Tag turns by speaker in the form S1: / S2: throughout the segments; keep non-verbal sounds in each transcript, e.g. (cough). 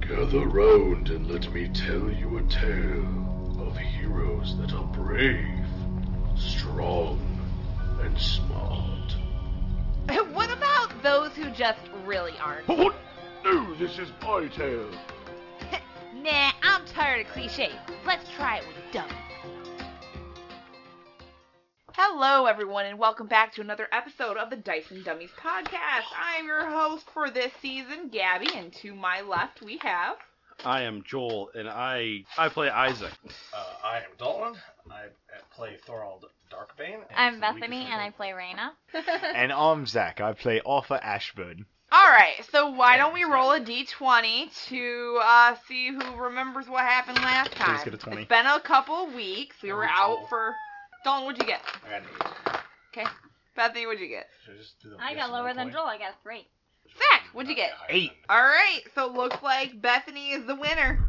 S1: Gather round and let me tell you a tale of heroes that are brave, strong, and smart.
S2: (laughs) what about those who just really aren't?
S1: What? No, this is my tale.
S2: nah, I'm tired of cliches. Let's try it with dumb. Hello, everyone, and welcome back to another episode of the Dice and Dummies podcast. I'm your host for this season, Gabby, and to my left we have.
S3: I am Joel, and I I play Isaac.
S4: Uh, I am Dalton. I uh, play Thorald Darkbane.
S5: I'm Bethany, and I play Raina.
S6: And I'm Zach. I play Arthur Ashburn.
S2: All right, so why don't we roll a d20 to uh, see who remembers what happened last time?
S3: get a 20.
S2: It's been a couple weeks. We were out for. Dalton, what'd you get?
S4: I got an eight.
S2: Okay. Bethany, what'd you get?
S4: Should I just do the
S5: I
S4: yes
S5: got
S4: and
S5: lower
S4: no
S5: than
S4: point? Uh,
S5: Joel. I got a three.
S2: Zach, what'd you get?
S4: I-
S6: Eight.
S2: All right, so it looks like Bethany is the winner.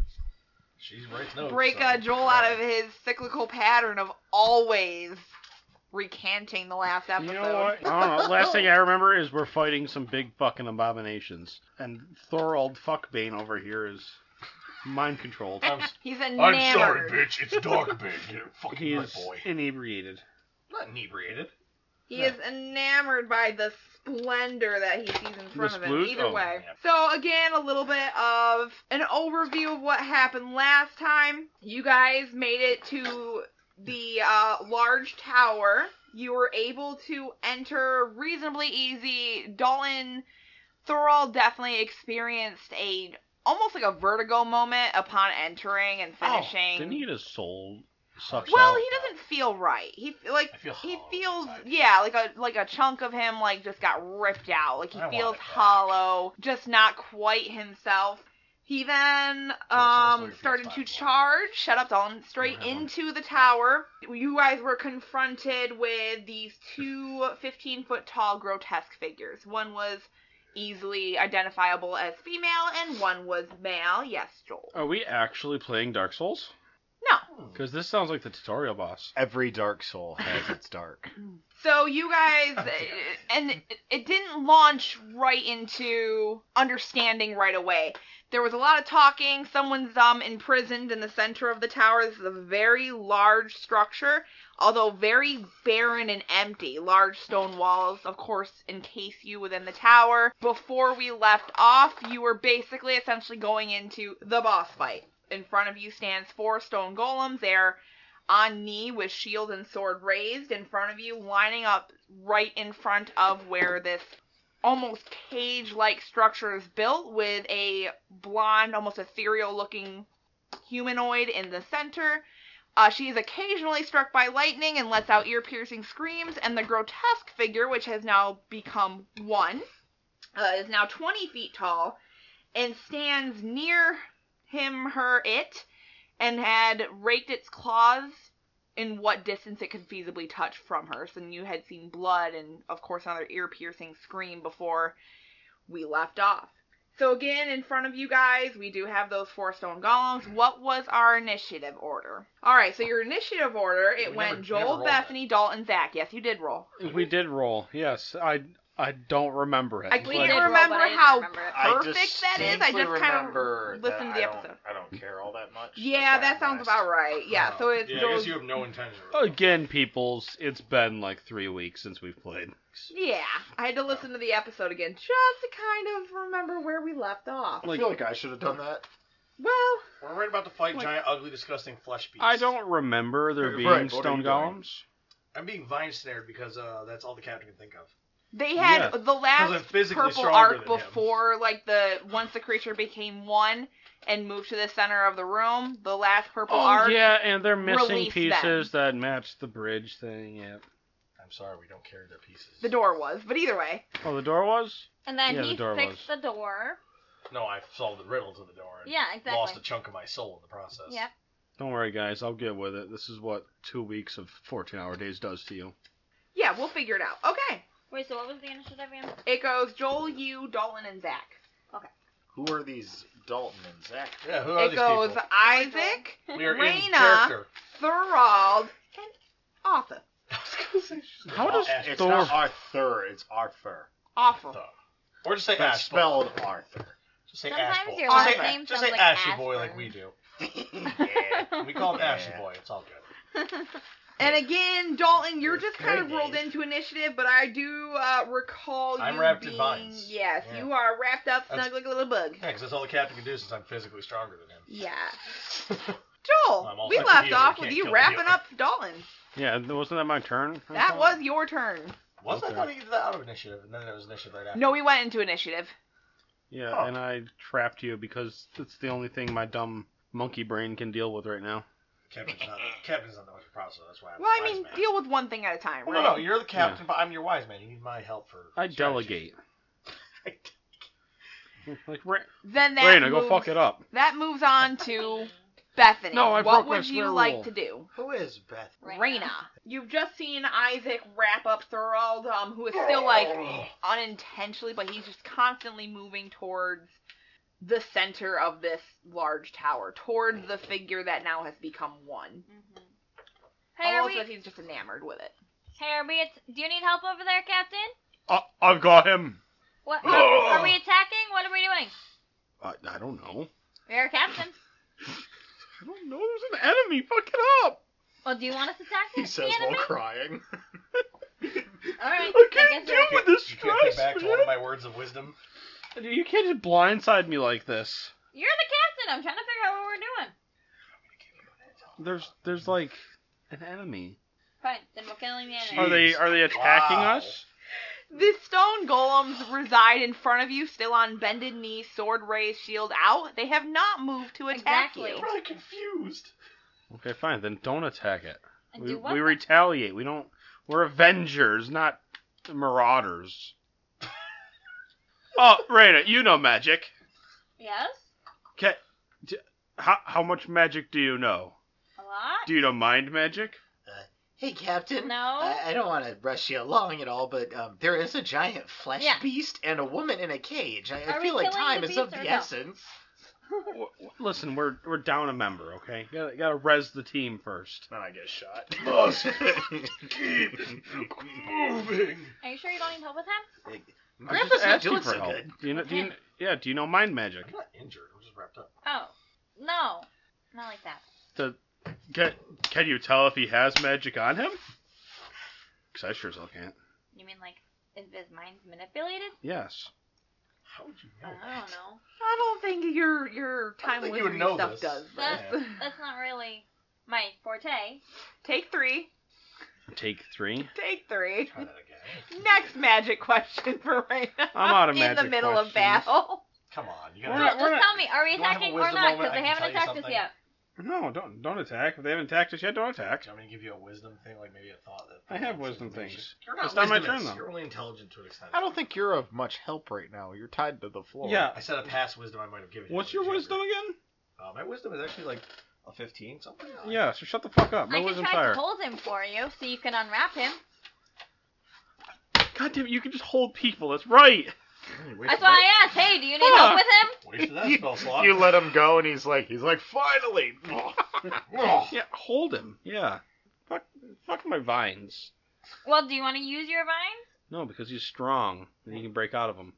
S4: She's right.
S3: Oh,
S4: No.
S2: break uh, Joel out of his cyclical pattern of always recanting the last episode.
S3: You know what? I don't know. Last thing I remember is we're fighting some big fucking abominations, and Thorold Fuckbane over here is mind controlled.
S2: He's
S1: I'm
S2: enamored.
S1: sorry, bitch. It's Darkbane. You're fucking
S3: He
S1: right,
S3: is
S1: boy.
S3: inebriated.
S4: Not inebriated.
S2: He is enamored by the splendor that he sees in front of him.
S3: sploot?
S2: Either
S3: Oh,
S2: way.
S4: yeah.
S2: So again, a little bit of an overview of what happened last time. You guys made it to the uh, large tower. You were able to enter reasonably easy. Dalton Thorall definitely experienced a almost like a vertigo moment upon entering and finishing.
S3: Oh, Didn't he get his soul sucked
S2: Well,
S3: out?
S2: he doesn't feel right. He like
S4: I feel
S2: he
S4: hollow
S2: feels
S4: inside.
S2: yeah, like a like a chunk of him like just got ripped out. Like he
S4: I want
S2: feels
S4: it back.
S2: hollow, just not quite himself. He then
S4: also
S2: um
S4: your
S2: started
S4: PS5
S2: to
S4: one.
S2: charge, shut up Dalton, straight
S4: I don't have
S2: into the tower. You guys were confronted with these two 15 foot tall grotesque figures. One was easily identifiable as female and one was male. Yes, Joel.
S3: Are we actually playing Dark Souls?
S2: No.
S4: Hmm.
S3: Because this sounds like the tutorial boss.
S6: Every Dark Soul has its
S2: (laughs)
S6: dark.
S2: So you guys, uh, and it- it didn't launch right into understanding right away. There was a lot of talking. Someone's um imprisoned in the center of the tower. This is a very large structure, although very barren and empty. Large stone walls, of course, encase you within the tower. Before we left off, you were basically essentially going into the boss fight. In front of you stands four stone golems. They're on knee with shield and sword raised in front of you, lining up right in front of where this almost cage like structure is built with a blonde, almost ethereal looking humanoid in the center. Uh, she is occasionally struck by lightning and lets out ear piercing screams, and the grotesque figure, which has now become one, uh, is now 20 feet tall and stands near him, her, it, and had raked its claws in what distance it could feasibly touch from her. So you had seen blood and, of course, another ear piercing scream before we left off. So, again, in front of you guys, we do have those four stone golems. What was our initiative order? All right, so your initiative order, it
S4: We
S2: went
S4: never- never
S2: Joel,
S4: rolled that.
S2: Bethany, Dalton, Zach. Yes, you did roll.
S3: We did roll. Yes, I I don't remember it.
S2: I
S5: We
S3: but-
S2: can't
S5: did roll,
S2: remember
S5: but I didn't
S2: how
S5: remember it.
S2: perfect that is. I
S6: distinctly
S2: just kind of
S6: remember that
S2: listened to the
S6: I don't-
S2: episode.
S6: I don't care all that much.
S2: Yeah, that sounds about right. Yeah,
S4: Oh.
S2: so it's
S4: Yeah, I
S2: Joel's-
S4: guess you have no intention. Of
S3: Again, peoples, it's been like three weeks since we've played.
S2: Yeah, I had to listen to the episode again just to kind of remember where we left off.
S3: Like-
S6: like I should have done that.
S2: well,
S4: We're right about to fight
S3: Like-
S4: giant, ugly, disgusting flesh beasts.
S3: I don't remember there
S6: Right,
S3: being
S6: what are you
S3: stone
S6: doing?
S3: golems.
S4: I'm being vine snared because uh, that's all the captain can think of.
S2: they had
S3: Yeah.
S2: the
S4: Because I'm
S2: last
S4: physically
S2: purple
S4: stronger
S2: arc
S4: than him.
S2: before, like the once the creature became one and moved to the center of the room. The last purple
S3: Oh
S2: arc.
S3: yeah, and they're missing
S2: release
S3: pieces that match the bridge thing. Yeah.
S4: I'm sorry, we don't carry their pieces.
S2: The door was, but either way,
S3: Oh, the door was.
S5: And then
S3: Yeah, the
S5: he
S3: door
S5: fixed
S3: was.
S5: the door.
S4: No, I solved the riddle to the door. And
S5: Yeah,
S4: Lost
S5: exactly.
S4: a chunk of my soul in the process.
S5: Yep.
S3: Don't worry, guys. I'll get with it. This is what two weeks of fourteen-hour days does to you.
S2: yeah, we'll figure it out. Okay,
S5: Wait, so what was the initiative again?
S2: it goes Joel, you, Dalton, and Zach.
S6: Who are these Dalton and Zach?
S4: Yeah. Who are
S2: It
S4: these
S2: goes
S4: people?
S2: Isaac,
S4: We are in
S2: Raina.
S4: character.
S2: Thorald, and Arthur.
S3: How does
S4: Ash-
S6: It's
S3: Thor-
S6: not Arthur. It's Arthur.
S2: Arthur.
S4: Or just say
S6: But
S4: Ash.
S6: spelled Arthur.
S1: Just say
S5: Sometimes
S1: Ashboy. Just
S5: your
S2: last
S1: say-
S5: name
S1: just
S5: sounds
S1: say
S5: like
S1: Ashy Boy like
S5: Ashburn.
S1: we do. (laughs)
S7: yeah.
S1: We call
S3: (laughs)
S1: him
S7: Yeah.
S1: Ashy Boy. It's all good.
S2: And again, Dalton, you're just kind of
S7: Okay.
S2: rolled into initiative, but I do uh, recall
S1: I'm
S2: you
S1: wrapped in
S2: being
S1: vines.
S2: yes,
S1: Yeah.
S2: you are wrapped up, snug
S1: That's-
S2: like a little bug.
S1: Yeah, because that's all the captain can do since I'm physically stronger than him. (laughs)
S2: Yeah,
S1: I'm
S2: Joel,
S1: also
S2: we
S1: a
S2: left
S1: healer,
S2: off
S1: you can't kill
S2: with you
S1: the
S2: wrapping
S1: healer.
S2: up Dalton.
S3: Yeah, th- wasn't that my turn? or
S2: That
S3: something?
S2: was your turn.
S1: Was I
S3: Okay.
S1: thought we did that out of initiative, and then it was initiative right after. (laughs)
S2: No, we went into initiative.
S3: Yeah,
S1: Huh.
S3: and I trapped you because it's the only thing my dumb monkey brain can deal with right now.
S1: Captain's not, captain's not that much of a problem, so that's why I'm
S2: Well, I
S1: the wise
S2: mean,
S1: man.
S2: deal with one thing at a time,
S1: Well,
S2: right?
S1: no, no, you're the captain, but I'm your wise man. You need my help for.
S3: I
S1: strategy. (laughs)
S3: delegate. Like, Ra-
S2: then that
S3: Raina, go
S2: moves,
S3: fuck it up.
S2: That moves on to (laughs) Bethany.
S3: No, I
S2: what
S3: broke my
S2: would you
S3: swear
S2: like
S3: rule.
S2: to do?
S7: Who is Beth?
S5: Raina.
S2: Raina. You've just seen Isaac wrap up Thorold, um, who is
S1: (sighs)
S2: still like unintentionally, but he's just constantly moving towards the center of this large tower, towards the figure that now has become one.
S5: Mhm. Hey, are
S2: Almost
S5: we?
S2: as he's just enamored with it.
S5: Hey, are we? At- do you need help over there, Captain?
S3: I- I've got him.
S5: What? Are, are we attacking? What are we doing?
S3: I, I don't know.
S5: We're a captain.
S3: I don't know. There's an enemy. Fuck it up.
S5: Well, do you want us
S3: (laughs)
S5: to attack the,
S7: He says
S5: the
S7: while
S5: enemy?
S7: (laughs) crying.
S5: All right.
S3: I
S5: I
S3: can't
S5: guess
S3: deal
S5: we're-
S3: with this
S1: You can't
S3: stress,
S1: get back to
S3: man.
S1: one of my words of wisdom.
S3: Dude, You can't just blindside me like this.
S5: You're the captain. I'm trying to figure out what we're doing.
S3: There's there's like an enemy.
S5: Fine. Then we're killing the enemy.
S3: Are they are they attacking
S1: Wow.
S3: us?
S2: The stone golems reside in front of you, still on bended knees, sword raised, shield out. They have not moved to attack
S5: Exactly.
S2: you.
S1: I'm really confused.
S3: Okay, fine. Then don't attack it.
S5: And
S3: We,
S5: do what?
S3: we retaliate. We don't. We're Avengers, not (laughs) Marauders. oh, Raina, you know magic.
S5: yes.
S3: Okay, how how much magic do you know?
S5: A lot.
S3: Do you know mind magic?
S7: Hey, Captain.
S5: No.
S1: uh,
S7: I, I don't want to rush you along at all, but um, there is a giant flesh
S5: Yeah.
S7: beast and a woman in a cage. I,
S5: Are
S7: I
S5: we
S7: feel like
S5: killing
S7: time
S5: the
S7: is of
S5: beast or
S7: the
S5: no?
S7: essence.
S3: W- w- Listen, we're we're down a member. Okay, gotta gotta res the team first.
S7: Then I get (laughs) shot.
S8: Must keep moving.
S5: Are you sure you don't need help with him?
S3: I'm
S7: Grandpa's
S3: just
S7: not
S3: asking
S7: doing
S3: for
S7: so
S3: help.
S7: good.
S3: Do you know? Do you, kn- yeah. Do you know mind magic?
S1: I'm not injured. I'm just wrapped up.
S5: Oh, no, not like that.
S3: The can, can you tell if he has magic on him? Because I sure as hell can't.
S5: You mean like is his mind's manipulated?
S3: Yes.
S1: How would you know?
S5: I don't know.
S2: I don't think your your time
S1: think you would
S2: wizard
S1: know
S2: stuff
S1: this.
S2: does
S5: That's
S2: this.
S5: that's not really my forte.
S2: (laughs) Take three.
S3: Take three.
S2: Take three.
S1: Try that again.
S2: Next magic question for Raina.
S3: I'm out of
S2: In the
S3: magic
S2: middle of
S3: questions.
S2: battle.
S1: Come on, you
S3: We're
S5: No,
S1: gotta.
S3: not-
S5: just tell me, are we
S1: You wanna have a
S5: attacking or
S1: wisdom
S5: not?
S1: moment?
S5: Because
S1: I
S5: they
S1: can
S5: haven't
S1: tell you
S5: attacked us
S1: something.
S5: yet.
S3: No, don't don't attack. If they haven't attacked us yet, don't attack.
S1: Do you want me to give you a wisdom thing, like maybe a thought that?
S3: I have wisdom things.
S1: You're
S3: It's not my
S1: wisdom
S3: turn,
S1: is.
S3: though.
S1: You're only intelligent to an extent.
S7: I don't think you're of much help right now. You're tied to the floor.
S3: Yeah.
S1: I said a past wisdom I might have given. you,
S3: What's
S1: but
S3: your
S1: you
S3: wisdom
S1: haven't.
S3: again?
S1: Uh, my wisdom is actually like a 15 something.
S3: Yeah, so shut the fuck up. My
S5: I can
S3: wisdom's
S5: try
S3: higher.
S5: to hold him for you, so you can unwrap him.
S3: God damn it, you can just hold people. That's right.
S5: That's why I asked. Hey, do you need help
S3: Fuck.
S5: with him?
S1: Wasted that spell slot.
S7: You
S4: (laughs)
S7: let him go, and he's like, he's like, finally. (laughs)
S4: Oh.
S3: Yeah, hold him. Yeah. Fuck, fuck my vines.
S5: Well, do you want to use your vines?
S3: No, because he's strong and you can break out of them.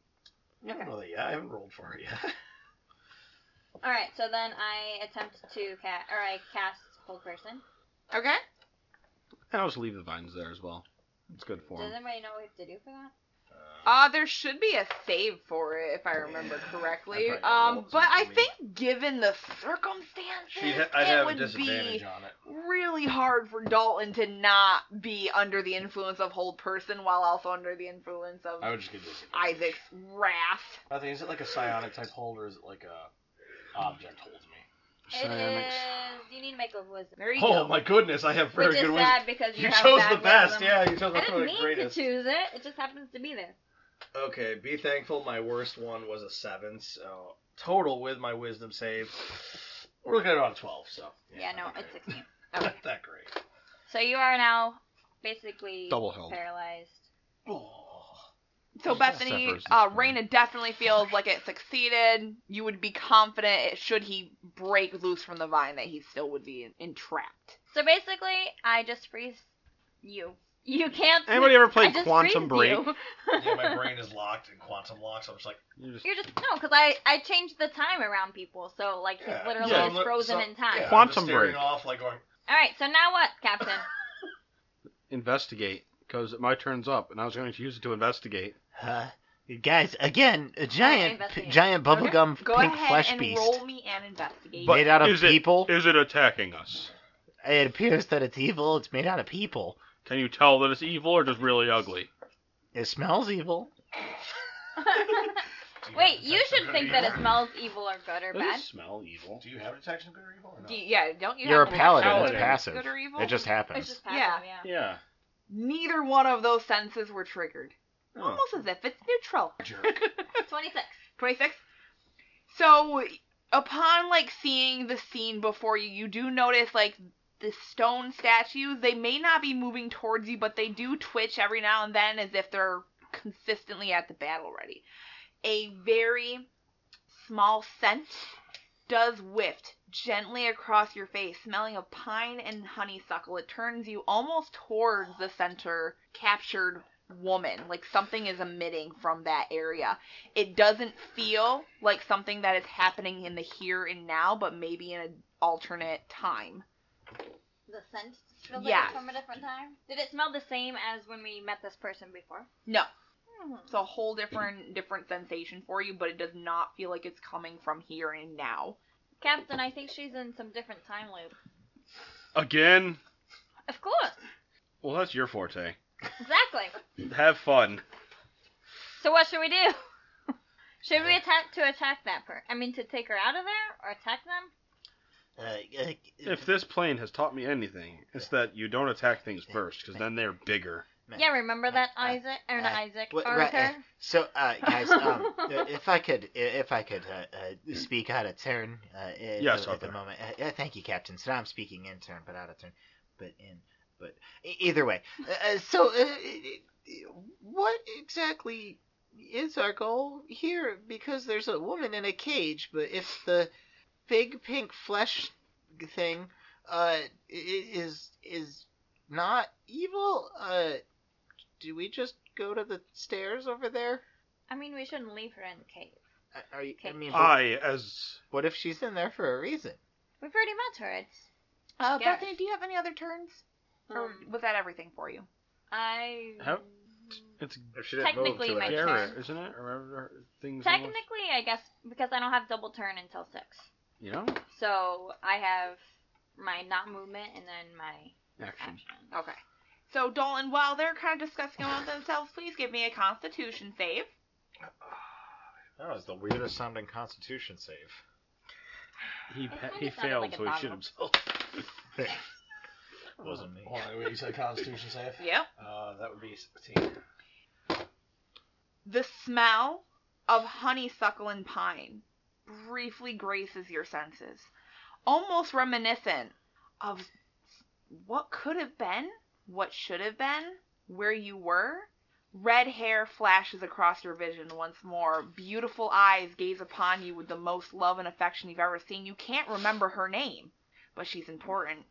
S1: I don't know that yet. I haven't rolled for it yet.
S5: All right. So then I attempt to cast, or I cast hold person.
S2: Okay.
S3: And I'll just leave the vines there as well. It's good for
S5: Does
S3: him.
S5: anybody know what we have to do for that?
S2: Uh, there should be a save for it if I remember correctly.
S1: I probably don't know
S2: Um,
S1: what's
S2: but I
S1: gonna be.
S2: think given the circumstances,
S1: I'd
S2: it
S1: have a
S2: would
S1: disadvantage
S2: be
S1: on it.
S2: really hard for Dalton to not be under the influence of Hold Person while also under the influence of
S1: I would just get this.
S2: Isaac's wrath.
S1: I think is it like a psionic type hold or is it like a object holds me?
S5: It
S3: Psionics.
S5: is. You need to make a wisdom.
S2: There you
S1: Oh
S2: go.
S1: my goodness! I have very
S5: Which is
S1: good wisdom.
S3: (laughs)
S5: sad because you,
S1: You
S5: have
S1: chose
S5: bad
S1: the best.
S5: wisdom.
S1: Yeah, you chose
S5: I
S1: the
S5: didn't
S1: fucking
S5: mean
S1: greatest.
S5: to choose it. It just happens to be there.
S1: Okay, be thankful. My worst one was a seven, so total with my wisdom save, we're looking at about a twelve. So
S5: Yeah, no,
S1: not
S5: it's
S1: great.
S5: 16.
S1: not that great.
S5: So you are now basically
S3: Double held.
S5: paralyzed.
S1: Oh.
S2: So Bethany,
S3: Severus is
S2: uh,
S3: fine.
S2: Raina definitely feels like it succeeded. You would be confident it, should he break loose from the vine that he still would be entrapped.
S5: So basically, I just freeze you You can't.
S3: Anybody ever played
S5: I just
S3: Quantum
S5: freezed you.
S4: Yeah, my brain is locked in
S7: (laughs)
S4: quantum lock, so I'm just like,
S9: You just-
S5: (laughs) You're just no, because I I changed the time around people, so like he's
S4: yeah,
S5: literally
S4: yeah,
S5: just
S4: I'm li-
S5: frozen
S4: so-
S5: in time.
S4: yeah, I'm
S3: Quantum
S4: just staring
S3: break.
S4: off, like going,
S5: All right, so now what, Captain? (laughs)
S3: investigate because my turn's up, and I was going to use it to investigate.
S7: Uh, guys, again, a giant,
S5: investigate.
S7: p- giant bubblegum
S2: Go
S7: pink
S2: ahead
S7: flesh
S2: and
S7: beast
S2: roll me an investigation.
S7: made out of
S3: is it-
S7: people. It,
S3: Is it attacking us?
S7: appears that it's evil. It's made out of people.
S3: Can you tell that it's evil or just really ugly?
S7: It smells evil.
S4: "Do
S5: Wait,
S4: have
S5: you
S4: detection
S5: should
S4: good or
S5: think
S4: evil?"
S5: that it smells evil or good or
S9: Does
S5: bad.
S9: it smell evil?
S4: Do you have detection of good or evil? Or no?
S2: Do you- yeah, don't you?
S7: You're a
S2: have
S7: paladin.
S9: paladin.
S7: It's passive.
S2: Good or evil?
S7: It just
S5: It's
S7: happens.
S5: just
S2: Yeah.
S5: passive, yeah.
S9: Yeah.
S2: Neither one of those senses were triggered.
S9: Oh.
S2: Almost as if it's neutral.
S4: Jerk.
S5: Twenty six.
S2: 26. So, upon like seeing the scene before you, you do notice like the stone statues, they may not be moving towards you, but they do twitch every now and then as if they're consistently at the battle ready. A very small scent does whift gently across your face, smelling of pine and honeysuckle. It turns you almost towards the center captured woman, like something is emitting from that area it doesn't feel like something that is happening in the here and now, but maybe in an alternate time.
S5: The scent smells
S2: Yes.
S5: like from a different time. Did it smell the same as when we met this person before?
S2: No,
S5: Hmm.
S2: it's a whole different different sensation for you, but it does not feel like it's coming from here and now.
S5: Captain, I think she's in some different time loop.
S3: Again?
S5: Of course,
S3: Well, that's your forte.
S5: exactly.
S3: Have fun.
S5: So what should we do? (laughs) should we attempt to attack that per? I mean, to take her out of there or attack them?
S7: Uh, uh,
S3: If this plane has taught me anything, it's that you don't attack things first because then they're bigger.
S5: Yeah, remember that
S7: Uh,
S5: Isaac or not
S7: uh,
S5: Isaac
S7: Wha-
S5: Arthur?
S7: right, uh, so, uh, guys, um, uh, if I could, i- if I could uh, uh, speak out of turn, uh, i- at,
S3: Yes,
S7: the- at the
S3: Arthur.
S7: moment. Uh, uh, thank you, Captain. So now I'm speaking in turn, but out of turn, but in, but e-
S2: (laughs)
S7: either way. Uh, Uh, so, uh, i- i- what exactly is our goal here? Because there's a woman in a cage, but if the big pink flesh thing uh i- is is not evil, uh, do we just go to the stairs over there?
S5: I mean, we shouldn't leave her in the cave.
S7: I- Are you, I
S5: Okay.
S7: mean, what,
S3: I, as.
S7: what if she's in there for a reason?
S5: We've already met her. It's
S2: Uh,
S5: Yeah.
S2: Bethany, do you have any other turns, or
S5: Um,
S2: was that everything for you?
S5: I
S3: How- It's
S4: If she didn't move
S5: Technically,
S4: to
S5: my
S4: it,
S3: Garrett,
S5: turn.
S3: isn't it? Or whatever things. in the-
S5: technically, I guess, because I don't have double turn until six,
S3: You know?
S5: so I have my not movement and then my
S3: Action.
S5: action.
S7: Oh.
S2: Okay. So Dalton, while they're kind of discussing among themselves, please give me a Constitution save.
S4: that was the weirdest sounding Constitution save.
S3: He,
S5: It
S3: pa-
S5: kinda
S3: he
S5: sounded
S3: failed,
S5: like a
S3: so he
S5: dog.
S3: shit himself.
S7: Wasn't me.
S4: Hold on, wait, you said Constitution save?
S2: (laughs) Yep.
S4: Uh, that would be 16. (gasps)
S2: The smell of honeysuckle and pine briefly graces your senses, almost reminiscent of what could have been, what should have been, where you were. Red hair flashes across your vision once more. Beautiful eyes gaze upon you with the most love and affection you've ever seen. You can't remember her name, but she's important.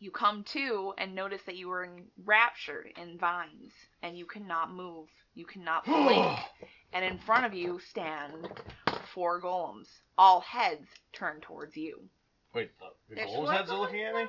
S2: You come to and notice that you are enraptured in vines, and you cannot move.
S1: (gasps)
S2: You cannot blink and in front of you stand four golems, all heads turned towards you.
S4: Wait, uh, the, the
S5: There's
S4: golem's
S5: four
S4: heads are looking at me?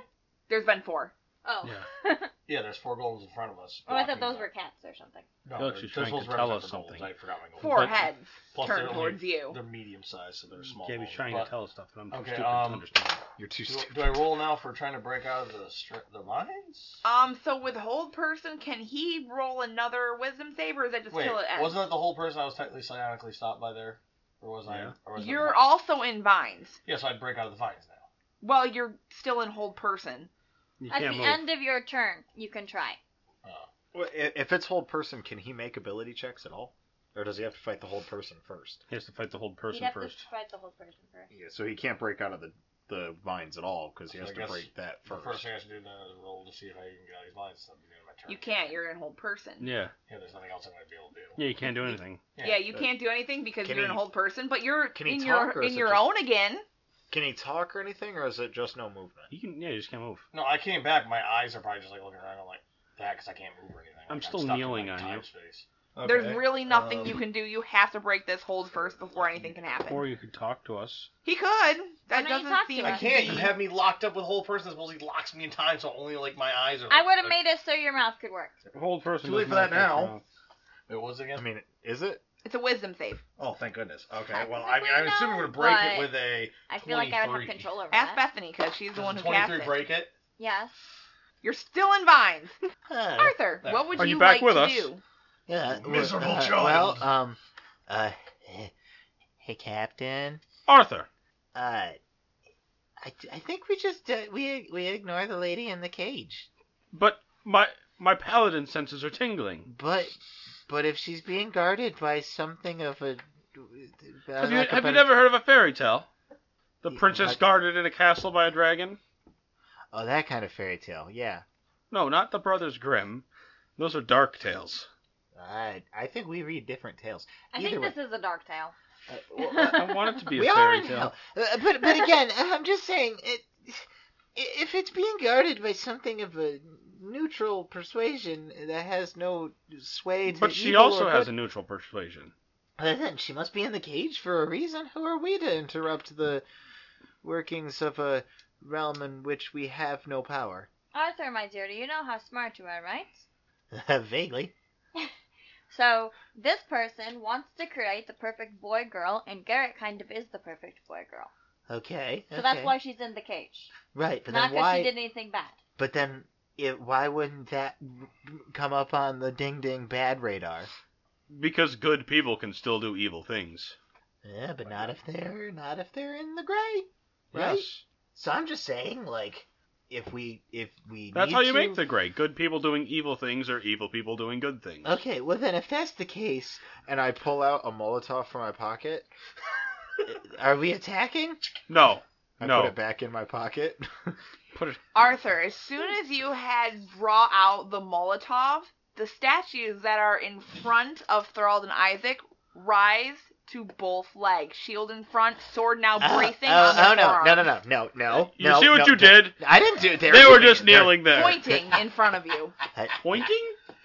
S2: There's been four.
S5: Oh,
S3: Yeah.
S4: Yeah, there's four golems in front of us.
S5: oh, I thought
S4: blocking
S5: those
S4: the-
S5: were cats or something.
S4: No,
S3: Look,
S4: they're-
S3: she's
S4: they're
S3: trying to
S4: supposed
S3: tell
S4: represent
S3: us
S4: the golems.
S3: something.
S4: I forgot my golems.
S2: Four
S4: But
S2: heads
S4: plus
S2: turned
S4: they're only-
S2: towards you.
S4: They're medium sized, so they're small.
S3: Gaby's
S4: golems.
S3: trying
S4: But
S3: to tell us stuff, and I'm too
S4: Okay,
S3: stupid
S4: um,
S3: to understand.
S7: You're too
S4: Do, do I roll now for trying to break out of the stri- the vines?
S2: Um, so withhold person, can he roll another wisdom save or is that just
S4: Wait,
S2: till it ends?
S4: wasn't that the whole person I was technically psionically stopped by there? Or was
S3: Yeah.
S4: I? Or was
S2: You're
S4: all.
S2: also in vines.
S4: Yeah, so I'd break out of the vines now.
S2: Well, you're still in hold person.
S3: You
S5: At the
S3: can't move.
S5: end of your turn, you can try.
S1: Well, i- if it's hold person, can he make ability checks at all, or does he have to fight the hold person first?
S3: He has to fight the whole
S5: You'd
S3: person
S5: have
S3: first.
S5: to fight the whole person first.
S1: Yeah, so he can't break out of the the vines at all because he
S4: So
S1: has
S4: I
S1: to
S4: guess
S1: break that
S4: The
S1: first.
S4: first thing I should do now is roll to see if I can get out of these vines at the beginning of my turn.
S2: You can't, you're in hold person.
S3: Yeah.
S4: Yeah, there's nothing else I'm going to be able to do.
S3: Yeah, you can't do anything.
S2: Yeah, you
S1: but-
S2: can't do anything because
S1: Can
S2: you're in
S1: he-
S2: hold person, but you're
S1: can he
S2: in
S1: talk,
S2: your
S1: or
S2: in
S1: is it
S2: your
S1: just-
S2: own again.
S1: Can he talk or anything, or is it just no movement?
S3: You can. Yeah, you just can't move.
S4: No, I came back. My eyes are probably just like looking around. I'm like,
S10: that because I can't move or anything.
S3: I'm
S10: Like,
S3: still
S10: stuck in,
S3: kneeling
S10: like,
S3: on
S10: time
S3: you.
S10: Space.
S2: There's really nothing
S4: um,
S2: you can do. You have to break this hold first before anything can happen.
S3: Or you could talk to us.
S2: he could.
S5: Why
S2: That
S5: don't you
S2: doesn't
S5: talk to
S2: seem.
S5: us?
S4: I can't. You
S2: to be-
S4: have me locked up with a whole person. Suppose he locks me in time, so only like my eyes are.
S5: I would have made
S4: like-
S5: it so your mouth could work.
S3: Hold person.
S4: Too late
S3: doesn't
S4: for that
S3: have to
S4: now.
S3: take her out.
S4: It was again.
S11: I mean, is it?
S2: It's a wisdom save.
S4: Oh, thank goodness. Okay. Well, I mean, I'm
S5: Technically,
S4: assuming we're
S5: no,
S4: gonna break
S5: but-
S4: it with a.
S5: I feel like I would have
S4: 23.
S5: control over
S2: Ask
S5: that.
S2: Bethany because she's the
S4: does
S2: one
S4: a
S2: who cast
S4: 23
S2: it.
S4: break it.
S5: Yes.
S2: You're still in vines.
S7: Oh,
S2: Arthur,
S4: There.
S2: what would
S3: Are
S2: you,
S3: you
S2: like
S3: back with
S2: to
S3: us?
S2: do?
S7: Yeah, well,
S4: miserable
S7: uh,
S4: child.
S7: Well, um, uh, hey, Captain.
S3: Arthur.
S7: Uh, I, I think we just uh, we we ignore the lady in the cage.
S3: But my my paladin senses are tingling.
S7: But but if she's being guarded by something of a uh,
S3: Have you have you never heard of a fairy tale? The
S7: Yeah,
S3: princess
S7: I-
S3: guarded in a castle by a dragon?
S7: oh that kind of fairy tale yeah
S3: No, not the Brothers Grimm. Those are dark tales.
S7: I Uh, I think we read different tales
S5: I
S7: Either
S5: think
S7: way.
S5: this is a dark tale.
S7: Uh, well, uh,
S3: I want it
S7: (laughs)
S3: to be a
S7: we are
S3: fairy
S7: in
S3: tale.
S7: hell. Uh, but but again (laughs) I'm just saying it if it's being guarded by something of a neutral persuasion that has no sway to
S3: But she
S7: evil
S3: also
S7: or
S3: has a
S7: good-
S3: neutral persuasion.
S7: Well, then she must be in the cage for a reason. Who are we to interrupt the workings of a realm in which we have no power? (laughs)
S5: Arthur, my dear, do you know how smart you are, right?
S7: Vaguely.
S5: So this person wants to create the perfect boy girl, and Garrett kind of is the perfect boy girl.
S7: Okay.
S5: So that's
S7: okay.
S5: why she's in the cage.
S7: Right, but
S5: Not
S7: then
S5: because
S7: why?
S5: she did anything bad.
S7: But then, it, why wouldn't that come up on the ding ding bad radar?
S3: Because good people can still do evil things.
S7: Yeah, but not if they're not if they're in the gray. Right.
S3: Yes.
S7: So I'm just saying, like, if we if we
S3: That's
S7: need
S3: how you
S7: to-
S3: make the gray. Good people doing evil things or evil people doing good things.
S7: Okay, well then, if that's the case,
S11: And I pull out a Molotov from my pocket.
S3: (laughs)
S7: are we attacking?
S3: No.
S11: I
S3: no.
S11: put it back in my pocket.
S3: Put it-
S2: Arthur, as soon as you had draw out the Molotov, the statues that are in front of Thorold and Isaac rise to both legs. Shield in front, sword now
S7: (laughs) Oh,
S2: bracing
S7: oh,
S2: on their
S7: oh, no,
S2: forearm,
S7: no, no, no, no, no.
S3: You
S7: no,
S3: see what
S7: no,
S3: you
S7: no.
S3: did?
S7: I didn't do it.
S3: They
S7: They
S3: were just kneeling there.
S2: Pointing in front of
S7: (laughs)
S2: you.
S3: Pointing?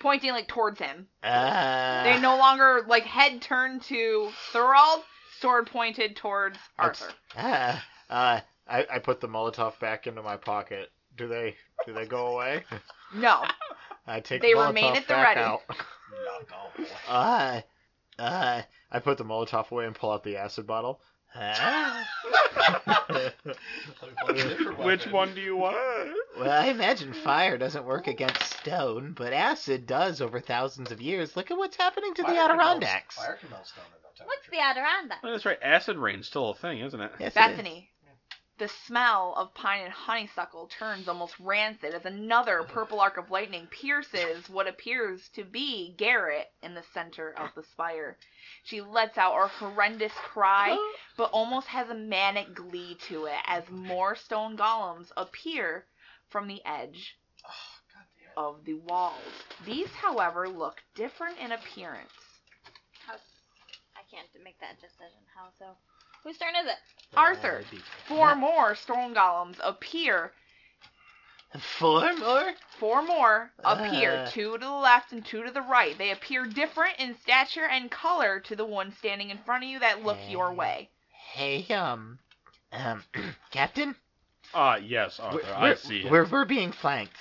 S2: Pointing like towards him.
S7: Uh,
S2: They no longer like head turned to Thorold, sword pointed towards
S7: That's-
S2: Arthur.
S7: Uh, uh,
S11: I, I put the Molotov back into my pocket. Do they do they go
S7: (laughs)
S11: away?
S2: No.
S11: I take
S2: They
S11: the Molotov
S2: remain at the
S11: back
S2: ready.
S11: out.
S7: uh, uh,
S11: I put the Molotov away and pull out the acid bottle.
S7: uh.
S4: (laughs)
S3: Which one do you want?
S7: Well, I imagine fire doesn't work against stone, but acid does over thousands of years. Look at what's happening to the Adirondacks.
S4: Fire can melt stone at no temperature.
S5: What's the Adirondack?
S3: Oh, that's right. Acid rain's still a thing, isn't it?
S7: Yes, it is.
S2: Bethany, the smell of pine and honeysuckle turns almost rancid as another purple arc of lightning pierces what appears to be Garrett in the center of the spire. She lets out a horrendous
S7: (gasps)
S2: cry, but almost has a manic glee to it as more stone golems appear from the edge
S7: Oh,
S2: of the walls. These, however, look different in appearance.
S5: How? I can't make that decision. How so? Whose turn is it?
S2: Arthur, four more stone golems appear
S7: Four more?
S2: Four more appear,
S7: Uh.
S2: two to the left and two to the right. They appear different in stature and color to the one standing in front of you that look your way.
S7: Hey, um, um, (clears throat) Captain?
S3: Ah, yes, Arthur. I
S7: We're-
S3: see it.
S7: We're, we're being flanked.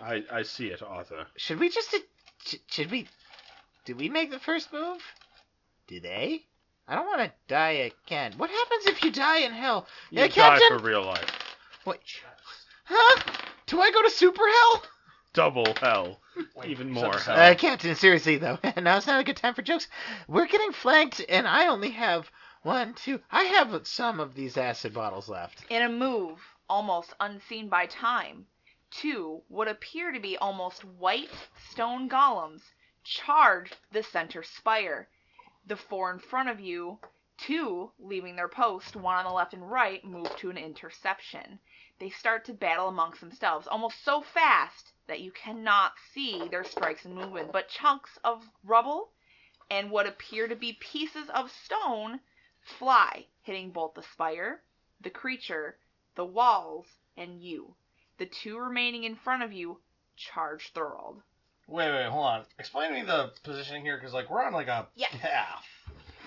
S3: I, I see it, Arthur.
S7: Should we just. sh- Should we. Do we make the first move? Do they? I don't want to die again. What happens if you die in hell?
S3: You
S7: Yeah,
S3: die
S7: Captain?
S3: for real life.
S7: What? Huh? Do I go to super hell?
S3: Double hell. Even more
S4: so- so-
S3: hell.
S7: Uh, Captain, seriously though, (laughs) now it's not a good time for jokes. We're getting flanked, and I only have one, two. I have some of these acid bottles left.
S2: In a move almost unseen by time, two what appear to be almost white stone golems charge the center spire. The four in front of you, two leaving their post, one on the left and right, move to an interception. They start to battle amongst themselves almost so fast that you cannot see their strikes and movement, but chunks of rubble and what appear to be pieces of stone fly, hitting both the spire the creature, the walls, and you. The two remaining in front of you charge Thorold.
S4: Wait, wait, hold on. Explain to me the positioning here, because like we're on like a
S2: Yes.
S4: path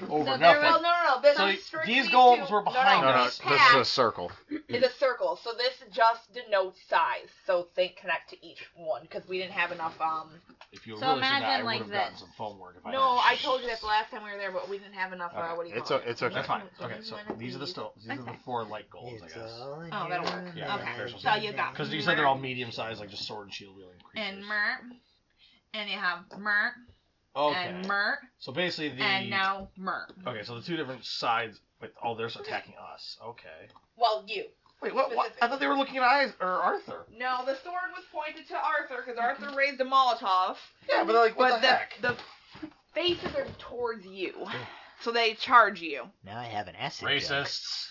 S4: over
S12: So there
S4: nothing.
S12: was, no, no, no. But
S4: So
S12: I'm
S4: these
S12: strictly
S4: golems
S12: to-
S4: were behind
S2: no,
S7: No,
S2: no,
S7: no,
S2: this
S7: this
S2: is a
S7: is a circle.
S12: It's a circle, so this just denotes size. So think connect to each one because we didn't have enough. Um,
S4: If you were
S5: So
S4: really should
S5: imagine
S4: I
S5: like
S4: would have gotten
S5: this.
S4: some phone work if I
S12: no,
S4: had
S12: I told you that the last time we were there, but we didn't have enough. Uh,
S7: Okay.
S12: what do you
S7: It's
S12: call
S7: o-
S12: it?
S7: it's okay.
S4: That's fine. Okay, so
S12: One of
S4: these are the
S12: these.
S4: still these are the four light goals, I guess.
S12: Oh, that'll work.
S4: Yeah,
S12: okay,
S4: there's
S12: so you got
S4: Because you said they're all medium sized, like just sword and shield wielding creatures.
S12: and Mert, and you have Mert
S4: Okay.
S12: and Mert,
S4: so basically the
S12: and now Mert.
S4: okay, so the two different sides. Wait, oh, they're attacking us. Okay.
S12: Well, you.
S4: Wait, what? what? I thought they were looking at eyes or Arthur.
S2: No, the sword was pointed to Arthur because Arthur raised a Molotov.
S4: Yeah, but they're like, what
S2: but
S4: the heck?
S2: the, faces are towards you, so they charge you.
S6: Now I have an acid. joke.
S4: Racists.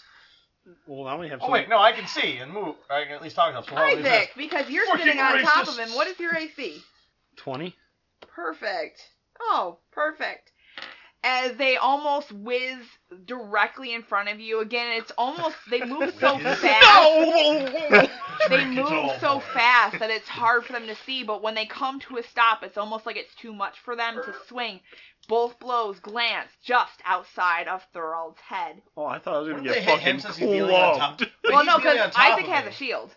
S3: Well, now we have.
S4: Oh
S3: some-
S4: wait, no, I can see and move. I can at least talk enough. So hold on, wait a
S2: Isaac,
S4: sec.
S2: because you're
S4: Fucking
S2: sitting on top of
S4: racist.
S2: him. What is your AC?
S3: Twenty.
S2: Perfect. Oh, perfect. As they almost whiz directly in front of you again, it's almost (laughs) they move so
S4: Whiz.
S2: fast. They
S4: Drink it
S2: move
S4: all.
S2: so fast that it's hard for them to see, but when they come to a stop, it's almost like it's too much for them to swing. Both blows glance just outside of Thorold's head.
S3: Oh, I thought I was
S4: What
S3: gonna
S4: if
S3: get
S4: they hit him
S3: fucking
S4: since he's kneeling on top?
S3: clubbed.
S4: But
S2: well,
S4: he's
S2: no,
S4: kneeling
S2: because
S4: on top
S2: Isaac
S4: of
S2: has
S4: me.
S2: a shield.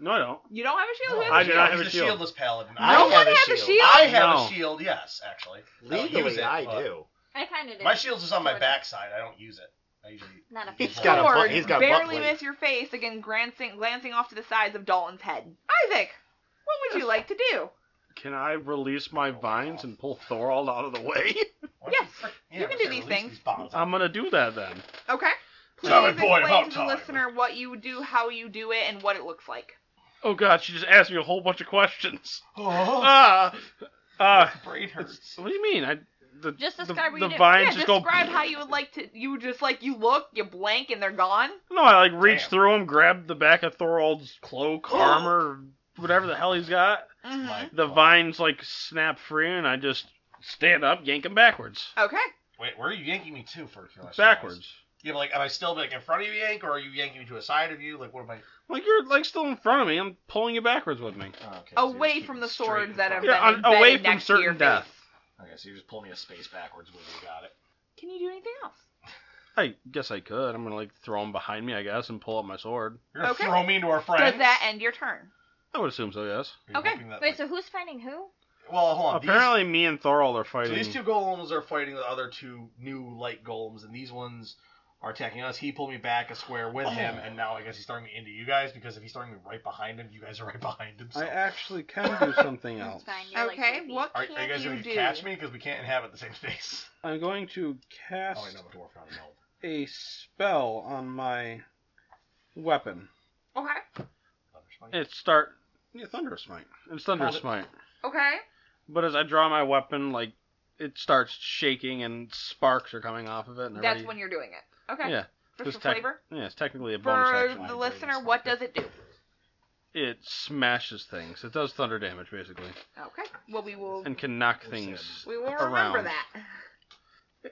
S3: No, I don't.
S2: You don't have a shield? Who has
S3: I
S2: a
S3: do
S2: shield?
S3: not have
S4: He's
S3: a
S4: the
S3: shield.
S4: shieldless paladin.
S6: I
S2: no
S6: have
S2: one
S6: a
S2: has a
S6: shield.
S2: shield.
S4: I have
S3: No.
S4: a shield. Yes, actually. I don't use
S7: Legally,
S4: it,
S7: I
S4: but-
S7: do.
S5: I kind of do.
S4: My shield's just on my
S5: Sorta.
S4: backside. I don't use it. I usually.
S5: Not a
S7: He's
S5: full-
S7: got a
S2: Sword,
S7: butt- he's got a butt
S2: barely
S7: plate.
S2: miss your face again, glancing glancing off to the sides of Dalton's head. Isaac, what would you like to do?
S3: Can I release my vines and pull Thorold out of the way?
S4: Why don't
S2: Yes,
S4: (laughs) frick-
S2: you can
S4: let's
S2: do
S4: say
S2: these
S4: release
S2: things.
S4: bombs.
S3: (laughs) I'm gonna do that then.
S2: Okay. Please
S4: Tell me, boy,
S2: explain
S4: about
S2: to the
S4: time.
S2: listener what you do, how you do it, and what it looks like.
S3: Oh God, she just asked me a whole bunch of questions.
S4: (laughs) Oh,
S3: Ah, uh, (laughs)
S4: brain hurts.
S3: what do you mean? I the
S5: Just
S3: the,
S5: describe what you
S3: the
S5: do.
S2: Yeah,
S3: vines just go.
S2: describe how you would like to. You just like you look, you blank, and they're gone.
S3: No, I like reach
S4: Damn.
S3: through him, grab the back of Thorold's
S4: (gasps)
S3: cloak, armor, whatever the hell he's got.
S2: Mhm.
S3: The vines like snap free, and I just stand up, yank him backwards.
S2: Okay.
S4: Wait, where are you yanking me to for? for last
S3: Backwards.
S4: Yeah, but like, am I still like in front of you, yank, or are you yanking me to a side of you? Like, what am I?
S3: Like you're like still in front of me. I'm pulling you backwards with me.
S4: Oh, okay, so you're
S2: Away
S4: just
S2: from
S4: keeping
S2: the
S4: straight
S2: swords
S4: in
S2: that have
S4: front
S2: been
S4: of
S3: Yeah, on-
S2: embedded
S3: away from
S2: next to your
S3: certain death.
S2: face.
S4: you. Okay, so you just pull me a space backwards. With you got it.
S2: Can you do anything else?
S3: I guess I could. I'm gonna like throw him behind me, I guess, and pull up my sword.
S4: You're gonna
S2: Okay.
S4: throw me into our friends.
S2: Does that end your turn?
S3: I would assume so. Yes.
S4: Are you
S2: Okay.
S4: hoping that,
S5: Wait,
S4: like-
S5: so who's fighting who?
S4: well, hold on. Oh, these-
S3: Apparently, me and Thorold are
S4: so
S3: fighting.
S4: these two golems are fighting the other two new light golems, and these ones are attacking us. He pulled me back a square with him, and now I guess he's throwing me into you guys because if he's throwing me right behind him, you guys are right behind him. So.
S13: I actually can
S4: (laughs)
S13: do something else.
S5: It's fine. You're
S2: Okay.
S5: Like,
S2: What
S4: Are, are
S2: can
S4: you guys
S2: you
S4: going to
S2: do?
S4: catch me? Because we can't have it the same space.
S13: I'm going to cast
S4: Oh, I know the dwarf not an elf.
S13: a spell on my weapon.
S2: Okay.
S4: Thunderspike.
S3: It start yeah, thunderous smite. It's thunderous
S4: Hold it.
S3: smite.
S2: Okay.
S3: But as I draw my weapon, like it starts shaking and sparks are coming off of it. And
S2: That's when you're doing it. Okay.
S3: yeah,
S2: Just for
S3: tec-
S2: flavor.
S3: Yeah, it's technically a bonus
S2: For
S3: action.
S2: the listener, what does it do?
S3: It smashes things. It does thunder damage basically,
S2: Okay. Well, we will.
S3: and can knock things.
S2: We will remember
S3: around.
S2: that.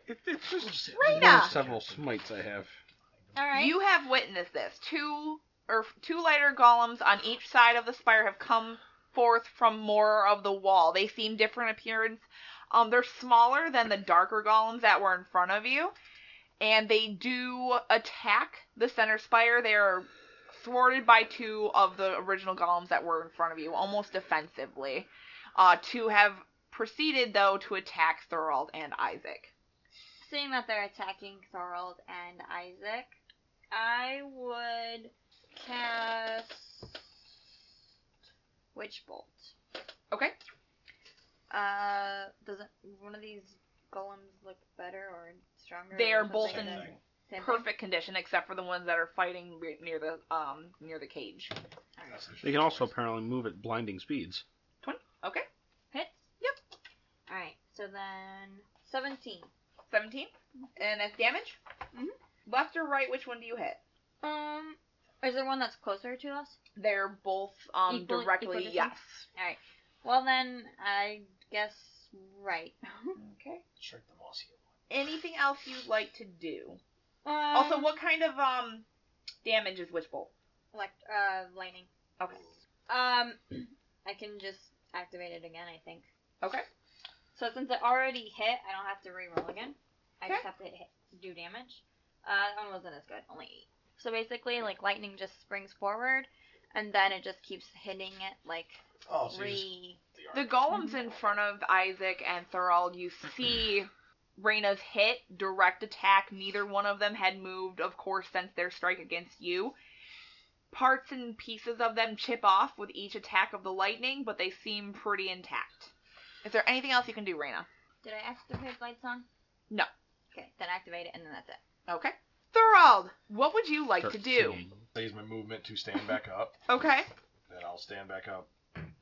S13: It, it's just
S2: Reyna!
S13: one of several smites I have.
S5: All right.
S2: You have witnessed this. Two or two lighter golems on each side of the spire have come forth from more of the wall. They seem different appearance. Um, they're smaller than the darker golems that were in front of you, and they do attack the center spire. They are thwarted by two of the original golems that were in front of you, almost defensively. Uh, two have proceeded though to attack Thorold and Isaac.
S5: Seeing that they're attacking Thorold and Isaac, I would cast Witch Bolt.
S2: Okay.
S5: Uh, doesn't one of these golems look better or stronger?
S2: They
S5: or
S2: are both
S5: something?
S2: in
S5: Same thing?
S2: perfect condition except for the ones that are fighting re- near the um near the cage.
S3: They can also apparently move at blinding speeds.
S2: Okay.
S5: hits. Yep. All right. So then seventeen.
S2: 17 and that's damage. Mm-hmm. Left or right, which one do you hit?
S5: Um, is there one that's closer to us?
S2: They're both um
S5: Equal- equal
S2: directly
S5: distance?
S2: yes.
S5: All right. Well then, I guess right.
S2: Okay.
S4: Strike the mossy.
S2: Anything else you'd like to do?
S5: Um,
S2: also, what kind of um damage is Witch Bolt?
S5: elect- uh, lightning.
S2: Okay.
S5: Um, I can just activated again, I think.
S12: Okay.
S5: So since it already hit, I don't have to re-roll again. I just
S12: Okay.
S5: have to hit, do damage. Uh, that one wasn't as good, only eight. So basically, like lightning just springs forward, and then it just keeps hitting it like
S4: Oh, so you just-
S5: three.
S2: The
S4: Mm-hmm.
S2: golem's in front of Isaac and Thorald. You see (clears throat) Reyna's hit, direct attack. Neither one of them had moved, of course, since their strike against you. Parts and pieces of them chip off with each attack of the lightning, but they seem pretty intact. Is there anything else you can do, Reyna?
S5: Did I activate lights on?
S2: No.
S5: Okay, then activate it, and then that's it.
S2: Okay. Thorald, what would you like to do?
S4: I use my movement to stand back up.
S2: Okay.
S4: Then I'll stand back up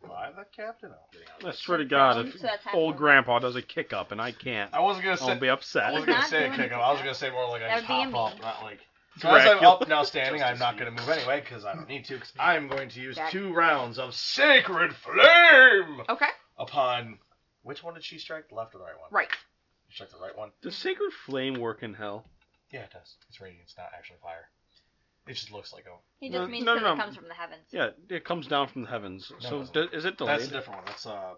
S4: by the captain. I'm getting out.
S13: I swear to God, if
S5: So that's half
S13: old
S5: of-
S13: grandpa does a kick up and I can't,
S4: I wasn't gonna
S13: I'll
S4: say.
S13: be
S4: Oh, I
S13: upset.
S4: was
S5: He's
S4: gonna
S5: not
S4: say a
S5: doing
S4: kick up. I was gonna say more like I
S5: That'd
S4: just
S5: be a
S4: hop up,
S5: meme.
S4: not like. So as I'm
S13: Dracula.
S4: up now standing, I'm not gonna move anyway because I don't need to. Because I'm going to use
S2: That-
S4: two rounds of sacred flame
S2: Okay.
S4: upon. Which one did she strike? The left or the right one?
S2: Right.
S4: She struck the right one.
S13: (laughs) Does sacred flame work in hell?
S4: Yeah, it does. It's radiant. It's not actually fire. It just looks like a.
S5: He
S13: No,
S5: just means
S13: no,
S5: that
S13: no,
S5: it
S13: no.
S5: comes from the heavens.
S13: Yeah, it comes down from the heavens.
S4: No,
S13: so
S4: it
S13: do,
S4: doesn't.
S13: is it
S4: That's a
S13: delayed?
S4: different one. That's uh.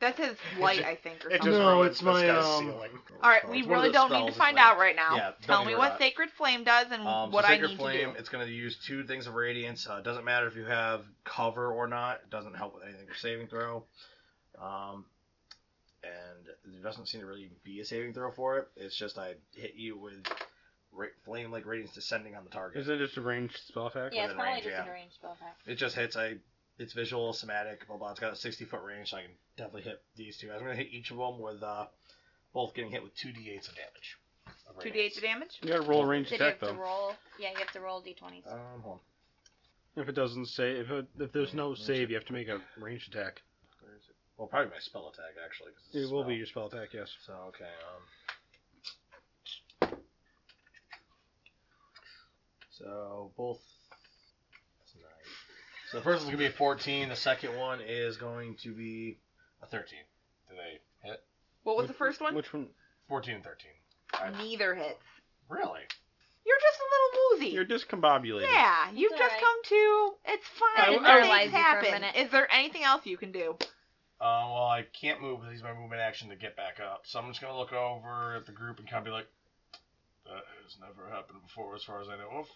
S2: That's his light, I think, or something.
S7: just
S14: No,
S1: oh,
S7: ruined
S14: it's
S7: this
S14: my,
S7: guy's
S14: um,
S7: ceiling.
S2: All right, we
S4: It's one of
S2: really
S4: those
S2: don't need
S4: spells
S2: to
S4: that's
S2: find
S4: like-
S2: out right now.
S4: Yeah, don't
S2: Tell
S4: need
S2: me
S4: to
S2: what
S4: worry about it.
S2: Sacred Flame does and
S4: Um,
S2: what
S4: so
S2: I
S4: Sacred
S2: need
S4: Flame,
S2: to do.
S4: it's going to use two things of radiance. Uh, it doesn't matter if you have cover or not. It doesn't help with anything for saving throw. Um, and there doesn't seem to really be a saving throw for it. It's just I hit you with ra- flame like radiance descending on the target.
S13: Isn't it just a ranged spell attack?
S5: Yeah, it's
S4: within
S5: probably
S4: range,
S5: just
S4: yeah.
S5: an arranged spell attack.
S4: It just hits. I. It's visual, somatic, blah blah. It's got a sixty foot range, so I can definitely hit these two. I'm going to hit each of them with uh, both getting hit with two d8s of damage. of
S2: Two
S4: radiance.
S2: d8 of damage.
S13: You gotta roll a ranged
S5: Did you
S13: attack
S5: have to
S13: though.
S5: roll? Yeah, you have to roll d20s.
S4: Um, hold on.
S13: If it doesn't say, if, it, if there's no save, you have to make a ranged attack.
S4: Where is it? Well, probably my spell attack actually. 'cause it's a
S13: It will be
S4: spell.
S13: your spell attack, yes.
S4: So okay, um. So both. That's nine. So the first one's gonna be a fourteen. The second one is going to be a thirteen. Do they hit?
S2: What was
S13: Which-
S2: the first one?
S13: Which one?
S4: Fourteen and thirteen.
S2: Neither hits.
S4: Really?
S2: You're just a little
S13: You're
S2: woozy.
S13: discombobulated.
S2: Yeah, you've
S5: all
S2: just
S5: right.
S2: come to. It's
S5: I
S2: fine.
S5: didn't realize
S2: Things
S5: you for a
S2: happen.
S5: minute.
S2: Is there anything else you can do?
S4: Uh, well, I can't move because he's my movement action to get back up. So I'm just gonna look over at the group and kind of be like, "That has never happened before, as far as I know of."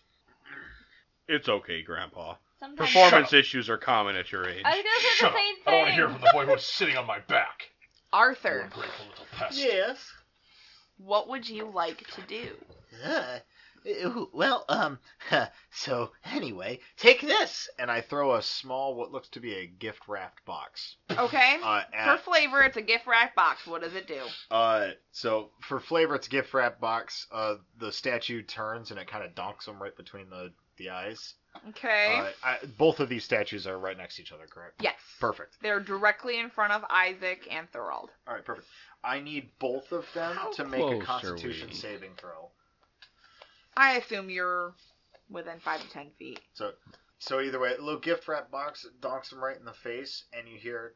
S13: It's okay, Grandpa.
S5: Sometimes
S13: Performance issues are common at your age.
S5: I was gonna say
S4: Shut
S5: the
S4: up.
S5: same
S4: I don't want to
S5: thing.
S4: hear from the boy who's sitting on my back. You
S2: Arthur,
S4: ungrateful little pest.
S6: Yes.
S2: what would you like to do?
S6: Uh, ooh, well,
S7: (laughs)
S6: um, so anyway, take this.
S7: And I throw a small, what looks to be a gift wrapped box.
S2: Okay.
S7: Uh,
S2: For
S7: at,
S2: flavor, it's a gift wrap box. What does it do?
S7: uh, so for flavor, it's a gift wrapped box. Uh, the statue turns and it kind of donks him right between the the eyes.
S2: Okay.
S7: Uh, I, both of these statues are right next to each other, correct?
S2: yes.
S7: Perfect.
S2: They're directly in front of Isaac and Thorold.
S7: All right, perfect. I need both of them
S13: How
S7: to make a
S13: close are
S7: Constitution
S13: we?
S7: saving throw.
S2: I assume you're within five to ten feet.
S7: So, so either way, little gift wrap box donks him right in the face, and you hear.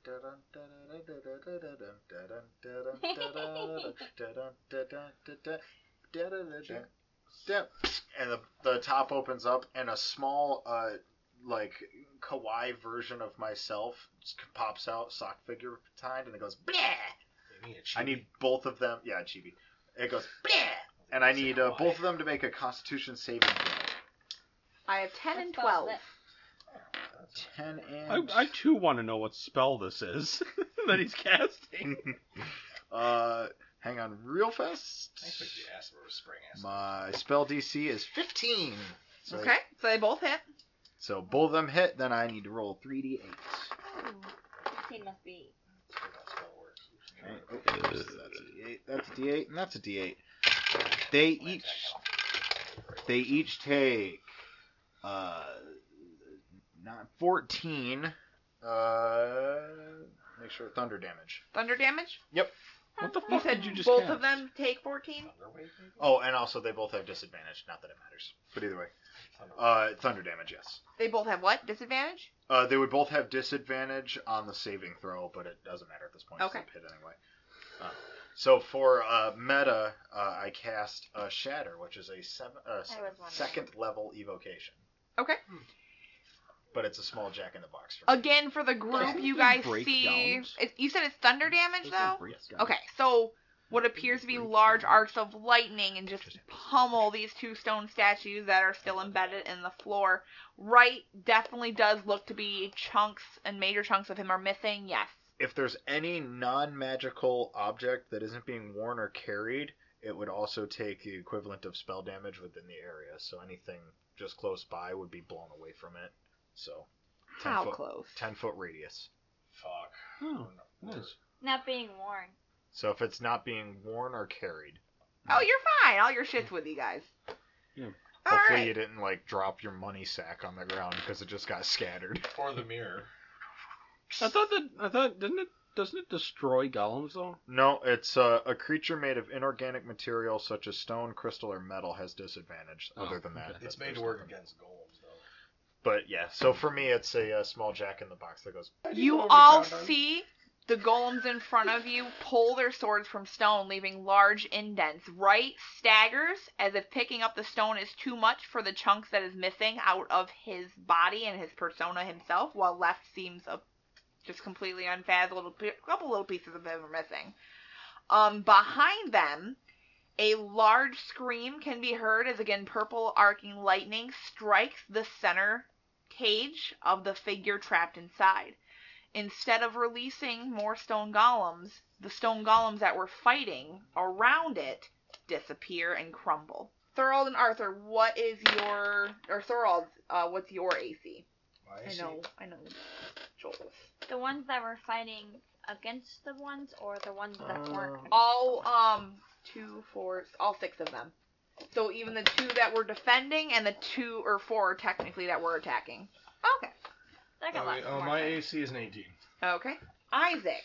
S7: And the, the top opens up, and a small, uh, like kawaii version of myself pops out, sock figure kind, and it goes. Bleh! I need both of them. Yeah, chibi. It goes, Bleh! and I need uh, both of them to make a Constitution saving throw.
S2: I have ten and
S5: That's about
S2: twelve.
S5: it.
S7: Ten
S13: I,
S7: and
S13: I too want to know what spell this is (laughs) that he's casting.
S7: uh, hang on, real fast.
S4: I expect the ass of a spring ass.
S7: My spell DC is fifteen. So,
S2: Okay, so they both hit.
S7: So both of them hit. Then I need to roll three d eight.
S5: It must be.
S7: That's a d eight. That's a d eight, and that's a d eight. They each they each take uh not fourteen. Uh, make sure thunder damage.
S2: Thunder damage.
S13: What the
S2: You
S13: fuck
S2: said
S13: did you just
S2: both
S13: cast?
S2: of them take fourteen.
S7: Oh, and also they both have disadvantage. Not that it matters, but either way, uh, thunder damage. Yes,
S2: They both have what disadvantage?
S7: uh, they would both have disadvantage on the saving throw, but it doesn't matter at this point. 'cause
S2: Okay.
S7: they've hit anyway. Uh, so for uh, meta, uh, I cast uh, Shatter, which is a seven, uh,
S5: wondering.
S7: second level evocation.
S2: Okay.
S1: but it's a small jack in the box. For me.
S2: Again, for the group,
S3: Doesn't
S2: you
S3: it do
S2: guys see.
S3: breakdowns?
S2: It, you said it's thunder damage,
S3: There's
S2: though?
S3: no breakdown.
S2: Okay, so what appears to be large arcs of lightning and just pummel these two stone statues that are still embedded in the floor. Right definitely does look to be chunks and major chunks of him are missing. Yes.
S1: If there's any non-magical object that isn't being worn or carried, it would also take the equivalent of spell damage within the area. So anything just close by would be blown away from it. So Ten
S2: How
S1: foot.
S2: close?
S1: ten foot radius.
S4: Fuck.
S3: Oh, nice.
S5: Not being worn.
S1: So if it's not being worn or carried,
S2: Oh, you're fine. All your shit's with you guys.
S3: Yeah.
S2: All
S1: hopefully
S2: right.
S1: you didn't like drop your money sack on the ground because it just got scattered.
S4: Or the mirror.
S3: I thought that I thought didn't it doesn't it destroy golems though?
S1: No, it's uh, a creature made of inorganic material such as stone, crystal, or metal has disadvantage.
S3: Oh,
S1: Other than that,
S3: okay.
S1: that-
S4: It's made
S1: there's
S4: to work
S1: nothing.
S4: against golems, though.
S1: But yeah, so for me, it's a, uh small jack in the box that goes.
S2: You all see the golems in front of you pull their swords from stone, leaving large indents. Right staggers as if picking up the stone is too much for the chunks that is missing out of his body and his persona himself, while left seems a, just completely unfazed. A little, pe- couple little pieces of him are missing. Um, behind them, a large scream can be heard as again purple arcing lightning strikes the center cage of the figure trapped inside instead of releasing more stone golems, the stone golems that were fighting around it disappear and crumble. Thorold and Arthur, what is your or Thorold, uh, what's your AC?
S4: Why
S2: I
S4: is
S2: know,
S4: it-
S2: I know, Joel's.
S5: The ones that were fighting against the ones, or the ones that weren't. against
S2: All
S5: the ones?
S2: um two, four, all six of them. So even the two that were defending and the two or four technically that were attacking. Okay.
S5: That got
S4: Oh, wait,
S5: lots
S4: oh,
S5: more
S4: my
S5: than-
S4: AC is an 18.
S2: Okay. Isaac.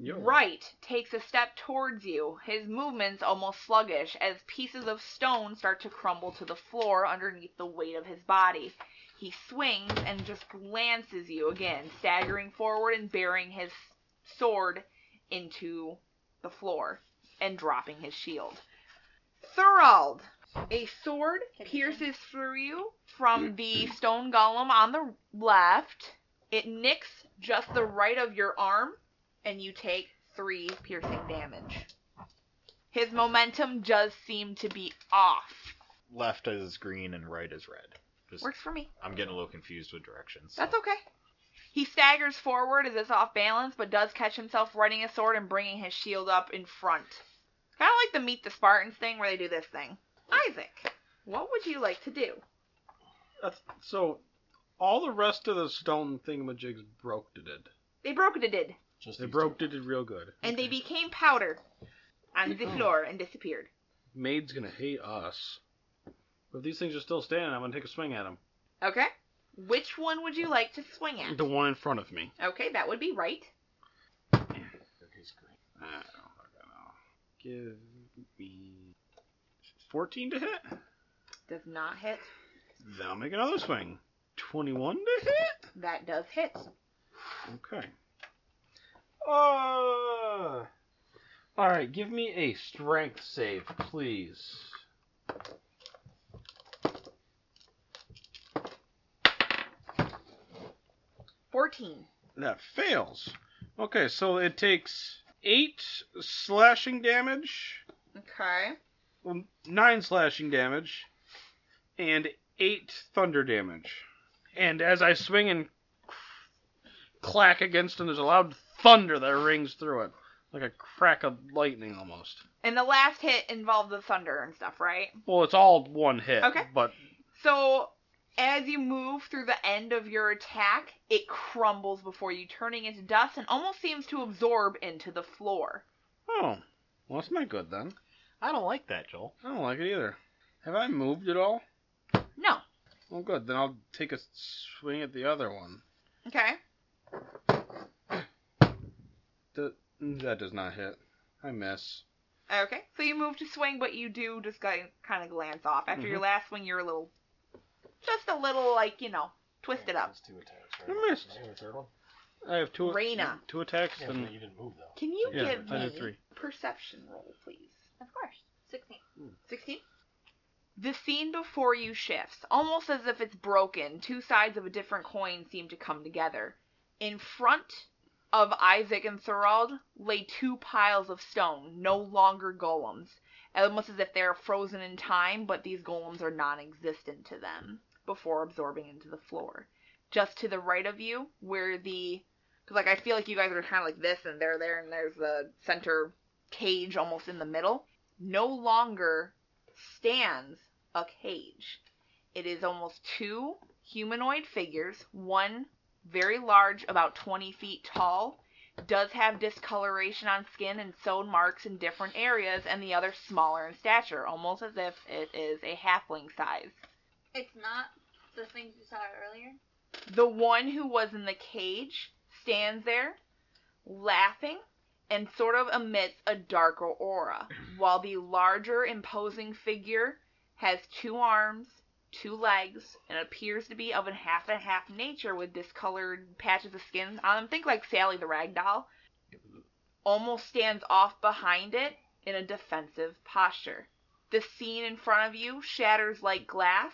S3: Yo.
S2: Wright takes a step towards you, his movements almost sluggish as pieces of stone start to crumble to the floor underneath the weight of his body. He swings and just glances you again, staggering forward and burying his sword into the floor and dropping his shield. Thurald, a sword pierces through you from the stone golem on the left. It nicks just the right of your arm and you take three piercing damage. His momentum does seem to be off.
S1: Left is green and right is red. Just,
S2: Works for me.
S1: I'm getting a little confused with directions. so.
S2: That's okay. He staggers forward as if off balance, but does catch himself running his sword and bringing his shield up in front. Kind of like the Meet the Spartans thing where they do this thing. Isaac, what would you like to do?
S3: That's, so all the rest of the stone thingamajigs broke it.
S2: They broke it, did,
S4: Just
S3: They
S4: these
S3: broke
S4: two.
S3: it real good.
S2: and they became powder on the floor and disappeared.
S3: Maid's gonna hate us. But if these things are still standing, I'm gonna take a swing at them.
S2: Okay? Which one would you like to swing at?
S3: The one in front of me.
S2: Okay, that would be right.
S3: I don't fucking know. Give me fourteen to hit.
S2: Does not hit.
S3: Then I'll make another swing. Twenty-one to hit.
S2: That does hit.
S3: Okay. Uh, all right. Give me a strength save, please.
S2: Fourteen.
S3: That fails. Okay, so it takes eight slashing damage,
S2: Okay.
S3: well, Um, nine slashing damage, and eight thunder damage. And as I swing and clack against him, there's a loud thunder that rings through it, like a crack of lightning almost.
S2: And the last hit involved the thunder and stuff, right?
S3: Well, it's all one hit,
S2: Okay.
S3: but
S2: So as you move through the end of your attack, it crumbles before you, turning into dust and almost seems to absorb into the floor.
S3: oh, well, that's not good then.
S1: I don't like that, Joel.
S3: I don't like it either. Have I moved at all?
S2: No.
S3: Well, good. Then I'll take a swing at the other one.
S2: Okay.
S3: Th- that does not hit. I miss.
S2: Okay. So you move to swing, but you do just kind of glance off. After
S3: Mm-hmm.
S2: your last swing, you're a little, just a little like you know, twisted up.
S4: That's two attacks, right?
S3: I missed.
S4: Is there a third one?
S3: I have two.
S2: Reina.
S3: Two attacks
S4: Yeah,
S3: and
S4: but you didn't move, though.
S2: Can you
S3: Yeah,
S2: give
S3: I
S2: me
S3: did three.
S2: perception roll, please?
S5: Of course. 16.
S2: Sixteen. The scene before you shifts, almost as if it's broken. Two sides of a different coin seem to come together. In front of Isaac and Thorald lay two piles of stone, no longer golems. Almost as if they're frozen in time, but these golems are non existent to them before absorbing into the floor. Just to the right of you, where the. Because, like, I feel like you guys are kind of like this, and they're there, and there's the center cage almost in the middle. No longer stands a cage. It is almost two humanoid figures, one very large, about 20 feet tall, does have discoloration on skin and sewn marks in different areas, and the other smaller in stature, almost as if it is a halfling size.
S5: It's not the things you saw earlier.
S2: The one who was in the cage stands there, laughing, and sort of emits a darker aura, while the larger, imposing figure has two arms, two legs, and appears to be of a half and half nature with discolored patches of skin on them. Think like Sally the Rag Doll. Almost stands off behind it in a defensive posture. The scene in front of you shatters like glass,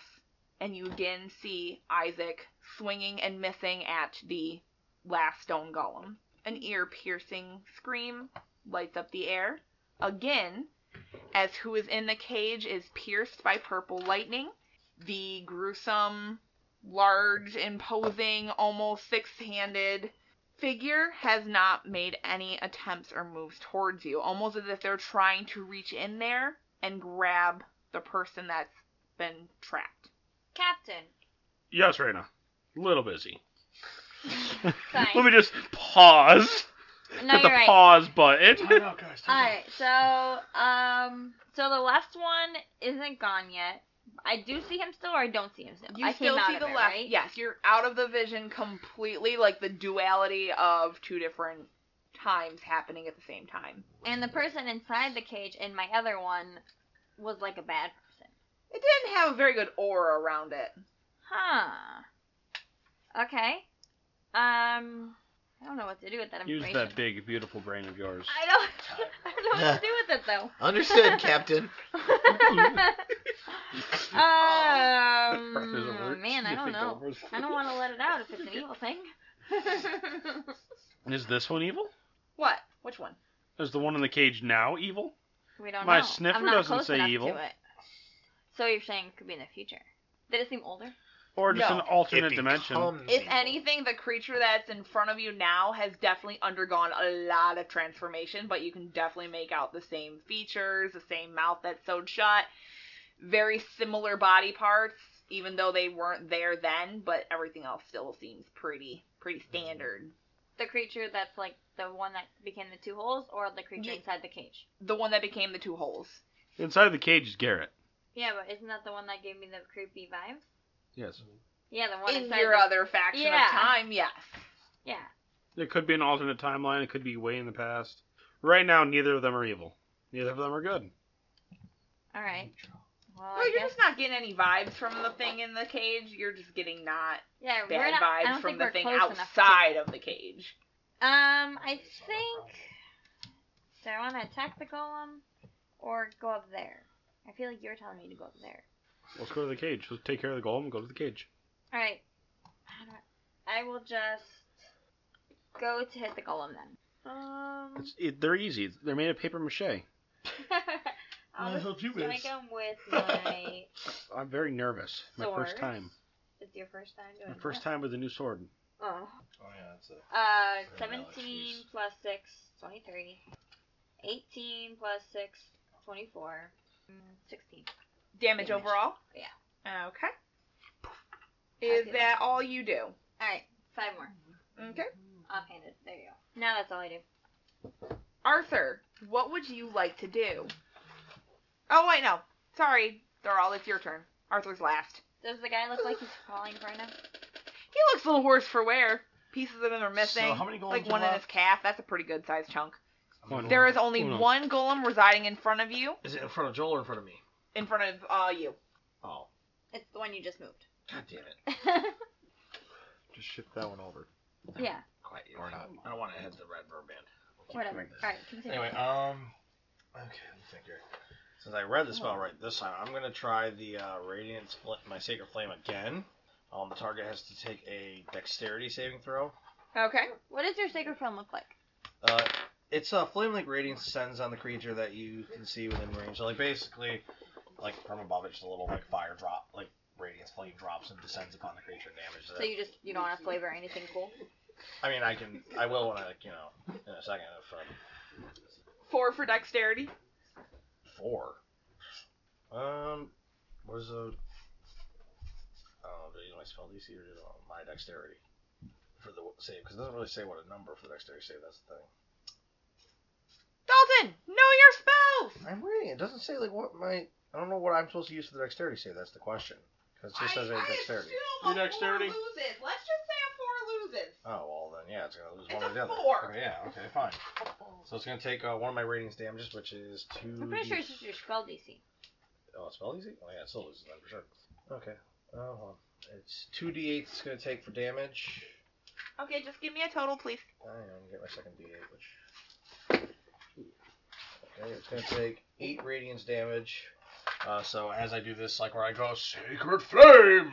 S2: and you again see Isaac swinging and missing at the last stone golem. An ear piercing scream lights up the air. Again, as who is in the cage is pierced by purple lightning, the gruesome, large, imposing, almost six handed figure has not made any attempts or moves towards you, almost as if they're trying to reach in there and grab the person that's been trapped.
S5: Captain.
S13: Yes, Raina. Little busy.
S5: Sorry.
S13: Let me just pause.
S5: no,
S13: Hit the
S5: you're right.
S13: pause button.
S5: All right, so um, so the left one isn't gone yet. I do see him still, or I don't see him still.
S2: You
S5: I
S2: still
S5: came out
S2: see
S5: of
S2: the
S5: it,
S2: left.
S5: right?
S2: Yes, you're out of the vision completely, like the duality of two different times happening at the same time.
S5: And the person inside the cage in my other one was like a bad person.
S2: It didn't have a very good aura around it.
S5: Huh. Okay. Um, I don't know what to do with that
S13: Use
S5: information.
S13: that big, beautiful brain of yours.
S5: I don't. (laughs) I don't know what to do with it though.
S6: Understood, Captain.
S13: (laughs) There's
S5: um,
S13: alert.
S5: man, I
S13: You
S5: don't
S13: think
S5: know.
S13: Elmer's-
S5: I don't want to let it out if it's an evil thing.
S2: (laughs)
S5: (laughs)
S13: Is this one evil?
S2: What? Which one?
S13: Is the one in the cage now evil?
S5: we don't
S13: My
S5: know.
S13: sniffer
S5: I'm not
S13: doesn't
S5: close
S13: say
S5: enough
S13: evil.
S5: To it. So you're saying it could be in the future? Did it seem older?
S13: Or just
S2: No.
S13: an alternate
S6: It
S13: dimension?
S6: becomes
S2: If
S6: evil.
S2: anything, the creature that's in front of you now has definitely undergone a lot of transformation, but you can definitely make out the same features, the same mouth that's sewed shut, very similar body parts, even though they weren't there then, but everything else still seems pretty pretty standard.
S5: The creature that's like the one that became the two holes, or the creature
S2: Ye-
S5: inside the cage?
S2: The one that became the two holes.
S13: Inside the cage is Garrett.
S5: Yeah, but isn't that the one that gave me the creepy vibes?
S13: Yes.
S5: Yeah, the one
S2: in
S5: inside
S2: your
S5: the-
S2: other faction
S5: Yeah.
S2: of time, yes.
S5: Yeah.
S13: It could be an alternate timeline. It could be way in the past. Right now, neither of them are evil. Neither of them are good.
S5: All right. Well,
S2: Well,
S5: I
S2: you're
S5: guess,
S2: just not getting any vibes from the thing in the cage. You're just getting not
S5: yeah, we're
S2: bad
S5: not, I don't
S2: vibes from
S5: think
S2: the
S5: we're
S2: thing
S5: close enough to-
S2: outside of the cage.
S5: Um, I think. Do I want to attack the golem um, or go up there? I feel like you were telling me to go up there.
S13: Let's go to the cage. Let's take care of the golem and go to the cage.
S5: All right. How do I, I will just go to hit the golem then. Um,
S13: It's, it, they're easy. They're made of paper mache.
S5: (laughs) I'll just
S4: help you
S5: strike
S4: is.
S5: him with my.
S13: I'm very nervous. My first
S5: Sword.
S13: time.
S5: it's your first time doing
S13: My first
S5: that?
S13: time with a new sword.
S5: Oh.
S4: Oh yeah, that's it.
S5: Uh,
S4: Very
S5: 17
S4: malicious.
S5: plus 6, 23. 18 plus 6, 24. Mm, 16.
S2: Damage
S5: Damage.
S2: overall?
S5: Yeah.
S2: Okay. Is
S5: Calculate.
S2: that all you do?
S5: Alright, five more.
S2: Okay.
S5: Offhanded. There you go. Now that's all I do.
S2: Arthur, what would you like to do? Oh, wait, no. Sorry, Doral, it's your turn. Arthur's last.
S5: Does the guy look like he's falling right now?
S2: He looks a little worse for wear. Pieces of him are missing.
S4: So how many golems
S2: like
S4: are
S2: one in
S4: left?
S2: his calf. That's a pretty good sized chunk.
S13: One.
S2: There is only
S13: Hold on.
S2: one golem residing in front of you.
S4: Is it in front of Joel or in front of me?
S2: In front of uh, you.
S4: Oh,
S5: It's the one you just moved. (laughs)
S4: god damn it!
S7: Just shift that one over.
S5: yeah,
S4: Quiet.
S7: Or not.
S4: I don't want to hit the red bird band.
S5: whatever. Alright, continue.
S4: Anyway, um, okay, let me think here. Since I read the spell right this time, I'm gonna try the uh, Radiance, Fl- my Sacred Flame again. Um, the target has to take a Dexterity saving throw.
S2: Okay.
S5: What does your sacred flame look like?
S4: Uh, it's a flame like radiance descends on the creature that you can see within range. So like basically, like from above, it's just a little like fire drop, like radiance flame drops and descends upon the creature and damages it.
S5: So you just you don't want to flavor anything cool.
S4: I mean, I can, I will when I, like, you know, in a second if uh,
S2: Four for dexterity.
S4: four. Um, where's the? Oh, did I use my spell DC or did I oh, my dexterity for the save? Because it doesn't really say what a number for the dexterity save. That's the thing.
S2: Dalton, know your spells.
S4: I'm reading. It doesn't say like what my. I don't know what I'm supposed to use for the dexterity save. That's the question. Because it just says a dexterity.
S2: assume a
S3: Your dexterity?
S2: four loses. Let's just say a four loses.
S4: Oh well, then yeah, it's gonna lose
S2: It's a
S4: one or the other.
S2: four.
S4: Okay, yeah. Okay, fine. So it's gonna take uh, one of my ratings damages, which is
S5: I'm
S4: two.
S5: pretty sure
S4: D-
S5: it's just your spell DC.
S4: Oh, it's spell easy. Oh yeah, it still loses then for sure. Okay. Oh, well. it's two d8. It's gonna take for damage.
S2: Okay, just give me a total, please.
S4: I am get my second d8, which. Okay, it's gonna take eight radiance damage. Uh, so as I do this, like where I go, sacred flame,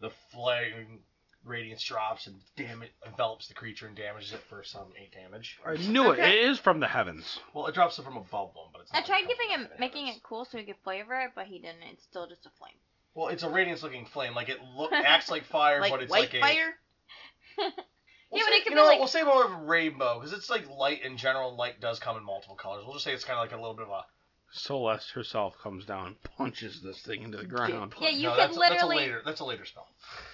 S4: the flame radiance drops and damage envelops the creature and damages it for some eight damage.
S13: I knew
S2: Okay.
S13: it. It is from the heavens.
S4: Well, it drops it from above them, but it's.
S5: I
S4: Not
S5: tried
S4: like
S5: giving him
S4: it
S5: making
S4: happens.
S5: it cool so he could flavor it, but he didn't. It's still just a flame.
S4: Well, it's a radiance-looking flame. Like it
S5: (laughs)
S4: look acts like fire,
S2: Like
S4: but it's
S2: white
S4: like a.
S2: fire.
S4: We'll
S5: Yeah, but
S4: say-
S5: it could
S4: you
S5: be
S4: know what,
S5: like-
S4: we'll say more of a rainbow because it's like light in general. Light does come in multiple colors. We'll just say it's kind of like a little bit of a.
S13: Celeste herself comes down
S3: (laughs)
S13: and punches this thing into the ground.
S5: Yeah, you
S4: no,
S5: could
S4: that's, that's a
S5: literally.
S4: later. That's a later spell.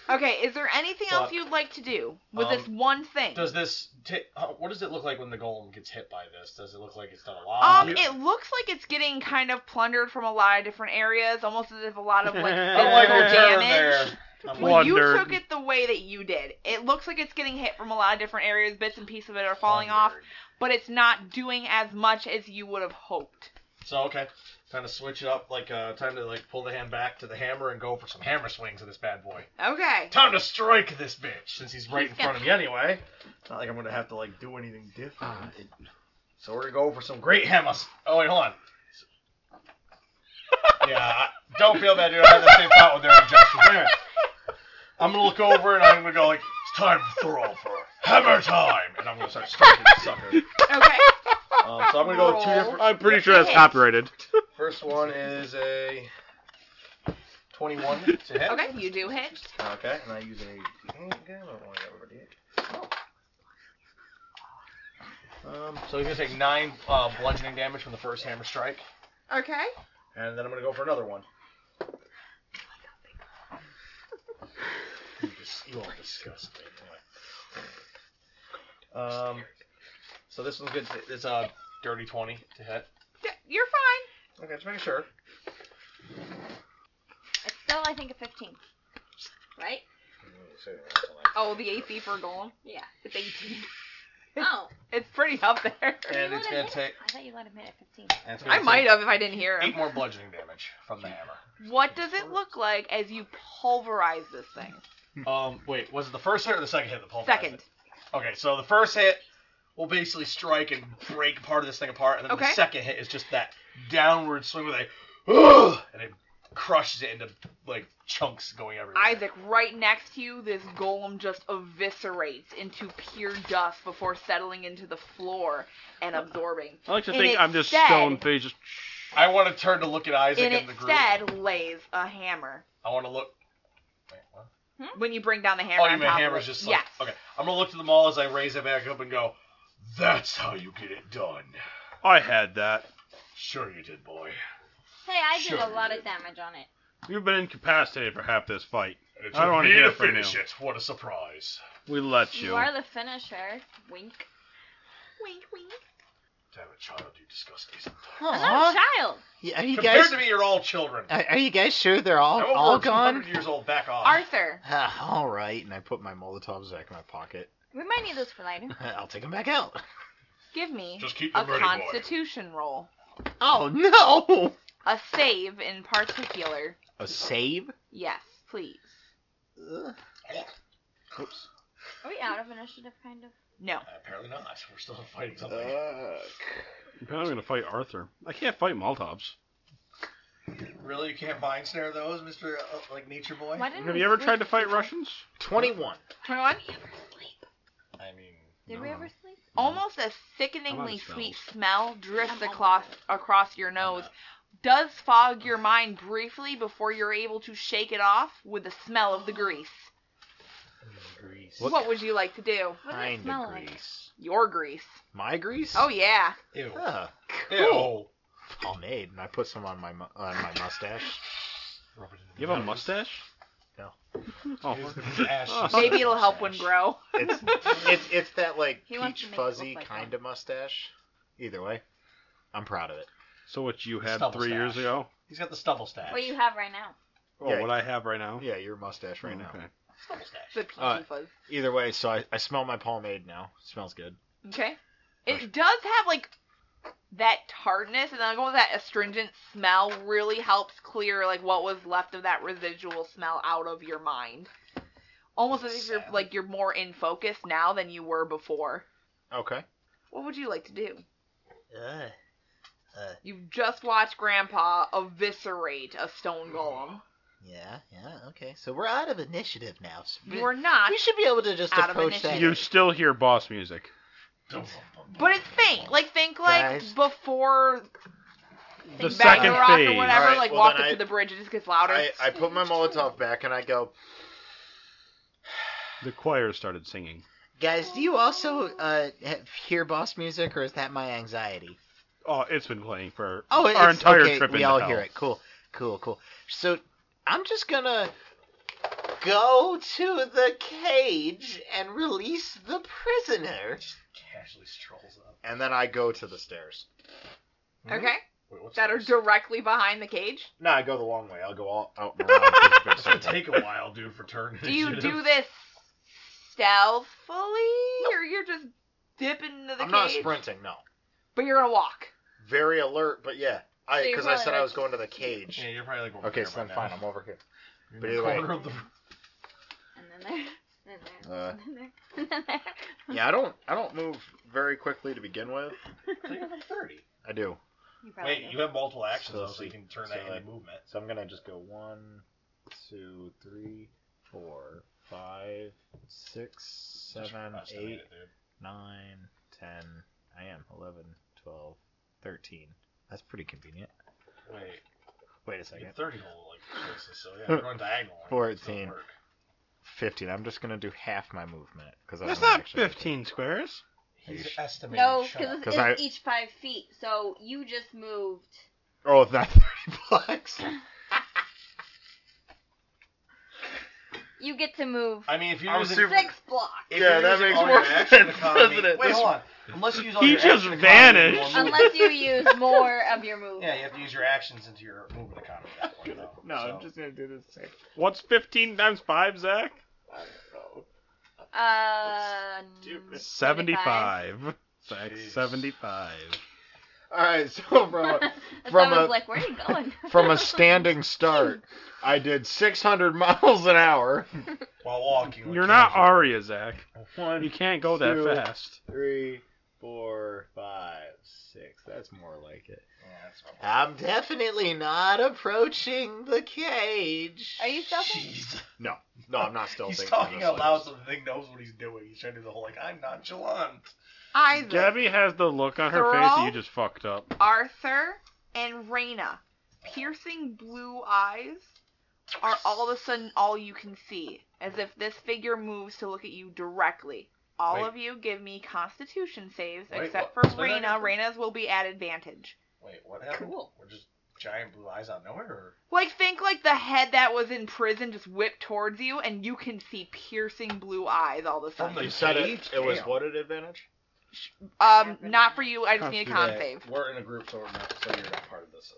S2: Okay, is there anything
S4: But-
S2: else you'd like to do with
S4: Um,
S2: this one thing?
S4: Does this? T- uh, what does it look like when the golem gets hit by this? Does it look like it's done a lot?
S2: Um, it looks like it's getting kind of plundered from a lot of different areas, almost as if a lot of
S4: (laughs)
S2: like
S13: I
S4: I don't like
S2: physical
S4: your term there.
S2: damage.
S4: I'm
S2: Well,
S4: like,
S2: you
S13: Plundered.
S2: took it the way that you did. It looks like it's getting hit from a lot of different areas. Bits and pieces of it are falling off,
S4: thundered.
S2: but it's not doing as much as you would have hoped.
S4: So okay, time to switch it up. Like uh, time to like pull the hand back to the hammer and go for some hammer swings of this bad boy.
S2: (laughs) Okay.
S4: Time to strike this bitch since he's right
S5: He's
S4: in front of me anyway. It's not like I'm gonna have to like do anything different.
S13: Ah,
S4: So we're gonna go for some great hammers. Oh wait, hold on. (laughs) yeah, I- don't feel bad, dude. I had that same thought with their objections. Anyway, I'm gonna look over and I'm gonna go like, it's time to throw for hammer time, and I'm gonna start striking the sucker.
S2: Okay.
S4: Um, so I'm gonna go with two different.
S13: I'm pretty sure that's copyrighted.
S4: First one is a 21 to hit.
S2: Okay. You do hit.
S4: Okay, and I use a D8 again. I don't want to get rid of D8. Um, so he's gonna take nine uh, bludgeoning damage from the first hammer strike,
S2: Okay.
S4: and then I'm gonna go for another one. You, dis- you all disgust me. Anyway. Um, so this one's good. To, it's a dirty twenty to hit.
S2: D- You're fine.
S4: Okay, just making sure.
S5: It's still, I think, a 15. Right? (laughs)
S2: Oh, the AC for a golem.
S5: Yeah.
S2: It's 18.
S5: Oh,
S2: (laughs) It's pretty up there.
S4: And
S5: You let
S4: it's gonna
S5: him
S4: take.
S5: I thought you let him hit at 15.
S4: and it's gonna
S2: I
S4: take
S2: might have if I didn't hear
S4: Eight
S2: him.
S4: more bludgeoning damage from the hammer.
S2: What does it look like as you pulverize this thing?
S4: (laughs) Um, wait, was it the first hit or the second hit that pulverized
S2: Second.
S4: it? Okay, so the first hit will basically strike and break part of this thing apart, and then
S2: Okay.
S4: the second hit is just that downward swing with a, "Ugh," and it crushes it into like chunks going everywhere.
S2: Isaac, right next to you, this golem just eviscerates into pure dust before settling into the floor and absorbing.
S13: like to
S2: And
S13: think
S2: it
S13: I'm just
S2: said-
S13: stone faced. Just...
S4: I want to turn to look at Isaac
S2: And
S4: in the group. I
S2: instead lays a hammer.
S4: want to look. Wait, what?
S2: When you bring down the hammer,
S4: Oh, you
S2: on
S4: mean
S2: top of
S4: hammer's
S2: it.
S4: just like
S2: yes.
S4: okay. I'm gonna look to them all as I raise it back up and go. That's how you get it done.
S13: I had that.
S4: Sure you did, boy.
S5: Hey, I did
S4: Sure.
S5: a lot of damage on it.
S13: You've been incapacitated for half this fight.
S4: And it
S13: I don't
S4: took
S13: wanna
S4: me
S13: hear
S4: to
S13: it from
S4: finish
S13: you.
S4: it. What a surprise.
S13: We let
S5: You
S13: you.
S5: are the finisher. Wink.
S2: Wink, wink.
S4: Damn it, child, you disgust me sometimes.
S5: I'm not a child.
S6: Yeah, Are you
S4: Compared
S6: guys?
S4: to me, you're all children.
S6: Are are you guys sure they're all
S4: I'm over
S6: all
S4: 200
S6: gone?
S4: years old, back off.
S2: Arthur.
S7: (sighs)
S6: Ah, all right, and I put my Molotovs back in my pocket.
S7: (laughs)
S5: We might need those for later.
S6: I'll take them back out.
S2: Give me
S4: Just keep
S2: a
S4: them ready, boy.
S2: constitution roll.
S6: Oh no!
S2: A save in particular.
S6: A save?
S2: Yes, please.
S6: Ugh. Oops.
S5: Are we out of initiative, kind of?
S2: No.
S4: Uh, apparently not. (laughs) We're
S7: Uh,
S4: still fighting something.
S6: Ugh.
S13: I'm probably gonna fight Arthur. I can't fight Maltovs.
S4: Really, you can't mind snare those, Mister uh, like Nature Boy.
S5: Why didn't
S3: Have
S5: we
S3: you ever
S5: sleep
S3: tried to fight
S5: before?
S3: Russians?
S7: 21.
S2: 21?
S4: I mean,
S5: Did we ever sleep?
S2: Almost a
S3: I'm on
S2: sickeningly
S3: a
S2: sweet smell drifts
S5: I'm on a
S2: across
S5: spell.
S2: across your nose. Does fog your mind briefly before you're able to shake it off with the smell of the grease.
S7: Grease.
S2: What, would you like to do?
S5: What did it smell like?
S2: Your grease.
S7: My grease?
S2: Oh yeah.
S4: ew,
S7: Huh.
S4: ew.
S7: Pomade, and I put some on my mu- on my
S13: (laughs)
S7: mustache.
S3: You have a mustache?
S7: No.
S3: Oh. (laughs)
S4: Ashes.
S2: Maybe it'll help when grow. (laughs)
S7: It's it's it's that like
S5: He wants to
S7: peach
S5: make it look
S7: fuzzy
S5: like
S7: kind of mustache. Either way, I'm proud of it.
S3: So what you had
S4: Stubble
S3: three years
S4: stash.
S3: ago?
S4: He's got the stubble stash.
S5: What you have right now?
S3: Oh,
S7: Yeah.
S3: what I have right now?
S7: Yeah, your mustache
S13: Oh,
S7: right now.
S3: Okay.
S4: Stubble stash.
S2: The peachy
S7: Uh,
S2: fuzz.
S7: Either way, so I, I smell my pomade now. Smells good.
S2: Okay. It does have like that tartness, and then with that astringent smell really helps clear like what was left of that residual smell out of your mind. Almost as if you're
S4: Sad.
S2: like you're more in focus now than you were before.
S7: Okay.
S2: What would you like to do?
S6: Ugh.
S2: You've just watched Grandpa eviscerate a stone golem.
S6: Yeah, yeah, okay. So we're out of initiative now. So we-
S2: You're not,
S6: we should be able to just
S2: out of
S6: approach that.
S2: initiative.
S3: You still hear boss music.
S2: but it's faint. Like think like
S6: Guys.
S2: before think
S3: The
S2: back to
S3: second
S2: the rock or
S3: phase.
S2: whatever.
S7: Alright,
S2: like
S7: well,
S2: walk
S7: then
S2: up
S7: I-
S2: to the bridge, it just gets louder.
S7: I, I put my Molotov back and I go.
S3: The choir started singing.
S6: Guys, do you also uh, have- hear boss music, or is that my anxiety?
S3: Oh, it's been playing for
S6: Oh,
S3: our
S6: it's-
S3: entire
S6: okay,
S3: trip
S6: We
S3: into
S6: all
S3: hell.
S6: hear it. Cool, cool, cool. So I'm just gonna go to the cage and release the prisoner.
S4: Casually strolls up.
S2: (laughs)
S7: And then I go to the stairs.
S2: okay,
S4: Hmm? Wait, what's
S2: that are directly behind the cage.
S4: (laughs)
S7: No, I go the long way. I'll go all out (laughs) and around. this big
S4: It's gonna
S7: circle.
S4: take a while, dude, for turn.
S2: Do
S4: (laughs)
S2: you
S4: initiative.
S2: do this stealthily, or you're just dipping into the
S7: I'm
S2: cage?
S7: not sprinting. No.
S2: But you're gonna walk.
S7: Very alert, but yeah. I
S5: So you're
S7: because I
S5: probably
S7: said I
S5: like-
S7: was going to the cage.
S4: Yeah, you're probably like. over
S7: Okay,
S4: there
S7: so
S4: by
S7: then
S4: now.
S7: fine. I'm over here.
S4: You're in
S7: but
S4: the
S7: either way-
S4: corner of the (laughs)
S5: And then there. (laughs) And then there.
S7: Uh,
S5: and then there. (laughs) And then there.
S7: Yeah, I don't I don't move very quickly to begin with.
S4: I (laughs) think I'm 30.
S7: I do.
S5: You probably
S4: Wait,
S5: do.
S4: you have multiple actions,
S7: So
S4: though,
S7: let's
S4: so you
S7: see.
S4: can turn
S7: So
S4: that
S7: like-
S4: into movement.
S7: So I'm gonna just go one, two, three, four, five, six, seven,
S4: Just estimate
S7: eight,
S4: it, dude.
S7: nine, ten. I am eleven, twelve, thirteen. That's pretty convenient.
S4: Wait,
S7: Wait a
S4: you
S7: second.
S4: get 30 whole like choices, so
S7: (laughs)
S4: yeah, run diagonal. like, it's gonna
S7: 14.
S4: work.
S7: Fifteen. I'm just gonna do half my movement because
S3: That's not 15 squares.
S4: He's
S7: He's-
S4: estimating.
S5: No,
S4: shut
S5: because
S4: up.
S5: it's,
S7: 'Cause
S5: it's
S7: I-
S5: each five feet. So you just moved.
S7: Oh,
S3: (laughs)
S7: not thirty bucks.
S5: You get to move
S4: I mean, if you're
S7: I'm
S4: using,
S7: super-
S5: six blocks.
S4: if
S7: Yeah,
S4: you're
S7: that
S4: using
S7: makes
S4: all
S7: more
S4: your action
S7: sense,
S4: economy-
S7: doesn't it?
S4: Wait,
S7: This-
S4: hold on. Unless you use all
S3: He
S4: your
S3: just
S4: action economy, you
S3: vanished.
S4: won't move.
S5: Unless you use more of your movement.
S4: Yeah, you have to use your actions into your movement economy. at That point, though.
S7: No,
S4: so.
S7: I'm just gonna do this. Same.
S3: What's 15 times 5, Zach?
S7: Oh,
S5: Uh,
S7: Stupid.
S3: 75. Zach,
S4: Jeez.
S3: 75.
S7: All right,
S5: (laughs)
S7: so bro.
S5: From
S7: From
S5: I
S7: a-
S5: was like, where are you going?
S7: (laughs)
S5: (laughs)
S7: from a standing start, I did 600 miles an hour.
S4: While walking, like
S3: You're not
S4: casually.
S3: Arya, Zach. You
S7: One,
S3: can't go that
S7: Two.
S3: fast.
S7: three, four, five, six. That's more like it.
S4: Yeah, that's what I'm-
S6: I'm definitely not approaching the cage.
S5: Are you stealthing?
S4: Jeez.
S7: No, no, I'm not still
S4: He's
S7: thinking
S4: talking
S7: this
S4: out
S7: like
S4: loud
S7: this.
S4: so the thing knows what he's doing. He's trying to do the whole like I'm nonchalant.
S2: Isaac,
S3: Gabby has the look on her face that you just fucked up.
S2: Arthur, and Raina, piercing blue eyes, are all of a sudden all you can see, as if this figure moves to look at you directly. All
S4: Wait.
S2: of you give me Constitution saves,
S4: Wait,
S2: except
S4: what?
S2: for
S4: Say that
S2: Raina.
S4: again?
S2: Raina's will be at advantage.
S4: Wait, what happened?
S5: Cool.
S4: We're just giant blue eyes out of nowhere. Or...
S2: Like think like the head that was in prison just whipped towards you, and you can see piercing blue eyes all of a
S4: From
S2: sudden.
S4: the
S7: You said it.
S4: cage?
S7: It was
S4: Damn.
S7: what an advantage.
S2: Um, not for you. I just
S3: Can't
S2: need a
S3: do
S2: con
S4: Yeah,
S2: save.
S4: We're in a group, so we're not. So you're not part of this.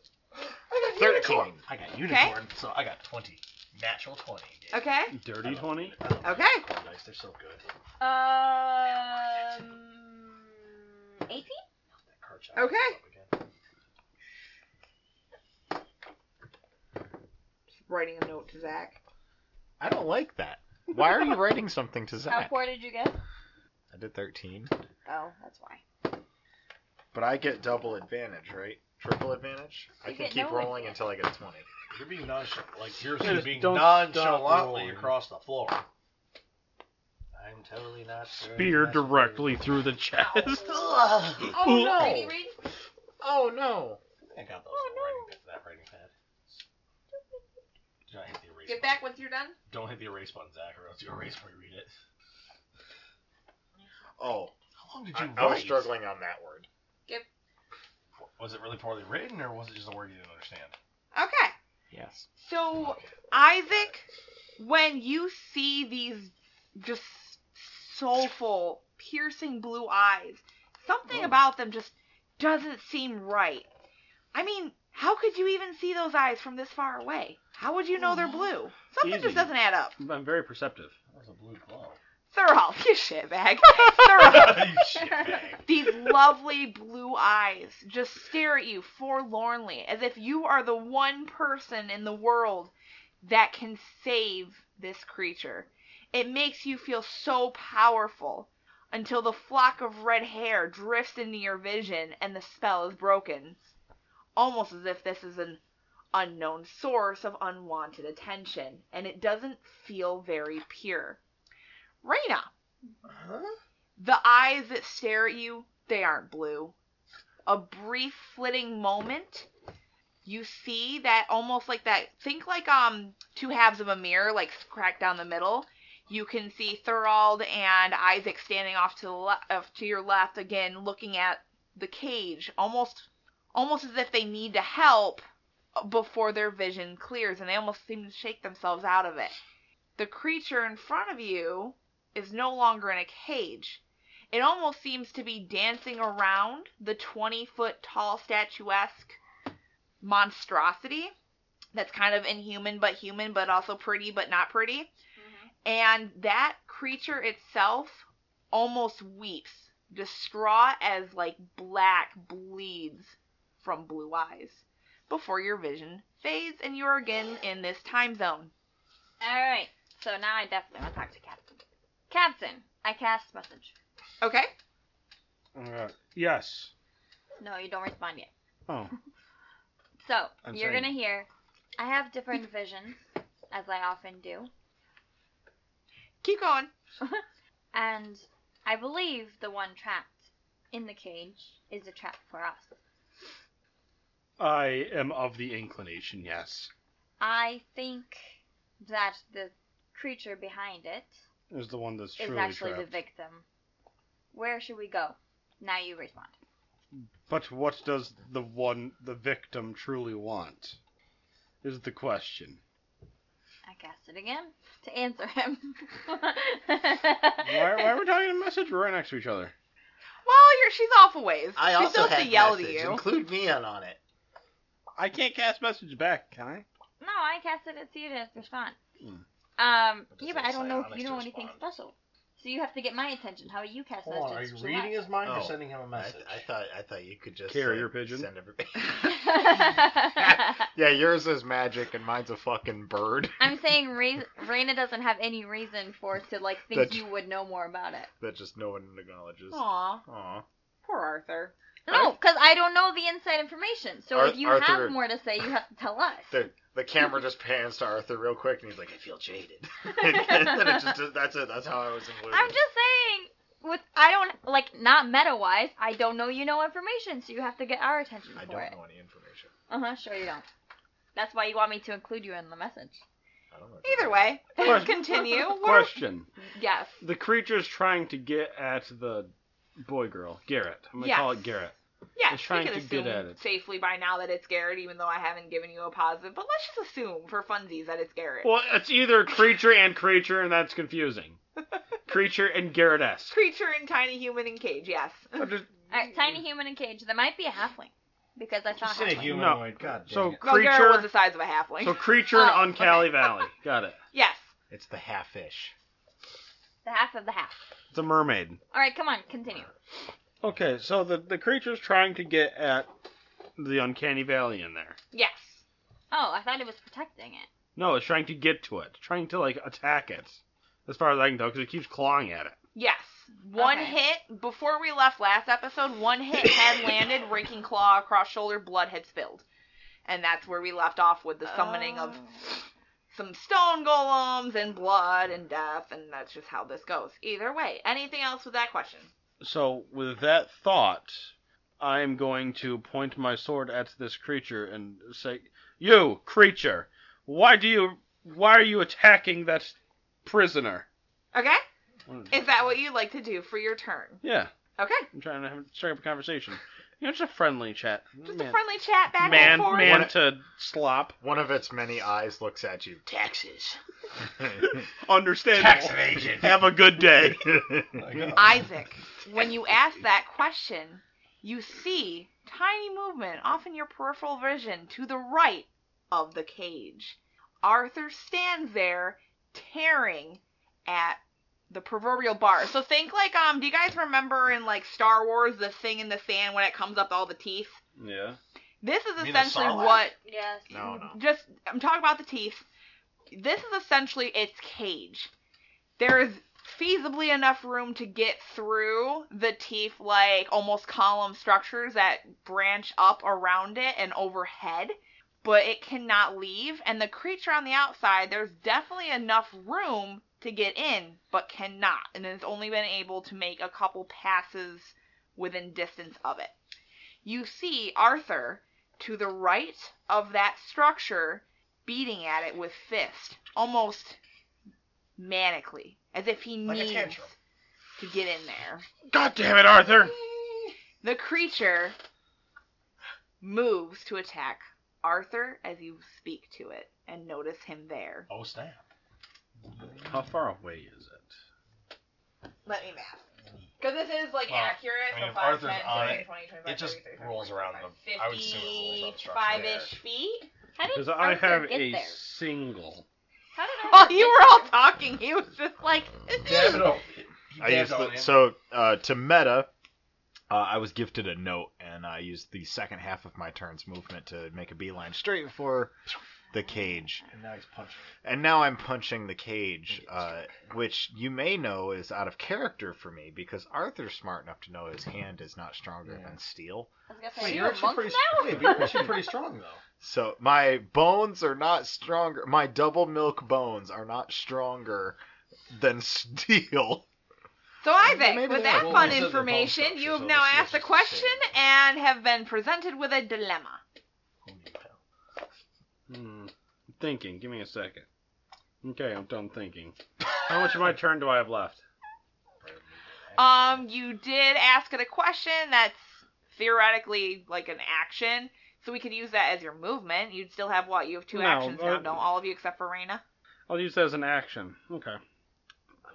S7: Thirteen.
S4: I got unicorn, so I got twenty. Natural twenty. dude.
S2: Okay.
S3: Dirty 20?
S4: I love
S2: Okay.
S4: unicorn dice, They're so good.
S5: Um, 18?
S4: That card shot
S2: Okay.
S4: comes up again.
S2: Writing a note to Zach.
S7: I don't like that. Why are you writing something to
S5: How
S7: Zach?
S5: poor did you get?
S7: I did 13,
S5: Oh, that's why.
S7: but I get double advantage, right? Triple advantage. I
S5: You
S7: can
S5: get
S7: keep
S5: no
S7: rolling
S5: idea.
S7: until I get a twenty.
S4: You're being nonchalant. Like here's
S3: Just
S4: you being
S3: don't stop
S4: nonchalantly
S3: rolling.
S4: across the floor. I'm totally not sure
S13: Spear
S4: that's what
S13: directly
S4: (laughs) it
S13: through the chest.
S7: Oh
S5: Brady
S7: no!
S5: Reed?
S7: Oh no!
S4: is. I got those
S5: Oh,
S4: from
S5: no.
S4: writing pad, that writing pad. Do not hit the erase
S2: Get
S4: button.
S2: back once you're done.
S4: Don't hit the erase button, Zach, or else you erase before you read it.
S7: Oh,
S4: How long did
S7: I,
S4: you
S7: I was
S4: write?
S7: struggling on that word.
S4: Was it really poorly written, or was it just a word you didn't understand?
S2: Okay.
S4: Yes.
S2: So, Isaac, when you see these just soulful, piercing blue eyes, something about them just doesn't seem right. I mean, how could you even see those eyes from this far away? How would you know they're blue? Something
S3: Easy.
S2: just doesn't add up.
S3: (laughs) I'm very perceptive.
S4: That was a blue glow.
S2: Thurl, you (laughs) shitbag. Thurl.
S4: you shitbag.
S2: These lovely blue eyes just stare at you forlornly as if you are the one person in the world that can save this creature. It makes you feel so powerful until the flock of red hair drifts into your vision and the spell is broken. Almost as if this is an unknown source of unwanted attention, and it doesn't feel very pure. Reina, the eyes that stare at you, they aren't blue. A brief flitting moment, you see that almost like that think like um two halves of a mirror like cracked down the middle. You can see Thorold and Isaac standing off to the le- of to your left again looking at the cage almost almost as if they need to help before their vision clears and they almost seem to shake themselves out of it. The creature in front of you is no longer in a cage. It almost seems to be dancing around the 20 foot tall statuesque monstrosity that's kind of inhuman but human, but also pretty but not pretty.
S5: Mm-hmm.
S2: And that creature itself almost weeps, distraught as like black bleeds from blue eyes before your vision fades and you're again in this time zone.
S5: All right. So now I definitely want to talk to Captain. Captain, I cast message.
S2: Okay?
S13: Uh, yes.
S5: No, you don't respond yet.
S13: Oh.
S5: (laughs) So
S13: I'm
S5: you're
S13: saying-
S5: gonna hear. I have different visions, as I often do,
S2: Keep going.
S5: and I believe the one trapped in the cage is a trap for us.
S3: (laughs) I am of the inclination, yes.
S5: I think that the creature behind it
S3: Is the one that's
S5: is
S3: truly
S5: actually
S3: trapped.
S5: the victim. Where should we go? Now you respond.
S3: But what does the one, the victim, truly want? Is the question.
S5: I cast it again to answer him.
S3: Why, why are we talking in a message? We're right next to each other.
S2: Well, you're, she's off a ways.
S7: I
S2: she
S7: also
S2: still has
S7: had
S2: to yell
S7: message.
S2: to you.
S7: Include me in on it.
S3: I can't cast message back, can I?
S5: No, I cast it at you to respond.
S3: Hmm.
S5: Um,
S4: But does
S5: yeah, but
S4: it
S5: I don't know if
S4: psionics
S5: you know
S4: to
S5: anything
S4: respond?
S5: special. So you have to get my attention. How you cast
S4: Hold on, are
S5: messages
S4: you
S5: to
S4: reading his mind or
S7: Oh.
S4: sending him a
S7: I,
S4: message?
S7: I thought I thought you could just
S3: Carrier
S7: send-
S3: pigeon?
S7: Send everybody.
S5: us.
S7: yeah, yours is magic and mine's a fucking bird.
S5: (laughs) I'm saying Re- Raina doesn't have any reason for to like think
S7: That's-
S5: you would know more about it.
S7: that just no one acknowledges.
S2: Aw,
S7: Aw.
S2: poor Arthur.
S5: No, because I don't know the inside information. So
S7: Ar-
S5: if you
S7: Arthur-
S5: have more to say, you have to tell us.
S7: The, the camera just pans to Arthur real quick, and he's like, "I
S5: (laughs)
S7: feel jaded." (laughs) and then it just that's it. That's how I was included.
S5: I'm just saying, with I don't like not meta wise. I don't know you know information, so you have to get our attention
S7: I
S5: for
S7: don't
S5: it.
S7: know any information.
S5: Uh huh. Sure you don't. That's why you want me to include you in the message.
S7: I don't know.
S2: Either way,
S3: Question.
S2: continue. We're-
S3: Question.
S2: yes.
S3: The creature's trying to get at the boy girl, Garrett. I'm going to call
S2: Yes.
S3: it Garrett.
S2: Yes,
S3: Just trying
S2: we can
S3: to get
S2: assume
S3: at it.
S2: safely by now that it's Garrett, even though I haven't given you a positive. But let's just assume for funsies that it's Garrett.
S3: Well, it's either creature and creature, and
S2: (laughs)
S3: that's confusing. creature and Garrett esque.
S2: Creature and tiny human in cage, yes.
S5: All right, tiny human in cage. There might be a halfling because I saw
S4: Just say
S5: halfling.
S4: humanoid. God
S3: So
S4: dang it.
S2: Well, Garrett was
S3: creature,
S2: the size of a halfling.
S3: so creature
S5: Oh,
S3: and Uncali Valley. Got it.
S2: yes.
S7: It's the half fish.
S5: The half of the half.
S3: It's a mermaid.
S5: All right, come on, continue.
S3: Okay, so the the creature's trying to get at the uncanny valley in there.
S2: Yes.
S5: Oh, I thought it was protecting it.
S3: No, it's trying to get to it, trying to like attack it, as far as I can tell, because it keeps clawing at it.
S2: Yes. One
S5: Okay.
S2: hit before we left last episode. One hit
S3: (coughs)
S2: had landed, raking claw across shoulder, blood had spilled, and that's where we left off with the summoning of
S5: Oh.
S2: some stone golems and blood and death, and that's just how this goes. Either way, anything else with that question?
S3: So, with that thought, I am going to point my sword at this creature and say, "You creature, why do you? Why are you attacking that prisoner?"
S2: Okay, is that what you'd like to do for your turn?
S3: Yeah,
S2: Okay,
S3: I'm trying to have, start up a conversation. You know, just a friendly chat.
S2: just a
S3: man,
S2: friendly chat back
S3: man,
S2: and forth.
S3: man to slop.
S7: One of its many eyes looks at you.
S3: (laughs)
S6: Taxes.
S3: Understandable.
S6: evasion.
S3: Have a good day.
S2: Isaac, when you ask that question, you see tiny movement off in your peripheral vision to the right of the cage. Arthur stands there tearing at the proverbial bar. So think like um do you guys remember in like Star Wars the thing in the sand when it comes up all the teeth?
S3: yeah.
S2: This is
S4: mean the
S2: essentially
S4: Sarlacc?
S2: what
S5: Yes.
S7: No, no.
S2: just I'm talking about the teeth. This is essentially its cage. There is feasibly enough room to get through the teeth like almost column structures that branch up around it and overhead, but it cannot leave and the creature on the outside there's definitely enough room to get in but cannot and has only been able to make a couple passes within distance of it. You see Arthur to the right of that structure, beating at it with fist, almost manically, as if he
S4: Like a
S2: needs
S4: tantrum.
S2: to get in there.
S3: God damn it, Arthur!
S2: The creature moves to attack Arthur as you speak to it and notice him there.
S4: Oh snap!
S3: How far away is it?
S12: Let me math. Because this is like
S4: Well,
S12: accurate.
S4: I mean,
S12: so
S4: if
S12: 5,
S4: Arthur's
S12: 10,
S4: on
S12: 15,
S4: it,
S12: 20, 25,
S4: it just
S12: 30, 35,
S4: rolls around
S12: 45,
S4: the- I would assume it rolls around the structure
S12: 55-ish
S4: there.
S12: feet.
S5: How did
S3: Because I
S5: Arthur
S3: have
S5: get
S3: a
S5: there?
S3: single.
S5: How (laughs)
S2: (laughs)
S5: did
S2: While
S5: Arthur
S2: you
S5: get
S2: were all
S5: there?
S2: talking, he was just like,
S4: Damn it all! He
S7: I
S4: dabbed
S7: used
S4: on
S7: the,
S4: him.
S7: so uh, to meta. Uh, I was gifted a note, and I used the second half of my turn's movement to make a beeline straight for the cage.
S4: and now he's punching.
S7: And now I'm punching the cage, uh, which you may know is out of character for me because Arthur's smart enough to know his hand is not stronger
S4: Yeah.
S7: than steel.
S5: I was gonna say, you're a monk
S4: pretty.
S5: now.
S4: Wait, you're actually pretty strong though.
S7: So my bones are not stronger. My double milk bones are not stronger than (laughs) steel.
S2: So Isaac,
S7: maybe
S2: with
S7: they
S2: that fun
S7: are.
S4: Well, it's a
S2: information,
S4: default
S2: you have
S4: structure, so
S2: now
S4: it's
S2: asked a
S4: just
S2: question
S4: the same.
S2: and have been presented with a dilemma.
S4: Holy cow.
S3: Hmm. I'm thinking. Give me a second. Okay, I'm done thinking. How much of my turn do I have left?
S2: Um, you did ask it a question that's theoretically like an action, so we could use that as your movement. You'd still have what? You have two
S3: No,
S2: actions now,
S3: uh,
S2: don't all of you except for Raina?
S3: I'll use that as an action. Okay.
S4: (laughs)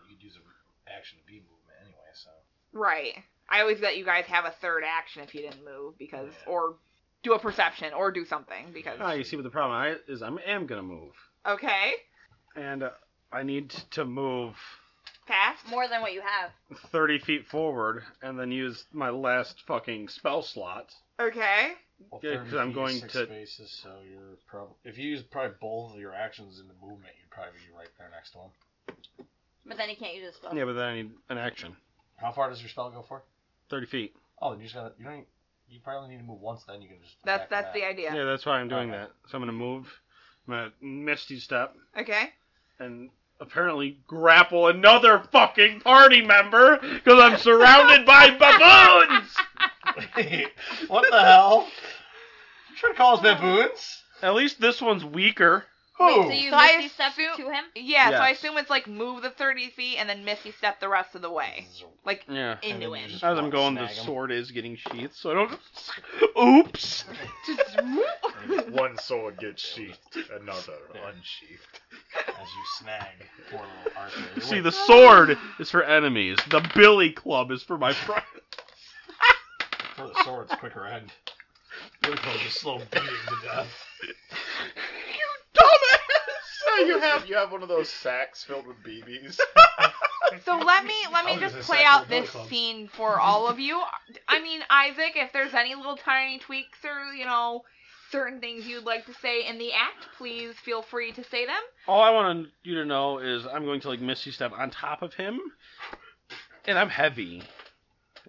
S4: You could use an action to B movement anyway, so.
S2: Right. I always let you guys have a third action if you didn't move because or do a perception or do something
S3: (laughs)
S2: because
S3: Ah, you see what the problem I, is? I am gonna move,
S2: Okay.
S3: and uh, I need to move
S2: Fast.
S5: More than what you have.
S3: thirty feet forward, and then use my last fucking spell slot.
S2: Okay.
S4: Well,
S3: Yeah,
S4: 30
S3: 'cause I'm
S4: feet is
S3: going
S4: six
S3: to-
S4: Spaces, so you're probably if you use probably both of your actions in the movement, you'd probably be right there next to him.
S5: But then he can't use his spell.
S3: Yeah, but then I need an action.
S4: How far does your spell go for?
S3: Thirty feet.
S4: Oh, then you just gotta you don't need- you probably need to move once. Then you can just
S2: That's
S4: attack
S2: that's
S4: from
S2: the
S4: that.
S2: idea.
S3: Yeah, that's why I'm doing
S4: Okay.
S3: that. So I'm gonna move. I'm gonna misty step
S2: Okay.
S3: and apparently grapple another fucking party member because I'm surrounded by baboons.
S4: (laughs) what the hell? You trying to call us baboons?
S3: At least this one's weaker.
S5: Wait, so you
S2: So I
S5: misty step
S2: assume-
S5: to him?
S2: Yeah, so I
S3: Yes.
S2: assume it's like move the thirty feet and then Missy step the rest of the way.
S3: Mm.
S2: Like (laughs)
S3: Yeah.
S4: And
S2: into
S4: then you
S2: it.
S4: just
S3: As I'm
S4: walk,
S3: going, the
S4: snag 'em.
S3: sword is getting sheathed, so I don't. (laughs) Oops.
S2: Just
S7: One sword gets sheathed, another unsheathed.
S4: As you snag poor little
S3: (laughs)
S4: Arthur.
S3: See, the sword is for enemies. The billy club is for my friend.
S4: for the sword's quicker end. You're going to slow beating to death.
S3: (laughs)
S7: So you have you have one of those sacks filled with
S3: (laughs)
S7: BBs.
S2: So let me let me
S4: was
S2: just
S4: gonna
S2: play
S4: say,
S2: out
S4: Billy
S2: this
S4: Club.
S2: scene for all of you. I mean, Isaac, if there's any little tiny tweaks or you know certain things you'd like to say in the act, please feel free to say them.
S3: All I want you to know is I'm going to like misty step on top of him, and I'm heavy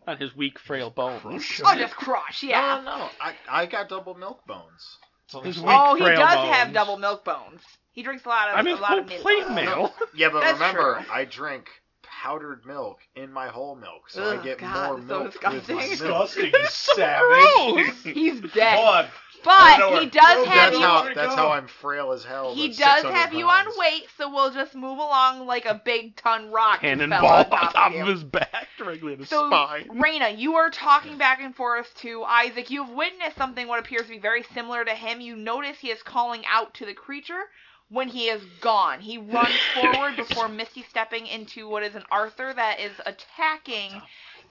S3: on his weak, frail bones.
S2: Oh, just crush, yeah.
S7: No, no, no. I, I got double milk bones. It's only
S3: His
S7: sweet.
S3: weak,
S2: Oh, he
S3: frail
S2: does have
S3: bones.
S2: double milk bones. He drinks a lot of
S3: I mean,
S2: a lot
S3: whole
S2: of Uh-huh. milk. (laughs)
S3: plate meal.
S7: Yeah, but
S2: That's
S7: remember,
S2: true.
S7: I drink powdered milk in my whole milk, so I
S2: Ugh,
S7: get
S2: God,
S7: more
S2: it's so
S7: milk. with my
S2: disgusting.
S7: milk.
S4: Disgusting, you savage.
S3: Gross.
S2: He's dead.
S4: Hold on. I don't know
S2: But
S4: where
S2: he
S4: it
S2: does
S4: goes.
S2: have
S7: That's
S2: you.
S7: how
S4: Where'd it
S7: that's
S4: go?
S7: how I'm frail as hell.
S2: He
S7: but
S2: does
S7: 600
S2: have you on
S7: pounds.
S2: weight, so we'll just move along like a big ton rock. that fell
S3: Cannonball
S2: on top of you.
S3: his back, directly in his
S2: So,
S7: (laughs)
S3: spine.
S2: Raina, you are talking back and forth to Isaac. You have witnessed something what appears to be very similar to him. You notice he is calling out to the creature when he is gone. He runs forward before Misty stepping into what is an Arthur that is attacking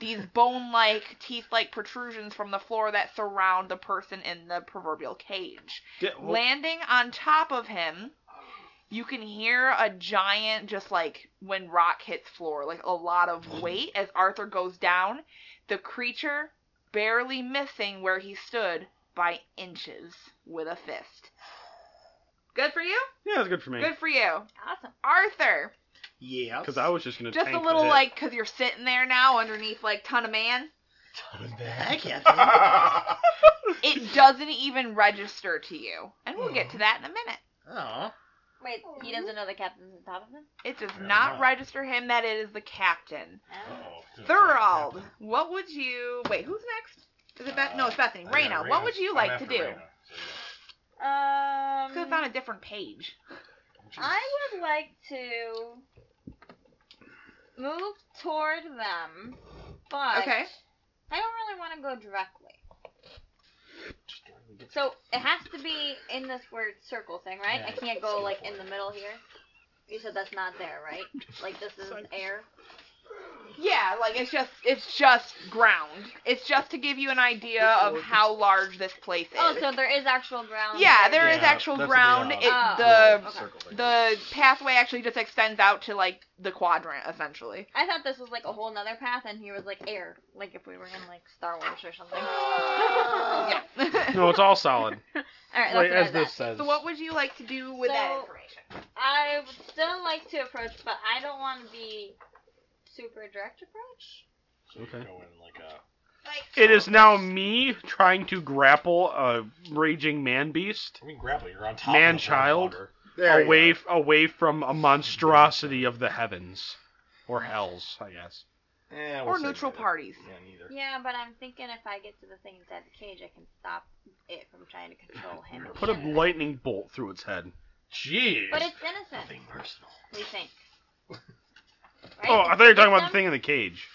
S2: these bone like, teeth like protrusions from the floor that surround the person in the proverbial cage.
S3: (laughs) Get- well,
S2: Landing on top of him, you can hear a giant, just like when rock hits floor, like a lot of weight as Arthur goes down. The creature barely missing where he stood by inches with a fist. Good for you?
S3: yeah, that's good for me.
S2: Good for you.
S5: Awesome.
S2: Arthur,
S7: Yeah.
S3: Because I was just gonna
S2: just a
S3: tank the
S2: little
S3: hit.
S2: like, because you're sitting there now underneath like ton of man.
S7: I can't.
S6: (laughs)
S7: think.
S2: It doesn't even register to you. And we'll get to that in a minute.
S7: oh.
S5: Wait, he doesn't know the captain's on top of him?
S2: It does
S4: Fair
S2: not
S4: enough.
S2: register him that it is the captain.
S5: Oh.
S2: Thurald, what would you? Wait, who's next? Is it Beth? No, it's Bethany.
S4: Uh,
S2: Raina, what would you like to do?
S5: Um,
S2: Because it's on a different page.
S5: I would like to move toward them, but
S2: Okay.
S5: I don't really want to go directly. So it has to be in this weird circle thing, right? I can't go like in the middle here. You said that's not there, right? Like this is air.
S2: Yeah, like it's just it's just ground. It's just to give you an idea of how large this place is.
S5: Oh, so there is actual ground.
S2: yeah, there is
S4: Yeah,
S2: actual
S4: that's what
S2: ground.
S4: they
S2: It,
S5: are.
S2: Um, the
S4: Oh,
S5: Okay.
S2: the pathway actually just extends out to like the quadrant (laughs) essentially.
S5: I thought this was like a whole nother path, and here was like air, like if we were in like Star Wars or (gasps) something.
S2: Yeah. (laughs)
S3: No, it's all solid.
S5: All right, that's
S3: like
S5: what I
S3: as
S5: was at.
S3: this says.
S2: so what would you like to do with that
S5: So-
S2: information?
S5: I would still like to approach, but I don't want to be super direct approach.
S3: Okay.
S4: uh,
S2: Like
S3: It is now me trying to grapple a raging man beast
S4: I mean, grapple. You're on top.
S3: Man child.
S7: There you
S3: away
S7: go.
S3: f- away from a monstrosity of the heavens or hells, I guess.
S4: Yeah,
S2: or neutral parties.
S4: Yeah, neither.
S5: Yeah, but I'm thinking if I get to the thing inside the cage, I can stop it from trying to control him.
S3: Put a lightning bolt through its head.
S4: Jeez.
S5: But it's innocent,
S4: nothing personal.
S5: we (laughs) think.
S3: Oh,
S5: Right?
S3: I thought you were talking
S5: It's
S3: about the
S5: them-
S3: thing in the cage.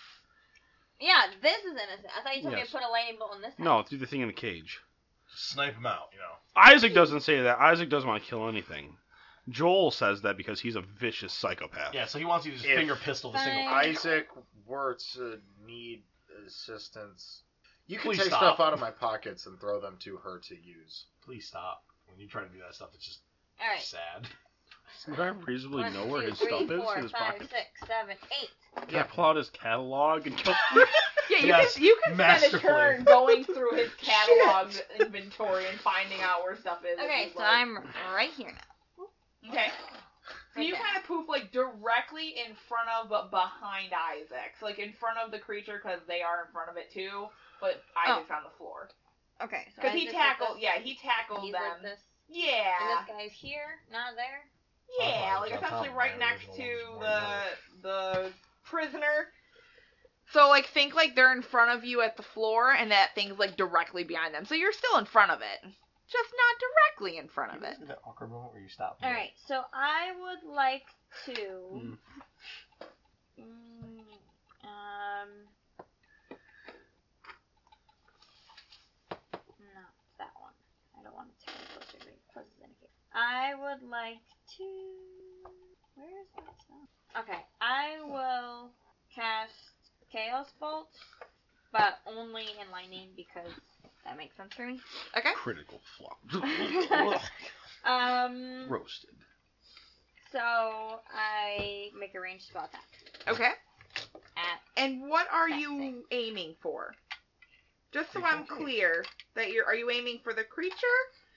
S5: Yeah, this is innocent. I thought you told me
S3: Yes.
S5: to put a lightning bolt on this.
S3: No, through the thing in the cage.
S4: Snipe him out. You know.
S3: Isaac doesn't say that. Isaac doesn't want to kill anything. Joel says that because he's a vicious psychopath.
S4: Yeah. So he wants you to just
S7: If-
S4: finger pistol the single.
S5: Fine.
S7: Isaac were to need assistance. You can
S4: Please
S7: take
S4: stop.
S7: stuff out of my pockets and throw them to her to use.
S4: Please stop. When you try to do that stuff, it's just
S5: All right.
S4: sad.
S3: Would I reasonably
S5: One,
S3: know where
S5: two,
S3: his
S5: three,
S3: stuff is
S5: four,
S3: in his
S5: five,
S3: pocket?
S5: six, seven, eight.
S3: Can I pull out his catalog and
S5: (laughs)
S3: go
S2: Yeah, you
S4: Yes,
S2: can you can spend a
S4: masterfully.
S2: turn going through
S4: (laughs)
S2: his (laughs) catalog inventory and finding out where stuff is. if
S5: Okay,
S2: you'd
S5: so
S2: like.
S5: I'm right here now.
S2: okay. So you
S5: Okay.
S2: kind of poof like directly in front of but behind Isaac, so like in front of the creature because they are in front of it too. But Isaac's on the floor
S5: Okay, so
S2: because
S5: I
S2: he
S5: just Oh. like
S2: tackled.
S5: this.
S2: Yeah, he tackled
S5: He's
S2: them.
S5: like this. And
S2: yeah,
S5: this guy's here, not there.
S2: yeah,
S4: Oh,
S2: like
S4: it's on
S2: essentially
S4: top of
S2: right
S4: my
S2: next to
S4: original one,
S2: the
S4: isn't
S2: the prisoner. So like think like they're in front of you at the floor, and that thing's like directly behind them. So you're still in front of it, just not directly in front of it.
S4: That awkward moment where you stop.
S5: All right, so I would like to. Mm, um. No, that one. I don't want to take the closer read. Closest indicator. I would like to. Where is that sound? Okay, I will cast Chaos Bolt, but only in lightning because that makes sense for me. (laughs)
S2: Okay.
S3: critical flop?
S5: Um.
S3: Roasted.
S5: So I make a ranged spell attack
S2: Okay.
S5: at
S2: And what are
S5: That
S2: you
S5: thing.
S2: aiming for? Just so I'm clear that you're are you aiming for the creature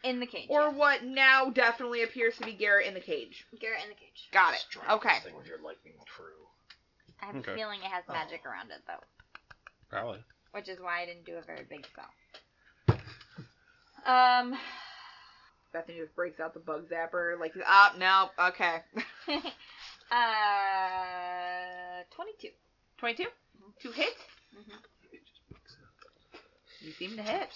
S5: in the cage.
S2: or
S5: yes.
S2: what now definitely appears to be Garrett in the cage?
S5: Garrett in the cage.
S2: Got it. Okay.
S4: thing with your lightning crew.
S5: I have
S3: Okay. Oh.
S5: a feeling it has magic around it though,
S3: Probably.
S5: which is why I didn't do a very big (laughs) spell. Um, (laughs)
S2: Bethany just breaks out the bug zapper, like, ah, no, okay.
S5: uh, twenty-two.
S2: 22? To hit?
S5: Mhm.
S2: You seem to hit.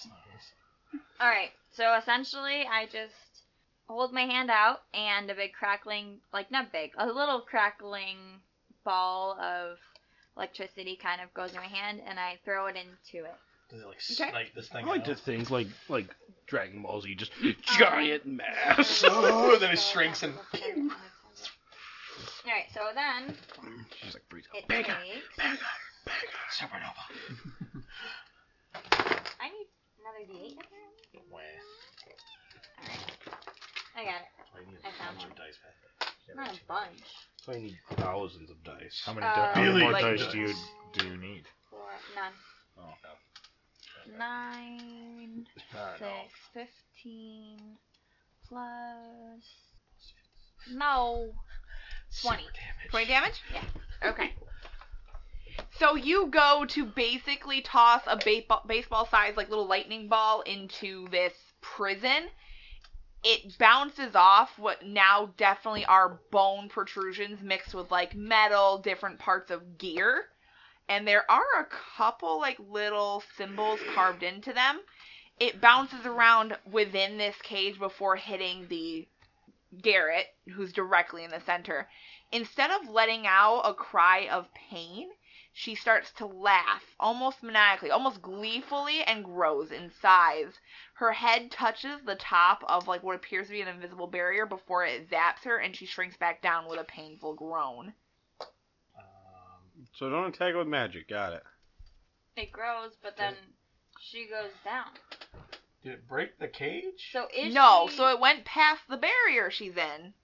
S5: All right. So essentially, I just hold my hand out, and a big crackling, like not big, a little crackling ball of electricity kind of goes in my hand, and I throw it into it.
S4: Does it like
S2: Okay.
S4: snipe this
S13: I
S4: thing?
S13: like
S4: out?
S13: to think like like Dragon Ball Z,
S5: (laughs)
S13: just
S5: Uh-huh.
S13: giant mass.
S4: (laughs) Oh, then it shrinks and-
S5: All right. So then
S13: She's like breathe
S5: it
S13: out. Bigger,
S5: takes.
S13: bigger, bigger.
S4: Supernova.
S5: I need another d8. apparently.
S4: Wah.
S5: All right. I got it.
S4: That's why you need
S5: I
S4: a
S5: found
S4: bunch
S5: one.
S4: of dice, man.
S5: Not a bunch.
S13: That's why you need thousands of dice.
S6: How many,
S5: Uh,
S6: di- how many
S4: Billy
S6: more
S2: like-
S6: dice do you do you need?
S5: Four. None.
S4: Oh, no. Oh.
S5: Nine.
S4: I don't know.
S5: six, fifteen, plus. No.
S2: 20.
S4: Damage.
S2: 20 damage? Yeah. Okay. So you go to basically toss a baseball baseball sized like little lightning ball into this prison. It bounces off what now definitely are bone protrusions mixed with like metal, different parts of gear. And there are a couple like little symbols carved into them. It bounces around within this cage before hitting the Garrett, who's directly in the center instead of letting out a cry of pain, she starts to laugh, almost maniacally, almost gleefully, and grows in size. Her head touches the top of like what appears to be an invisible barrier before it zaps her, and she shrinks back down with a painful groan.
S4: Um,
S13: So don't attack with magic. Got it.
S5: It grows, but then she goes down.
S4: did it break the cage?
S5: So is
S2: no,
S5: she...
S2: so it went past the barrier she's in.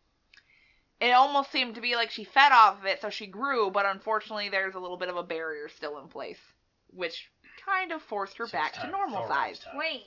S2: It almost seemed to be like she fed off of it, so she grew, but unfortunately, there's a little bit of a barrier still in place, which kind of forced her
S4: So it's
S2: back
S4: time
S2: to
S4: for
S2: normal
S4: Thorwald's
S2: size.
S4: time.
S5: Wait.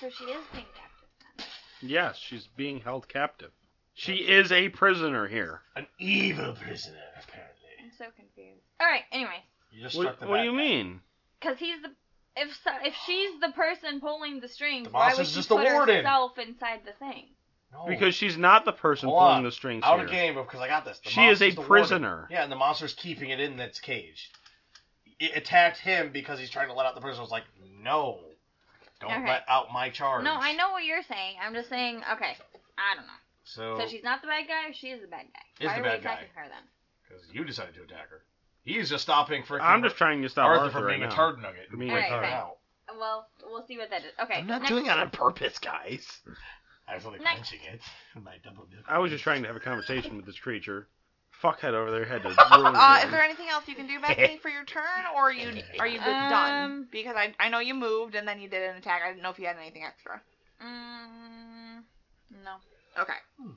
S5: So she is being captive then.
S13: Yes, she's being held captive. She is a prisoner here.
S4: An evil prisoner, apparently.
S5: I'm so confused. All right. Anyways,
S4: You just
S13: What,
S4: struck the
S13: what do
S4: bad
S13: you
S4: guy.
S13: mean?
S5: because he's the if so, if she's the person pulling the strings,
S4: The
S5: why
S4: boss
S5: would
S4: is
S5: she
S4: just the
S5: put
S4: warden.
S5: herself inside the thing?
S4: No.
S13: Because she's not the person
S4: Oh. Hold
S13: pulling
S4: on.
S13: the strings
S4: out
S13: here.
S4: of game because I got this. The
S13: She is
S4: monster's
S13: a
S4: the warden.
S13: prisoner.
S4: Yeah, and the monster's keeping it in its cage. It attacked him because he's trying to let out the prisoner. It's like, no, don't
S5: Okay.
S4: let out my charge.
S5: No, I know what you're saying. I'm just saying. Okay. I don't know.
S4: So
S5: So she's not the bad guy. She is the bad guy.
S4: Is
S5: Why
S4: the
S5: are
S4: bad
S5: we
S4: guy.
S5: attacking her then?
S4: because you decided to attack her, he's just stopping freaking.
S13: I'm just trying to stop
S4: Arthur,
S13: Arthur,
S4: from
S13: right
S4: being
S13: now.
S4: a tard nugget. (laughs)
S13: From being
S5: All
S13: a
S5: right,
S13: tard.
S5: fine.
S4: Out.
S5: Well, we'll see what that is. Okay.
S6: I'm not
S5: next-
S6: doing that on purpose, guys.
S4: I was only
S5: Next.
S4: punching it. with My double milk.
S13: I was just trying to have a conversation with this creature. Fuckhead over there
S5: (laughs)
S13: had to ruin
S7: (laughs)
S2: Uh,
S13: it.
S2: is there anything else you can do, Bethany, for your turn, or are you are you just done?
S5: Um,
S2: Because I I know you moved and then you did an attack. I didn't know if you had anything extra.
S5: Mm, no.
S2: Okay.
S5: Hmm.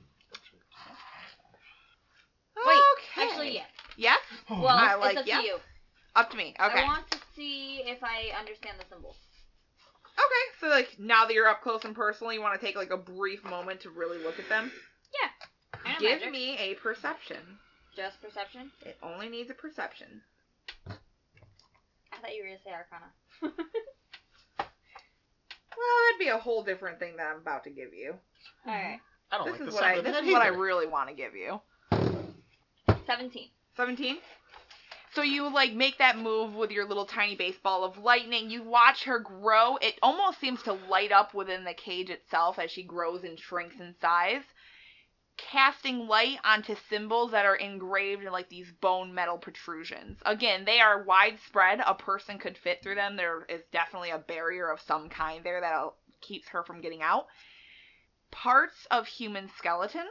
S5: Wait.
S2: Okay.
S5: Actually, yes.
S2: Yes.
S5: Well,
S2: I like
S5: it's up
S2: yes.
S5: to you.
S2: Up to me. Okay.
S5: I want to see if I understand the symbols.
S2: Okay. So like now that you're up close and personal, you want to take like a brief moment to really look at them.
S5: I know
S2: Give
S5: magic.
S2: me a perception.
S5: just perception.
S2: It only needs a perception.
S5: I thought you were gonna say Arcana.
S2: Well, that'd be a whole different thing that I'm about to give you. Mm-hmm.
S5: All right.
S7: I don't
S2: This
S7: Oh, like
S2: is
S7: the
S2: what
S7: sound
S2: I
S7: of
S2: this
S7: that
S2: is what I
S7: either.
S2: really want to give you.
S5: Seventeen.
S2: 17 so you like make that move with your little tiny baseball of lightning you watch her grow it almost seems to light up within the cage itself as she grows and shrinks in size casting light onto symbols that are engraved in like these bone metal protrusions again they are widespread a person could fit through them there is definitely a barrier of some kind there that keeps her from getting out parts of human skeleton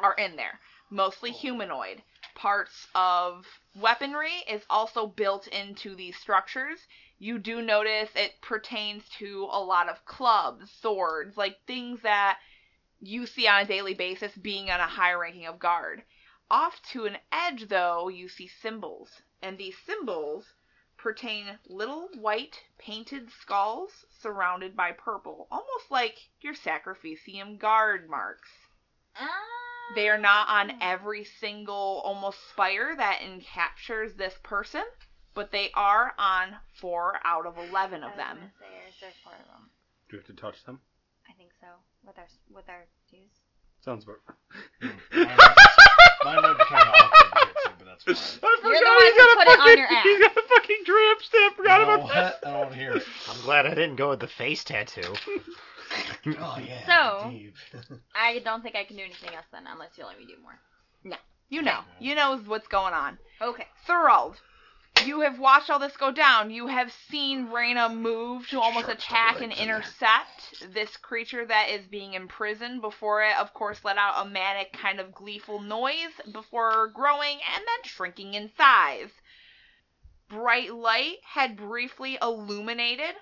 S2: are in there mostly humanoid parts of weaponry is also built into these structures. You do notice it pertains to a lot of clubs, swords, like things that you see on a daily basis being on a high ranking of guard. Off to an edge, though, you see symbols, and these symbols pertain little white painted skulls surrounded by purple, almost like your sacrificium guard marks.
S5: Ah.
S2: They are not on every single almost spire that encaptures this person, but they are on four out of eleven
S5: I
S2: of
S5: was
S2: them.
S5: gonna Say, is there four of them?
S3: Do you have to touch them?
S5: I think so. With our with our dues.
S3: Sounds about.
S4: Mine mine would be kind of awkward to get to, (laughs) but that's fine.
S3: I
S5: You're the one who put it
S2: (laughs)
S5: on your ass.
S3: He's got a fucking tramp stamp. Forgot
S4: I
S3: about
S4: don't,
S3: that.
S4: I don't want to hear it.
S6: I'm glad I didn't go with the face tattoo.
S4: Oh yeah.
S5: So-
S4: deep.
S5: I don't think I can do anything else then, unless you let me do more.
S2: You know. You know what's going on.
S5: Okay.
S2: Thorold, you have watched all this go down. You have seen Reyna move to almost attack and intercept this creature that is being imprisoned before it, of course, let out a manic kind of gleeful noise before growing and then shrinking in size. Bright light had briefly illuminated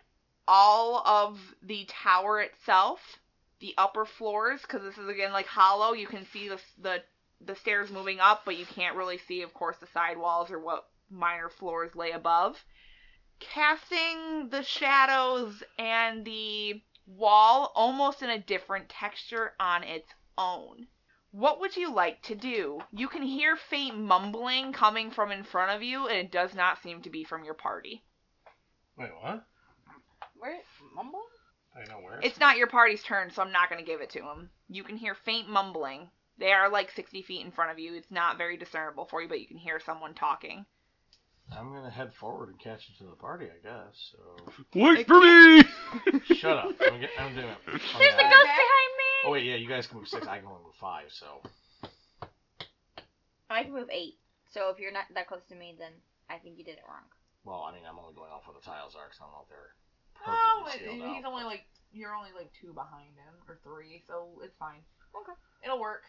S2: all of the tower itself, the upper floors, because this is again like hollow. You can see the, the the stairs moving up, but you can't really see, of course, the sidewalls or what minor floors lay above. Casting the shadows and the wall almost in a different texture on its own. What would you like to do? You can hear faint mumbling coming from in front of you, and it does not seem to be from your party.
S4: Wait, what?
S12: Where mumble?
S4: I know where.
S2: It's not your party's turn, so I'm not going to give it to him. You can hear faint mumbling. They are like 60 feet in front of you. It's not very discernible for you, but you can hear someone talking.
S4: I'm gonna head forward and catch it to the party, I guess.
S3: (laughs)
S4: So
S3: Wait for me.
S4: shut up. I'm, get, I'm doing it. I'm
S5: There's a
S4: gonna-
S5: ghost behind me.
S4: Oh wait, yeah, you guys can move six. I can only move five. So
S5: I can move eight. So if you're not that close to me, then I think you did it wrong.
S4: well, I mean, I'm only going off where the tiles are because I don't know if they're
S12: No,
S4: perfectly sealed
S12: Oh, he's
S4: out.
S12: only like you're only like two behind him or three, so it's fine. Okay, it'll work.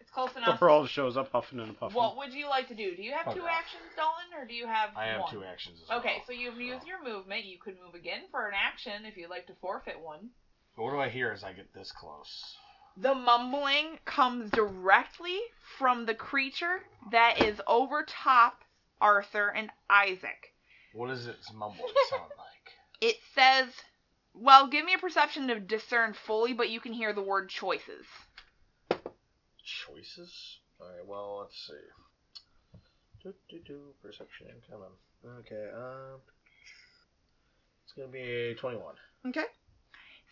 S12: It's close enough.
S3: Thorald shows up huffing and puffing.
S12: What would you like to do? Do you have
S4: Fuck
S12: two
S4: off.
S12: actions, Dalton, or do you have?
S4: I have
S12: one?
S4: two actions. As
S12: Okay,
S4: well.
S12: so you've used your movement. You could move again for an action if you'd like to forfeit one.
S4: But what do I hear as I get this close?
S2: The mumbling comes directly from the creature that is over top Arthur and Isaac.
S4: What does it mumble sound like?
S2: It says, well, give me a perception to discern fully, but you can hear the word choices.
S4: Choices? Alright, well, let's see. Do, do, do, perception, come on. Okay, um. It's gonna be 21.
S2: Okay.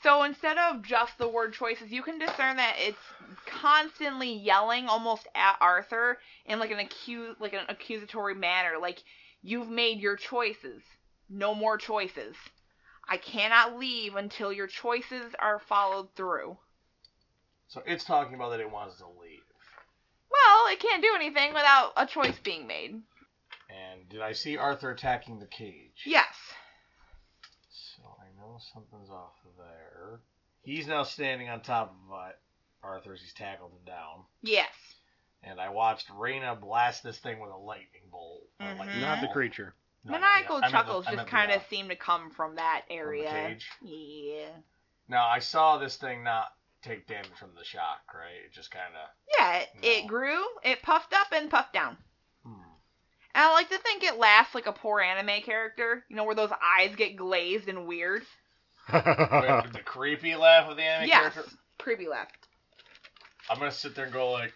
S2: So instead of just the word choices, you can discern that it's constantly yelling almost at Arthur in like an accuse like an accusatory manner, like you've made your choices. No more choices. I cannot leave until your choices are followed through.
S4: So it's talking about that it wants to leave.
S2: Well, it can't do anything without a choice being made.
S4: And did I see Arthur attacking the cage?
S2: Yes.
S4: So I know something's off there. He's now standing on top of uh, Arthur's. He's tackled him down.
S2: Yes.
S4: And I watched Reyna blast this thing with a lightning bolt. or
S2: Mhm.
S4: lightning
S3: Not the
S4: bolt.
S3: creature.
S4: No, no, yeah, I
S2: Maniacal
S4: meant the-
S2: chuckles
S4: I
S2: just
S4: meant the,
S2: kind
S4: uh,
S2: of seem to come from that
S4: from the
S2: area.
S4: cage.
S2: Yeah.
S4: Now I saw this thing not take damage from the shock, right? It just kind of.
S2: Yeah, it, it
S4: No.
S2: grew, it puffed up and puffed down.
S4: Hmm.
S2: And I like to think it laughs like a poor anime character, you know, where those eyes get glazed and weird.
S3: (laughs)
S4: Wait, the creepy laugh of the anime
S2: yes,
S4: character.
S2: creepy laugh.
S4: I'm gonna sit there and go like,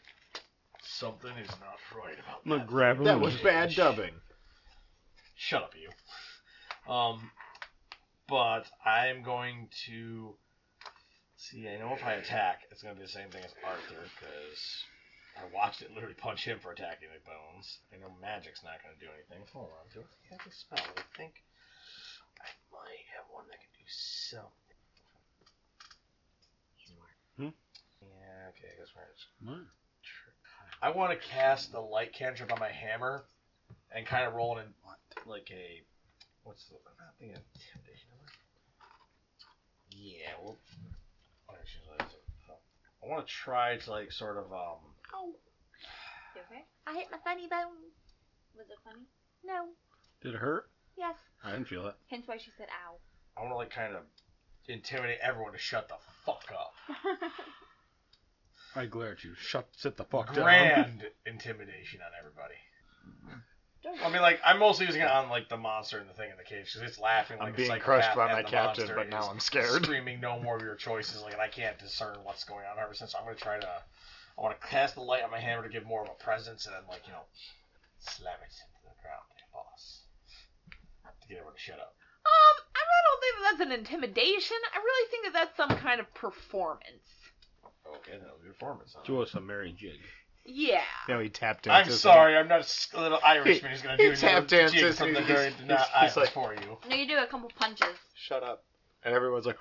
S4: something is not right about
S3: I'm gonna
S4: that.
S3: grab him.
S4: That
S3: and-
S4: was bad dubbing. Shut up, you. Um, but I'm going to see. I know if I attack, it's gonna be the same thing as Arthur because I watched it literally punch him for attacking the bones. I know magic's not gonna do anything. Hold on, do I have a spell? I think I might have one that can do something.
S3: Hmm?
S4: Yeah, okay, I guess we're just
S3: Hmm.
S4: I want to cast the light cantrip on my hammer and kind of roll it in like a what's the I'm not thinking intimidation. am I? Yeah, well, actually, that's a- oh. I want to try to like sort of um.
S5: You okay? I hit my funny bone. Was it funny? No.
S3: Did it hurt?
S5: Yes.
S3: I didn't feel it.
S5: Hence why she said (laughs) ow.
S4: I want to like kind of intimidate everyone to shut the fuck up.
S3: I glare at you. Shut, sit the fuck down.
S4: Grand intimidation on everybody. I mean, like I'm mostly using it on like the monster and the thing in the cage because it's laughing. Like
S6: I'm
S4: a
S6: being crushed
S4: psychopath
S6: by
S4: and
S6: my
S4: the
S6: captain,
S4: monster
S6: but now
S4: is
S6: (laughs) I'm scared.
S4: Screaming no more of your choices, like and I can't discern what's going on ever since. So I'm gonna try to I want to cast the light on my hammer to give more of a presence, and then like you know, slam it into the ground, like a boss, to get everyone to shut up.
S2: Um, I really don't think that that's an intimidation. I really think that that's some kind of performance.
S4: Okay, that was your performance. huh?
S3: Do us a merry jig.
S2: Yeah.
S6: No, he tap
S4: I'm
S6: dances. (laughs)
S4: sorry, I'm not a s- little Irishman who's gonna
S6: He-
S4: do
S6: he tap
S4: another jig
S6: dances,
S4: from the
S6: he's-
S4: very
S6: he's-
S4: not
S6: he's
S4: Irish
S6: like-
S4: for you.
S5: No, you do a couple punches.
S6: Shut up. And everyone's like,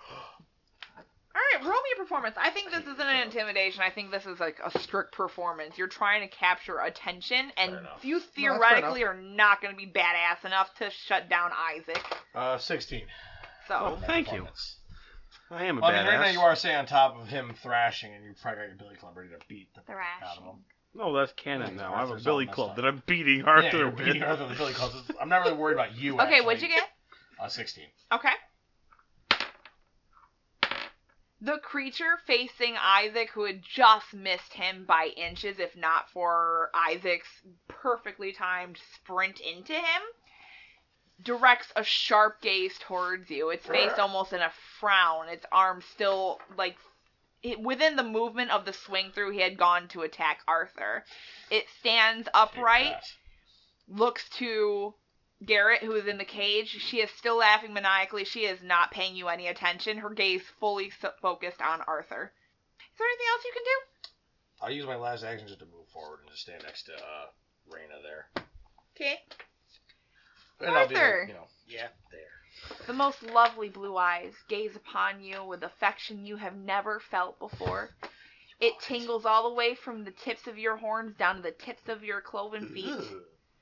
S2: All right, roll me a performance. I think this isn't an intimidation. I think this is like a strict performance. You're trying to capture attention, and
S4: Fair enough.
S2: you
S6: fair
S2: theoretically are not going to be badass enough to shut down Isaac.
S4: Uh, 16. Oh,
S2: So,
S3: Oh, Thank you. I am a
S4: Well, I mean, right now
S3: badass.
S4: you are say on top of him thrashing, and you probably got your Billy Club ready to beat the out of him.
S5: Thrashing.
S3: No, that's canon
S4: Yeah,
S3: now.
S4: Arthur's
S3: I have a
S4: all
S3: billy
S4: messed
S3: club
S4: up.
S3: that I'm beating
S4: yeah,
S3: Arthur
S4: you're
S3: with.
S4: beating Arthur with Billy Clubs. I'm not really worried about you.
S2: okay, what'd you
S4: actually.
S2: get?
S4: Uh, 16.
S2: Okay. The creature facing Isaac, who had just missed him by inches, if not for Isaac's perfectly timed sprint into him, directs a sharp gaze towards you. Its face almost in a frown, its arm still, like, it, within the movement of the swing through he had gone to attack Arthur. It stands upright, looks to Garrett, who is in the cage. She is still laughing maniacally. She is not paying you any attention. Her gaze fully so- focused on Arthur. Is there anything else you can do?
S4: I'll use my last action just to move forward and just stand next to uh, Raina there.
S2: Okay.
S4: And I'll be like,
S2: Arthur.
S4: you know, yeah, there.
S2: The most lovely blue eyes gaze upon you with affection you have never felt before. It tingles all the way from the tips of your horns down to the tips of your cloven feet.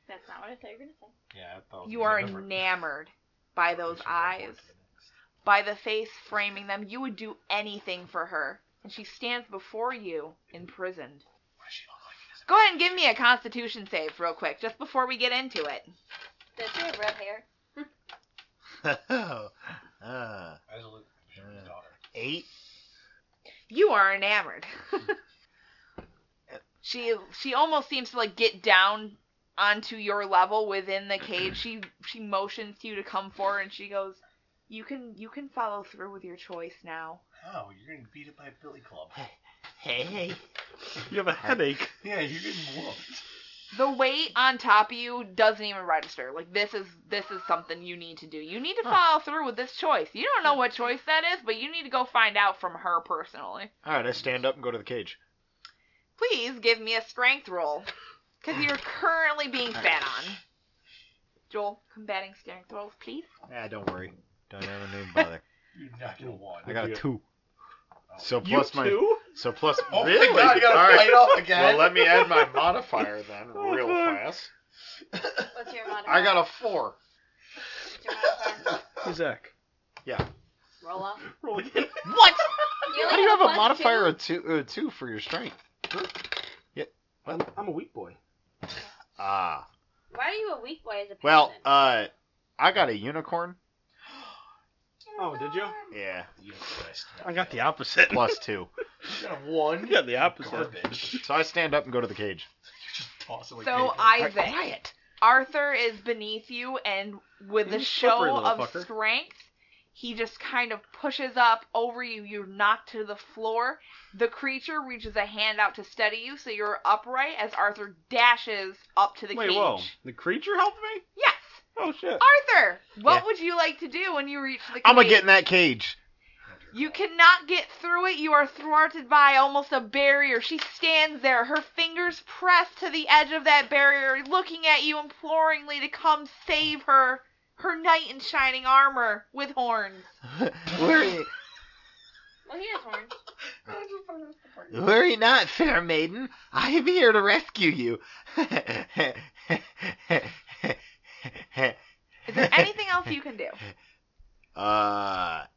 S5: That's not what I thought you were gonna say.
S4: Yeah, I thought it was
S2: You
S4: gonna
S2: are
S4: be different.
S2: enamored by those eyes. by the face framing them, you would do anything for her. And she stands before you, imprisoned. Go ahead and give me a constitution save real quick, just before we get into it.
S5: Does she have red hair?
S6: Oh,
S7: (laughs)
S6: uh,
S4: I was a little- his daughter.
S6: eight.
S2: You are enamored. (laughs) she she almost seems to like get down onto your level within the cage. She she motions you to come forward and she goes, You can you can follow through with your choice now.
S4: Oh, you're getting beat up by a Billy Club. (laughs)
S6: Hey.
S3: You have a headache.
S4: yeah, you're getting whooped.
S2: the weight on top of you doesn't even register. Like this is this is something you need to do. You need to follow through with this choice. You don't know what choice that is, but you need to go find out from her personally.
S6: All right, I stand up and go to the cage.
S2: Please give me a strength roll because you're currently being spat on. (sighs) Joel, combating strength rolls, please.
S6: Ah, don't worry. Don't even even bother.
S4: You're not gonna win.
S6: I got a two. So plus my
S3: too?
S6: so plus
S7: Oh
S6: really
S7: my god, you gotta
S6: All right.
S7: fight off again. Oh,
S6: Well, let me add my modifier then, real fast.
S5: What's your modifier?
S6: I got a four.
S5: What's your modifier?
S3: Zach.
S5: Roll off.
S3: Roll again.
S4: (laughs)
S6: What?
S5: You
S6: How do you have a modifier of two, uh, two for your strength?
S13: I'm, I'm a weak boy.
S6: Ah,
S5: Why are you a weak boy as a person?
S6: well, uh, I got a unicorn.
S13: Oh, did
S2: (laughs)
S13: you?
S6: Yeah,
S4: You Christ.
S3: I got the opposite. (laughs)
S6: plus two.
S4: You got a one.
S3: You got the opposite.
S4: Garbage. (laughs)
S6: So I stand up and go to the cage.
S4: Toss it like
S2: So
S4: paper.
S2: Isaac, Arthur is beneath you, and with
S3: You're
S2: a
S3: slippery,
S2: show
S3: little
S2: of
S3: fucker.
S2: strength, he just kind of pushes up over you. You're knocked to the floor. The creature reaches a hand out to steady you, so you're upright as Arthur dashes up to the
S3: Wait,
S2: cage.
S3: whoa. The creature helped me?
S2: Yes,
S3: Oh, shit.
S2: Arthur. What
S6: Yeah.
S2: would you like to do when you reach the cage?
S6: I'm gonna get in that (laughs) cage.
S2: You cannot get through it. You are thwarted by almost a barrier. She stands there, her fingers pressed to the edge of that barrier, looking at you imploringly to come save her. Her knight in shining armor with horns.
S6: worry,
S5: Well, he has horns.
S6: worry not, fair maiden. I am here to rescue you.
S2: Is there anything else you can do?
S6: Uh, I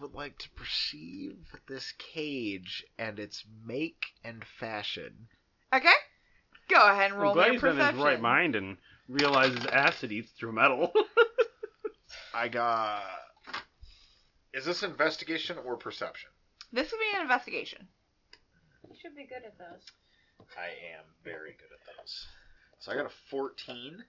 S6: would like to perceive this cage and its make and fashion.
S2: Okay? Go ahead and roll
S3: I'm
S2: me
S3: glad
S2: a
S3: he's in
S2: perception.
S3: his right mind and realizes acid eats through metal. (laughs)
S7: I got. Is this investigation or perception?
S2: This would be an investigation.
S5: You should be good at those.
S7: I am very good at those. So I got a 14.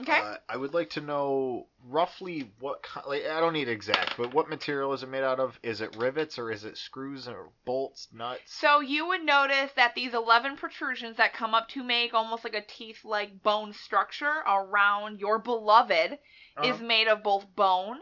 S2: Okay.
S7: Uh, I would like to know roughly what kind. Like, I don't need exact, but what material is it made out of? Is it rivets or is it screws or bolts, nuts?
S2: So you would notice that these 11 protrusions that come up to make almost like a teeth like bone structure around your beloved is
S7: Uh-huh.
S2: made of both bone,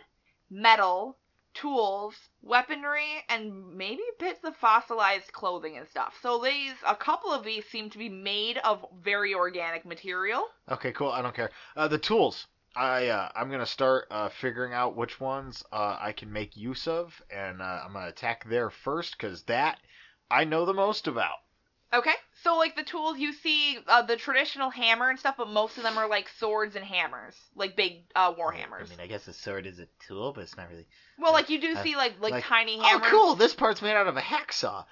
S2: metal, tools, weaponry, and maybe bits of fossilized clothing and stuff. So these, a couple of these seem to be made of very organic material.
S7: Okay, cool. I don't care. Uh, the tools. I uh, I'm gonna start uh, figuring out which ones uh, I can make use of, and uh, I'm gonna attack there first because that I know the most about.
S2: Okay, so like the tools you see, uh, the traditional hammer and stuff, but most of them are like swords and hammers, like big uh, war
S6: I
S2: hammers.
S6: mean, I guess a sword is a tool, but it's not really.
S2: Well, like you do
S6: Uh,
S2: see like like,
S6: like-
S2: tiny hammers.
S7: Oh, cool! This part's made out of a hacksaw.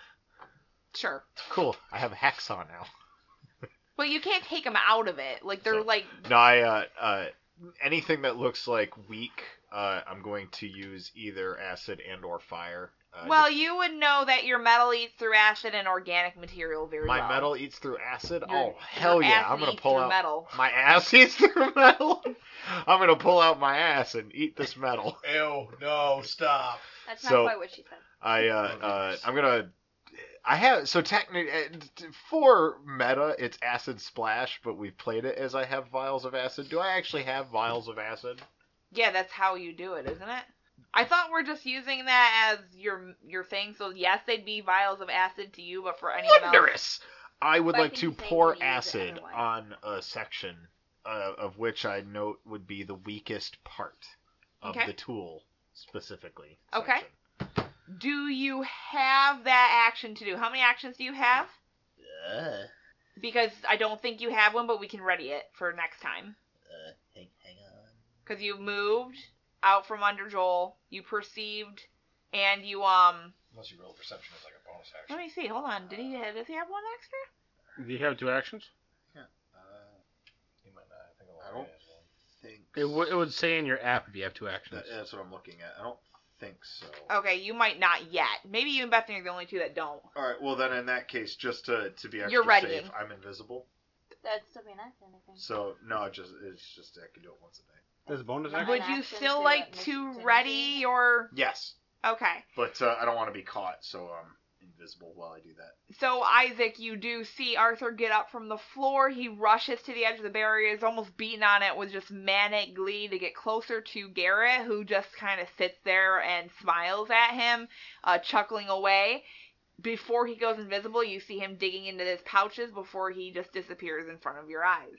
S2: Sure,
S7: Cool. I have a hacksaw now.
S2: but you can't take them out of it. Like they're
S7: So-
S2: like
S7: No, I, uh, uh, anything that looks like weak, uh, I'm going to use either acid and or fire. Uh,
S2: well, you would know that your metal eats through acid and organic material very
S7: just- my
S2: well.
S7: metal eats through acid.
S2: Your-
S7: oh hell
S2: your
S7: yeah!
S2: acid
S7: I'm gonna
S2: eats
S7: pull
S2: through
S7: out
S2: metal.
S7: my ass eats through metal. (laughs) I'm gonna pull out my ass and eat this metal.
S4: Ew, no, stop.
S5: That's
S7: So-
S5: not quite what she said.
S7: I uh, uh I'm gonna. I have so technically uh, t- for meta it's acid splash, but we've played it as I have vials of acid. Do I actually have vials of acid?
S2: Yeah, that's how you do it, isn't it? I thought we're just using that as your your thing. So yes, they'd be vials of acid to you, but for anyone else,
S7: Wondrous. I would
S5: But I
S7: like
S5: think
S7: to
S5: he's saying
S7: pour
S5: he needs it
S7: acid
S5: otherwise.
S7: on a section uh, of which I note would be the weakest part of
S2: Okay.
S7: the tool specifically.
S2: Okay.
S7: section.
S2: do you have that action to do? How many actions do you have?
S6: Uh,
S2: Because I don't think you have one, but we can ready it for next time.
S6: hang, hang on.
S2: because you moved out from under Joel. You perceived, and you um.
S4: Unless you roll perception as like a bonus
S2: Let
S4: action.
S2: me see. Hold on. Did he uh, does he have one extra?
S3: Do you have two actions?
S4: Uh, you might not. I think
S7: I
S4: I'll
S7: don't-
S4: have one.
S7: Think
S3: It, w- it would say in your app if you have two actions.
S7: that- that's what I'm looking at. I don't think so.
S2: Okay, you might not yet. Maybe you and Bethany are the only two that don't.
S7: All right. Well, then in that case, just to to be extra
S2: You're readying.
S7: safe, I'm invisible.
S5: That'd still be an accident, I think.
S7: So no, it just it's just I can do it once a day.
S3: There's a bonus
S5: Mine
S3: action.
S2: Would you
S5: action
S2: still
S5: to
S2: like
S5: miss
S2: to
S5: synergy.
S2: ready your?
S7: Yes,
S2: Okay.
S7: but uh, I don't want to be caught, so I'm invisible while I do that.
S2: So Isaac, you do see Arthur get up from the floor. He rushes to the edge of the barrier, is almost beaten on it with just manic glee to get closer to Garrett, who just kind of sits there and smiles at him, uh, chuckling away. Before he goes invisible, you see him digging into his pouches before he just disappears in front of your eyes.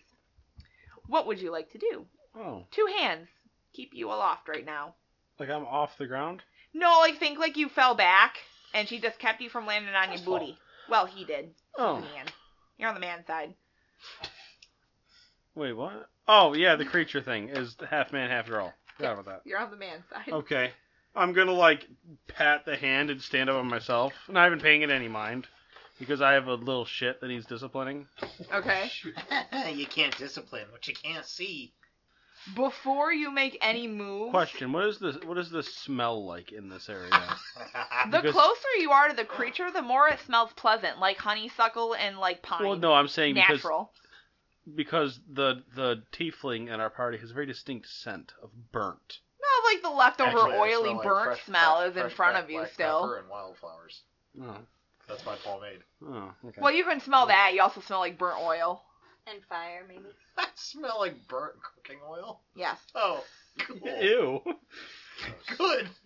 S2: What would you like to do?
S3: Oh,
S2: Two hands keep you aloft right now.
S3: like I'm off the ground?
S2: No, like think like you fell back, and she just kept you from landing on your booty. Well, he did
S3: Oh.
S2: man. You're on the man side.
S3: Wait, what? Oh, yeah, the creature thing is the half man, half girl. Forgot about that.
S2: You're on the man (laughs) side.
S7: Oh,
S3: Okay. I'm gonna, like, pat the hand and stand up on myself. Not even paying it any mind. Because I have a little shit that needs disciplining.
S2: Okay.
S6: (laughs) you can't discipline what you can't see. (laughs)
S2: Before you make any moves,
S3: Question: What is the what is the smell like in this
S2: (laughs)
S3: area?
S2: the
S3: because-
S2: closer you are to the creature, the more it smells pleasant, like honeysuckle and like pine.
S3: well, no, I'm saying because
S2: natural.
S3: because the the tiefling in our party has a very distinct scent of burnt.
S2: No, like the leftover
S7: Actually, I
S2: oily
S7: smell like
S2: burnt
S7: fresh
S2: smell
S7: crack-
S2: is in
S7: fresh
S2: front
S7: cracked
S2: of you
S7: black
S2: still.
S7: pepper and wildflowers.
S3: Oh,
S7: That's my pomade. (laughs)
S3: oh okay.
S2: Well, you can smell that. You also smell like burnt oil.
S5: And fire, maybe.
S7: I smell like burnt cooking oil.
S2: Yes.
S7: Oh, cool.
S3: (laughs)
S2: (laughs)
S3: Ew.
S7: Good. (laughs)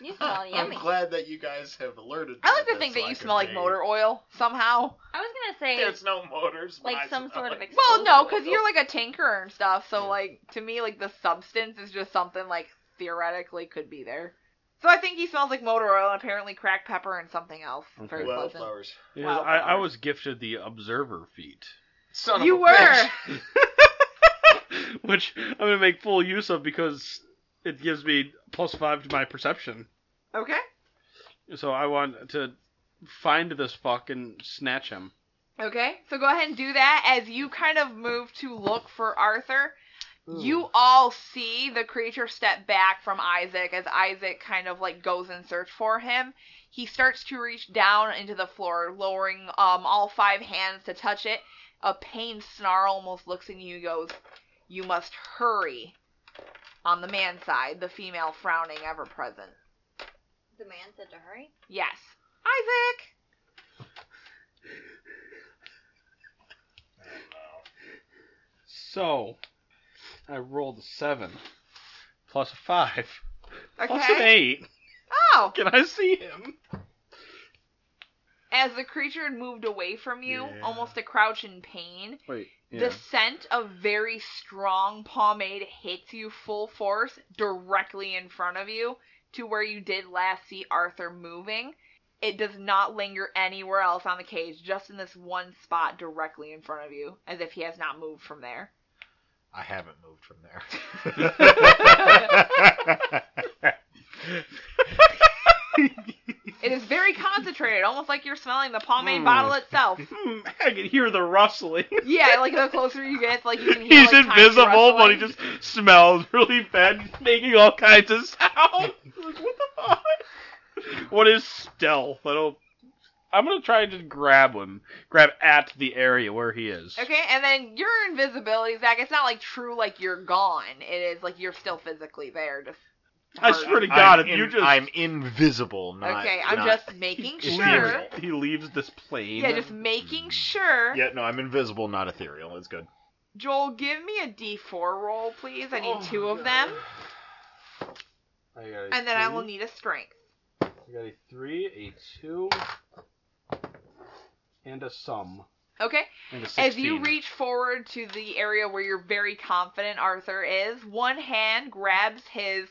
S5: You smell yummy.
S7: I'm glad that you guys have alerted.
S2: I
S7: me
S2: like
S7: this
S2: to think
S7: so
S2: that
S7: I
S2: you
S7: can
S2: smell like
S7: make-
S2: motor oil somehow.
S5: I was gonna say
S7: There's no motors. but
S5: like
S7: I
S5: some
S7: smell
S5: sort of
S7: like-
S2: Well, no,
S5: explosive
S2: because
S5: oil.
S2: you're like a tinkerer and stuff. So,
S7: Yeah.
S2: like to me, like the substance is just something like theoretically could be there. So I think he smells like motor oil and apparently cracked pepper and something else.
S3: Okay.
S2: Very pleasant.
S7: wildflowers.
S3: Yeah,
S2: Wow,
S3: I, I
S2: flowers.
S3: was gifted the observer feat, (laughs)
S7: Son of
S2: You
S7: a
S2: were.
S7: bitch.
S3: which I'm gonna make full use of because it gives me plus five to my perception.
S2: Okay.
S3: So I want to find this fuck and snatch him.
S2: Okay. So go ahead and do that as you kind of move to look for Arthur. You all see the creature step back from Isaac as Isaac kind of like goes in search for him. He starts to reach down into the floor, lowering um all five hands to touch it. A pain snarl almost looks at you and goes, You must hurry. On the man side, the female frowning ever present.
S5: The man said to hurry.
S2: Yes. Isaac!
S3: So, I rolled a seven, plus a five,
S2: Okay.
S3: plus an eight.
S2: Oh!
S3: Can I see him?
S2: As the creature had moved away from you,
S4: Yeah.
S2: almost a crouch in pain,
S3: Wait.
S2: the scent of very strong pomade hits you full force directly in front of you to where you did last see Arthur moving. It does not linger anywhere else on the cage, just in this one spot directly in front of you, as if he has not moved from there.
S6: I haven't moved from
S3: (laughs)
S6: there.
S2: It is very concentrated, almost like you're smelling the pomade bottle itself.
S3: Hmm, I can hear the rustling.
S2: Yeah, like the closer you get, it's like
S3: (laughs)
S2: you can hear.
S3: He's
S2: like, tiny
S3: invisible, but he
S2: rustling.
S3: just smells really bad, making all kinds of sounds. Like, what the fuck? What is stealth? I don't. I'm gonna try to grab him, grab at the area where he is.
S2: Okay, and then your invisibility, Zach. It's not like true, like you're gone. It is like you're still physically there. Just
S3: I
S2: hard.
S3: swear to God,
S6: I'm
S3: if you
S6: in-
S3: just
S6: I'm invisible, not
S2: Okay, I'm
S6: not-
S2: just making
S3: he
S2: sure.
S3: leaves, he leaves this plane.
S2: Yeah, just
S6: Mm-hmm.
S2: making sure.
S6: Yeah, no, I'm invisible, not ethereal. It's good.
S2: Joel, give me a D4 roll, please. I need two of them,
S3: Oh I got a
S2: and then I
S3: two,
S2: will need a strength.
S3: I got a three, a two, and a sum.
S2: Okay.
S3: And a
S2: As you
S3: 16.
S2: reach forward to the area where you're very confident Arthur is, one hand grabs his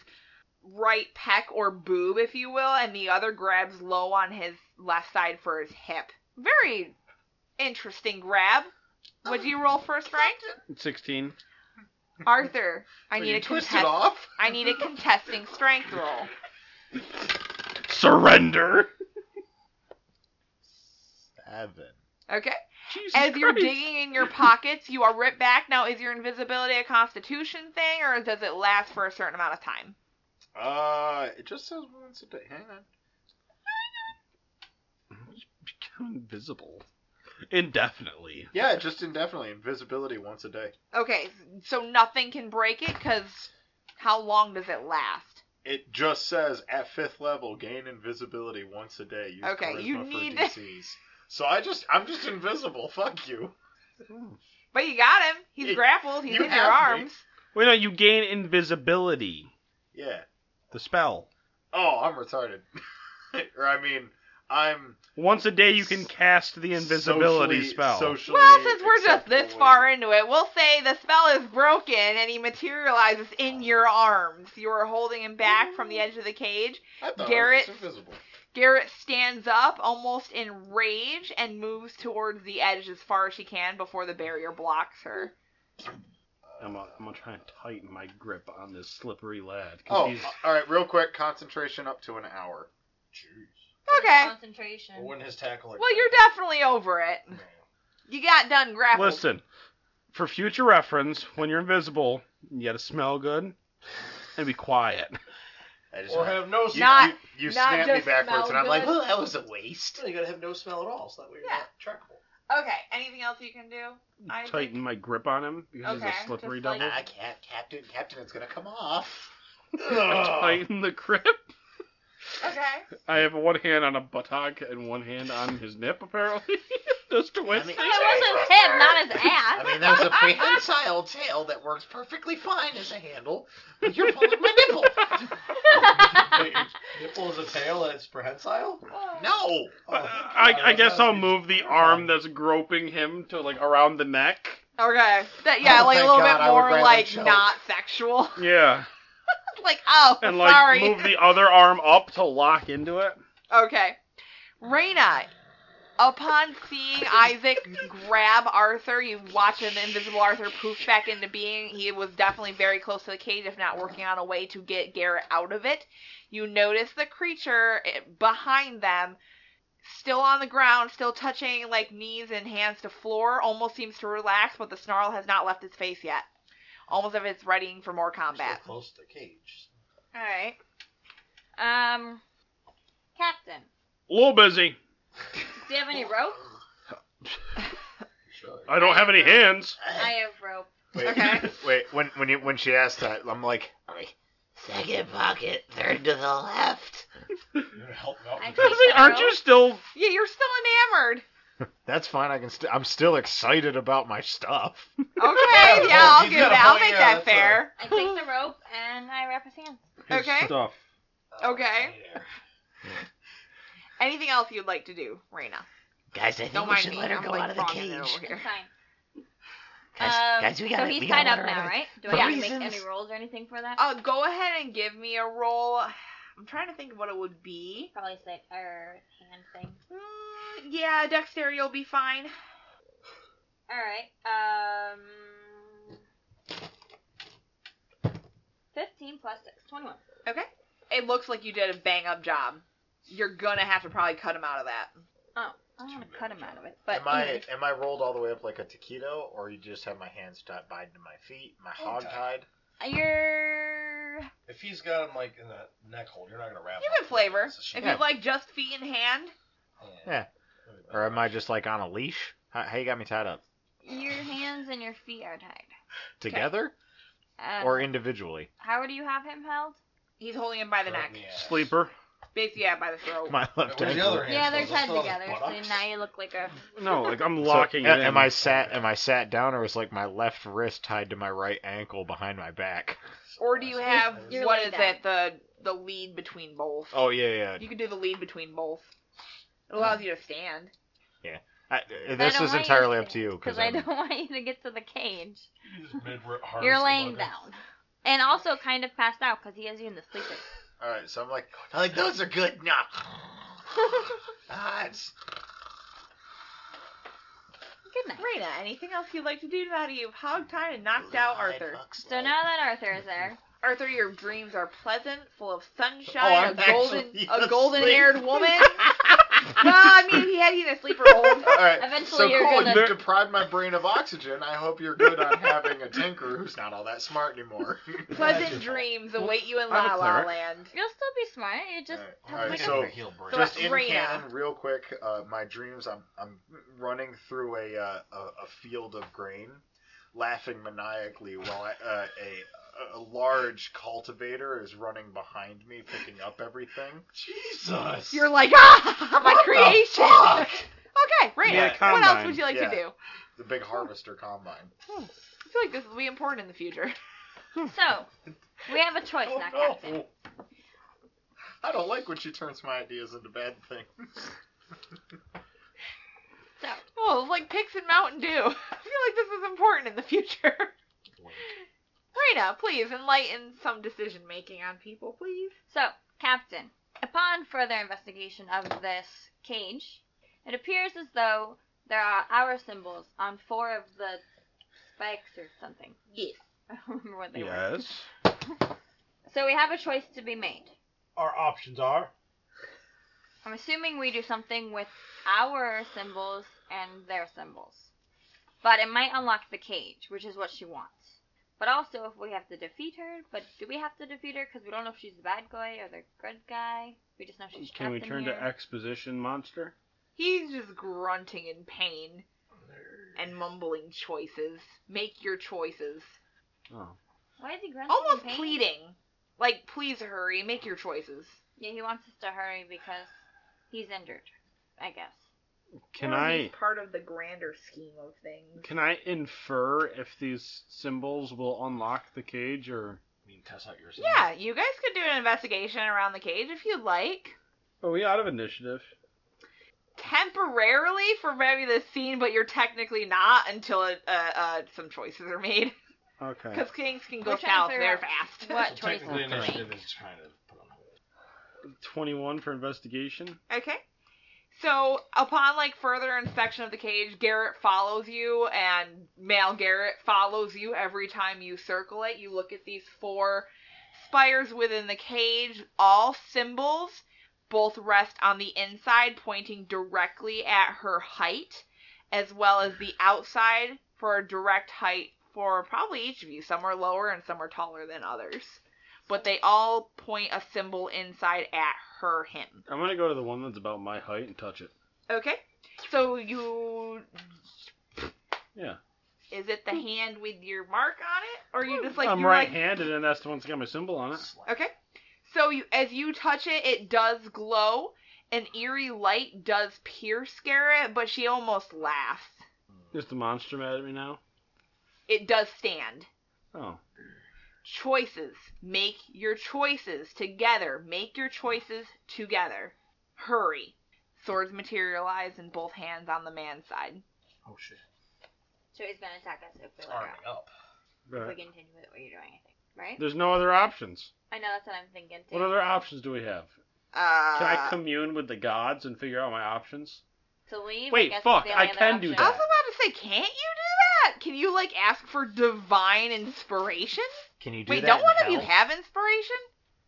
S2: right pec or boob, if you will, and the other grabs low on his left side for his hip. Very interesting grab. Would you roll for a strength?
S3: sixteen.
S2: Arthur, I
S7: So
S2: need
S7: you
S2: a
S7: twist
S2: contest-
S7: it off.
S2: I need a contesting strength roll.
S3: Surrender.
S6: Seven.
S2: Okay.
S3: Jesus
S2: As you're
S3: Christ.
S2: digging in your pockets, you are ripped back. Now, is your invisibility a constitution thing, or does it last for a certain amount of time?
S7: Uh, it just says once a day. Hang on.
S3: become invisible indefinitely.
S7: Yeah, just indefinitely. Invisibility once a day.
S2: Okay, so nothing can break it because how long does it last?
S7: It just says at fifth level, gain invisibility once a day. Use
S2: Okay,
S7: charisma
S2: you
S7: for
S2: need-
S7: DCs.
S2: (laughs)
S7: So I just, I'm just invisible. (laughs) Fuck you.
S2: But you got him. He's
S7: It-
S2: grappled. He's
S7: you
S2: in your
S7: have me.
S2: arms.
S3: Wait, no, you gain invisibility.
S7: Yeah.
S3: The spell.
S7: Oh, I'm retarded. (laughs) or I mean, I'm
S3: Once a day, you can cast the invisibility
S7: socially-
S3: spell.
S7: Socially
S2: Well, since we're just this
S7: acceptable.
S2: far into it, we'll say the spell is broken and he materializes
S7: Oh.
S2: in your arms. You are holding him back from the edge of the cage.
S7: I thought I was
S2: Garrett-
S7: just invisible.
S2: Garrett stands up almost in rage and moves towards the edge as far as she can before the barrier blocks her.
S3: I'm gonna, I'm gonna try and tighten my grip on this slippery lad. 'cause
S7: Oh,
S3: he's-
S7: all right. Real quick, concentration up to an hour.
S4: Jeez.
S2: Okay.
S5: Concentration.
S4: Well, wouldn't his tackle?
S2: Well, you're definitely over it. You got done grappled.
S3: listen. For future reference, when you're invisible, you gotta smell good and
S2: (laughs)
S3: be quiet.
S7: I just
S4: Or
S7: went-
S4: have no
S7: you,
S4: smell.
S2: Not-
S7: you, you
S2: not
S7: snapped me
S2: just
S7: backwards,
S12: smell
S7: and I'm like,
S12: good.
S7: well, (laughs) that was a waste.
S4: you gotta have no smell at all, so that way you're
S2: Yeah.
S4: not trackable.
S2: (laughs) Okay. Anything else you can do? I think-
S3: Tighten my grip on him because he's
S2: Okay,
S3: a slippery
S2: just like-
S3: double.
S7: I can't, Captain. Captain, it's gonna come off.
S3: (laughs) Tighten the grip.
S7: (laughs)
S2: Okay.
S3: I have one hand on a buttock and one hand on his nip, apparently. (laughs) Just twisting.
S5: That was his head, not his
S7: I
S5: ass.
S7: mean, that was a prehensile tail that works perfectly fine as a handle. But you're pulling my nipple.
S4: Wait,
S5: (laughs)
S4: your nipple is a (laughs) tail and it's prehensile?
S7: No.
S4: Oh,
S3: Uh, I, I guess I'll move the arm that's groping him to like around the neck.
S2: Okay. That yeah,
S7: Oh,
S2: like a
S7: thank
S2: little
S7: God,
S2: bit
S7: I would
S2: more
S7: rather
S2: like
S7: choke.
S2: not sexual. (laughs)
S3: Yeah,
S2: like oh,
S3: and like
S2: sorry.
S3: move the other arm up to lock into it.
S2: Okay. Raina, upon seeing Isaac grab Arthur, you watch an invisible Arthur poof back into being. He was definitely very close to the cage, if not working on a way to get Garrett out of it. You notice the creature eh, behind them, still on the ground, still touching like knees and hands to floor, almost seems to relax, but the snarl has not left his face yet. Almost as if it's readying for more
S4: I'm still
S2: combat.
S4: close to the cage.
S2: All right.
S5: Um, Captain,
S3: A little busy.
S5: do you have any rope?
S4: Sure.
S3: I don't have any hands.
S5: I have rope.
S7: Wait,
S2: Okay.
S4: (laughs)
S7: Wait, when when you when she asked that, I'm like, I'm like,
S6: Second pocket, third to the left.
S5: I
S3: I was like, aren't you still?
S2: Yeah, you're still enamored.
S7: that's fine. I can. St- I'm still excited about my stuff.
S4: (laughs)
S2: Okay, yeah, I'll
S4: he's
S2: give
S4: got a
S2: that. I'll
S4: point,
S2: make
S4: yeah,
S2: that
S4: that's
S2: fair.
S5: I take the rope and I wrap his hands.
S3: His
S2: Okay.
S3: Stuff.
S2: Okay. Anything else you'd like to do, Raina?
S6: Guys, I think
S2: Don't
S6: we
S2: mind
S6: should
S2: me.
S6: let her
S2: I'm
S6: go
S2: like
S6: out of the
S2: frogging it
S6: cage.
S2: over here.
S5: It's fine.
S6: Guys,
S5: Um,
S6: guys, we gotta.
S5: so he's
S6: we gotta
S5: tied
S6: let
S5: up
S6: her out
S5: now,
S6: of
S5: right? Do
S6: for
S5: I have to make
S6: reasons.
S5: any rolls or anything for that?
S2: Uh, go ahead and give me a roll. I'm trying to think of what it would be.
S5: Probably say or hand thing.
S2: Mm, yeah, dexterity will be fine.
S5: All right. Um. 15 um, plus 6, 21.
S2: It looks like you did a bang up job. You're gonna have to probably cut him out of that.
S5: Oh, I'm going to cut him out of it. But
S7: am I
S5: anyways,
S7: am I rolled all the way up like a taquito, or you just have my hands tied tied to my feet, my hog tied?
S5: you're.
S4: If he's got him like in the neck hold, you're not gonna wrap.
S2: You
S4: him.
S2: can flavor.
S4: It's a shame.
S2: If you like just feet in hand,
S7: Yeah. Or am I just like on a leash? How, how you got me tied up?
S5: Your hands and your feet are tied.
S7: Together
S5: Uh,
S7: or individually? (laughs)
S5: how do you have him held?
S2: he's holding him by the neck.
S3: Sleeper.
S2: Basically, yeah, by the throat.
S7: My left
S4: Where's
S7: ankle.
S4: the other hand?
S5: Yeah, they're
S4: supposed to
S5: tied
S4: sit on his
S5: together, so
S4: buttocks?
S5: now you look like a.
S4: (laughs)
S3: No, like I'm
S7: So,
S3: locking
S7: a-
S3: it.
S7: am
S3: in.
S7: I sat? Am I sat down, or was like my left wrist tied to my right ankle behind my back?
S2: Or do you have
S5: You're
S2: what
S5: laid
S2: is
S5: down.
S2: it? The the lead between both.
S7: Oh yeah, yeah.
S2: You can do the lead between both. It allows you to stand.
S7: I,
S5: I
S7: this
S5: don't want
S7: is
S5: you
S7: entirely up
S5: stand,
S7: to you
S5: Because
S7: because
S5: I don't (laughs) want you to get to the cage.
S4: Mid-
S5: You're laying down. And also kind of passed out because he has you in the sleeper.
S7: All right, so I'm like, I'm like those are good. Nah. ah, it's
S5: Good night.
S2: Raina, anything else you'd like to do now that you've hogtied and knocked out Arthur?
S5: So now that Arthur is there,
S2: Arthur, your dreams are pleasant, full of
S7: Oh,
S2: sunshine,
S7: I'm
S2: a golden,
S7: actually
S2: a
S7: asleep.
S2: golden-haired woman. well, I mean, if he had you in a sleeper hold.
S7: All
S15: (laughs)
S7: right.
S5: Eventually
S7: so
S5: you're
S7: cool,
S5: gonna-
S7: you deprived my brain of oxygen. I hope you're good on having a tinker who's not all that smart
S2: (laughs)
S7: anymore.
S2: (laughs) Pleasant dreams await you in
S3: I'm a
S2: La La
S3: cleric.
S2: Land.
S5: (laughs) you'll still be smart. You just
S7: Alright,
S5: have
S7: alright,
S5: like
S7: so-
S5: a
S2: So
S7: Just
S2: that's
S7: in
S2: Raina.
S7: canon, real quick, uh, my dreams. I'm I'm running through a uh, a, a field of grain, laughing maniacally while I, uh, a a large cultivator is running behind me, picking up everything.
S4: Jesus.
S7: (laughs)
S2: You're like, ah, my creation.
S4: Fuck.
S2: Okay, Raina,
S3: Yeah,
S2: what else
S3: combine.
S2: would you like
S7: Yeah.
S2: to do?
S7: The big harvester combine.
S2: I feel like this will be important in the future.
S5: So we have
S2: (laughs)
S5: a choice now,
S7: Oh,
S5: Captain.
S7: no. I don't like when she turns my ideas into bad things.
S5: So
S2: Oh, it's like picks and Mountain Dew. (laughs) I feel like this is important in the future. Raina, please enlighten some decision making on people, please.
S5: so Captain, upon further investigation of this cage, it appears as though there are hour symbols on four of the spikes or something. Yes. (laughs) I don't remember what they were.
S3: Yes.
S5: So we have a choice to be made.
S14: Our options are
S5: I'm assuming we do something with our symbols and their symbols. But it might unlock the cage, which is what she wants. But also, if we have to defeat her, but do we have to defeat her? Because we don't know if she's the bad guy or the good guy. We just know she's
S3: Can we
S5: trapped in
S3: turn
S5: here.
S3: to exposition monster?
S2: He's just grunting in pain and mumbling choices. Make your choices.
S3: Oh.
S5: Why is he grunting?
S2: Almost
S5: in pain?
S2: pleading. Like, please hurry, make your choices.
S5: Yeah, he wants us to hurry because he's injured. I guess.
S3: Can
S2: Or
S3: I?
S2: he's part of the grander scheme of things.
S3: Can I infer if these symbols will unlock the cage or?
S4: I mean, test out yourself.
S2: Yeah, you guys could do an investigation around the cage if you'd like.
S3: Are we out of initiative?
S2: Temporarily for maybe this scene, but you're technically not until it, uh, uh, some choices are made.
S3: Okay.
S2: Because things can go
S5: We're trying
S2: south
S5: to
S2: there
S5: figure
S2: fast. (laughs)
S5: What
S4: So
S5: choices
S4: technically,
S5: to make?
S4: initiative is trying to put on hold.
S3: Twenty-one for investigation.
S2: Okay. So upon like further inspection of the cage, Garrett follows you, and male Garrett follows you every time you circle it. You look at these four spires within the cage, all symbols. Both rest on the inside, pointing directly at her height, as well as the outside for a direct height for probably each of you. Some are lower and some are taller than others. But they all point a symbol inside at her, him.
S3: I'm gonna go to the one that's about my height and touch it.
S2: Okay. So you
S3: Yeah.
S2: Is it the hand with your mark on it, or you just like
S3: I'm
S2: you're like
S3: right-handed, and that's the one that's got my symbol on it.
S2: Okay. So you, as you touch it, it does glow. An eerie light does pierce Garrett, but she almost laughs.
S4: hmm.
S3: Is the monster mad at me now?
S2: It does stand.
S3: Oh,
S2: Choices. Make your choices together. Make your choices together. Hurry. Swords materialize in both hands on the man's side.
S4: Oh shit.
S5: So he's gonna attack us if we look
S4: Arming
S5: out.
S4: up.
S5: If we
S3: right.
S5: continue with what you're doing, I think. Right?
S3: There's no other options.
S5: I know that's what I'm thinking too.
S3: What other options do we have?
S2: Uh,
S3: Can I commune with the gods and figure out my options?
S5: to leave.
S3: Wait,
S5: I guess
S3: fuck,
S5: is the only
S3: I
S5: other
S3: can do
S5: option.
S2: I
S3: that.
S2: was about to say, can't you do that? Can you like ask for divine inspiration?
S15: Can you do
S2: Wait,
S15: that?
S2: don't
S15: in
S2: one of you
S15: hell?
S2: have inspiration?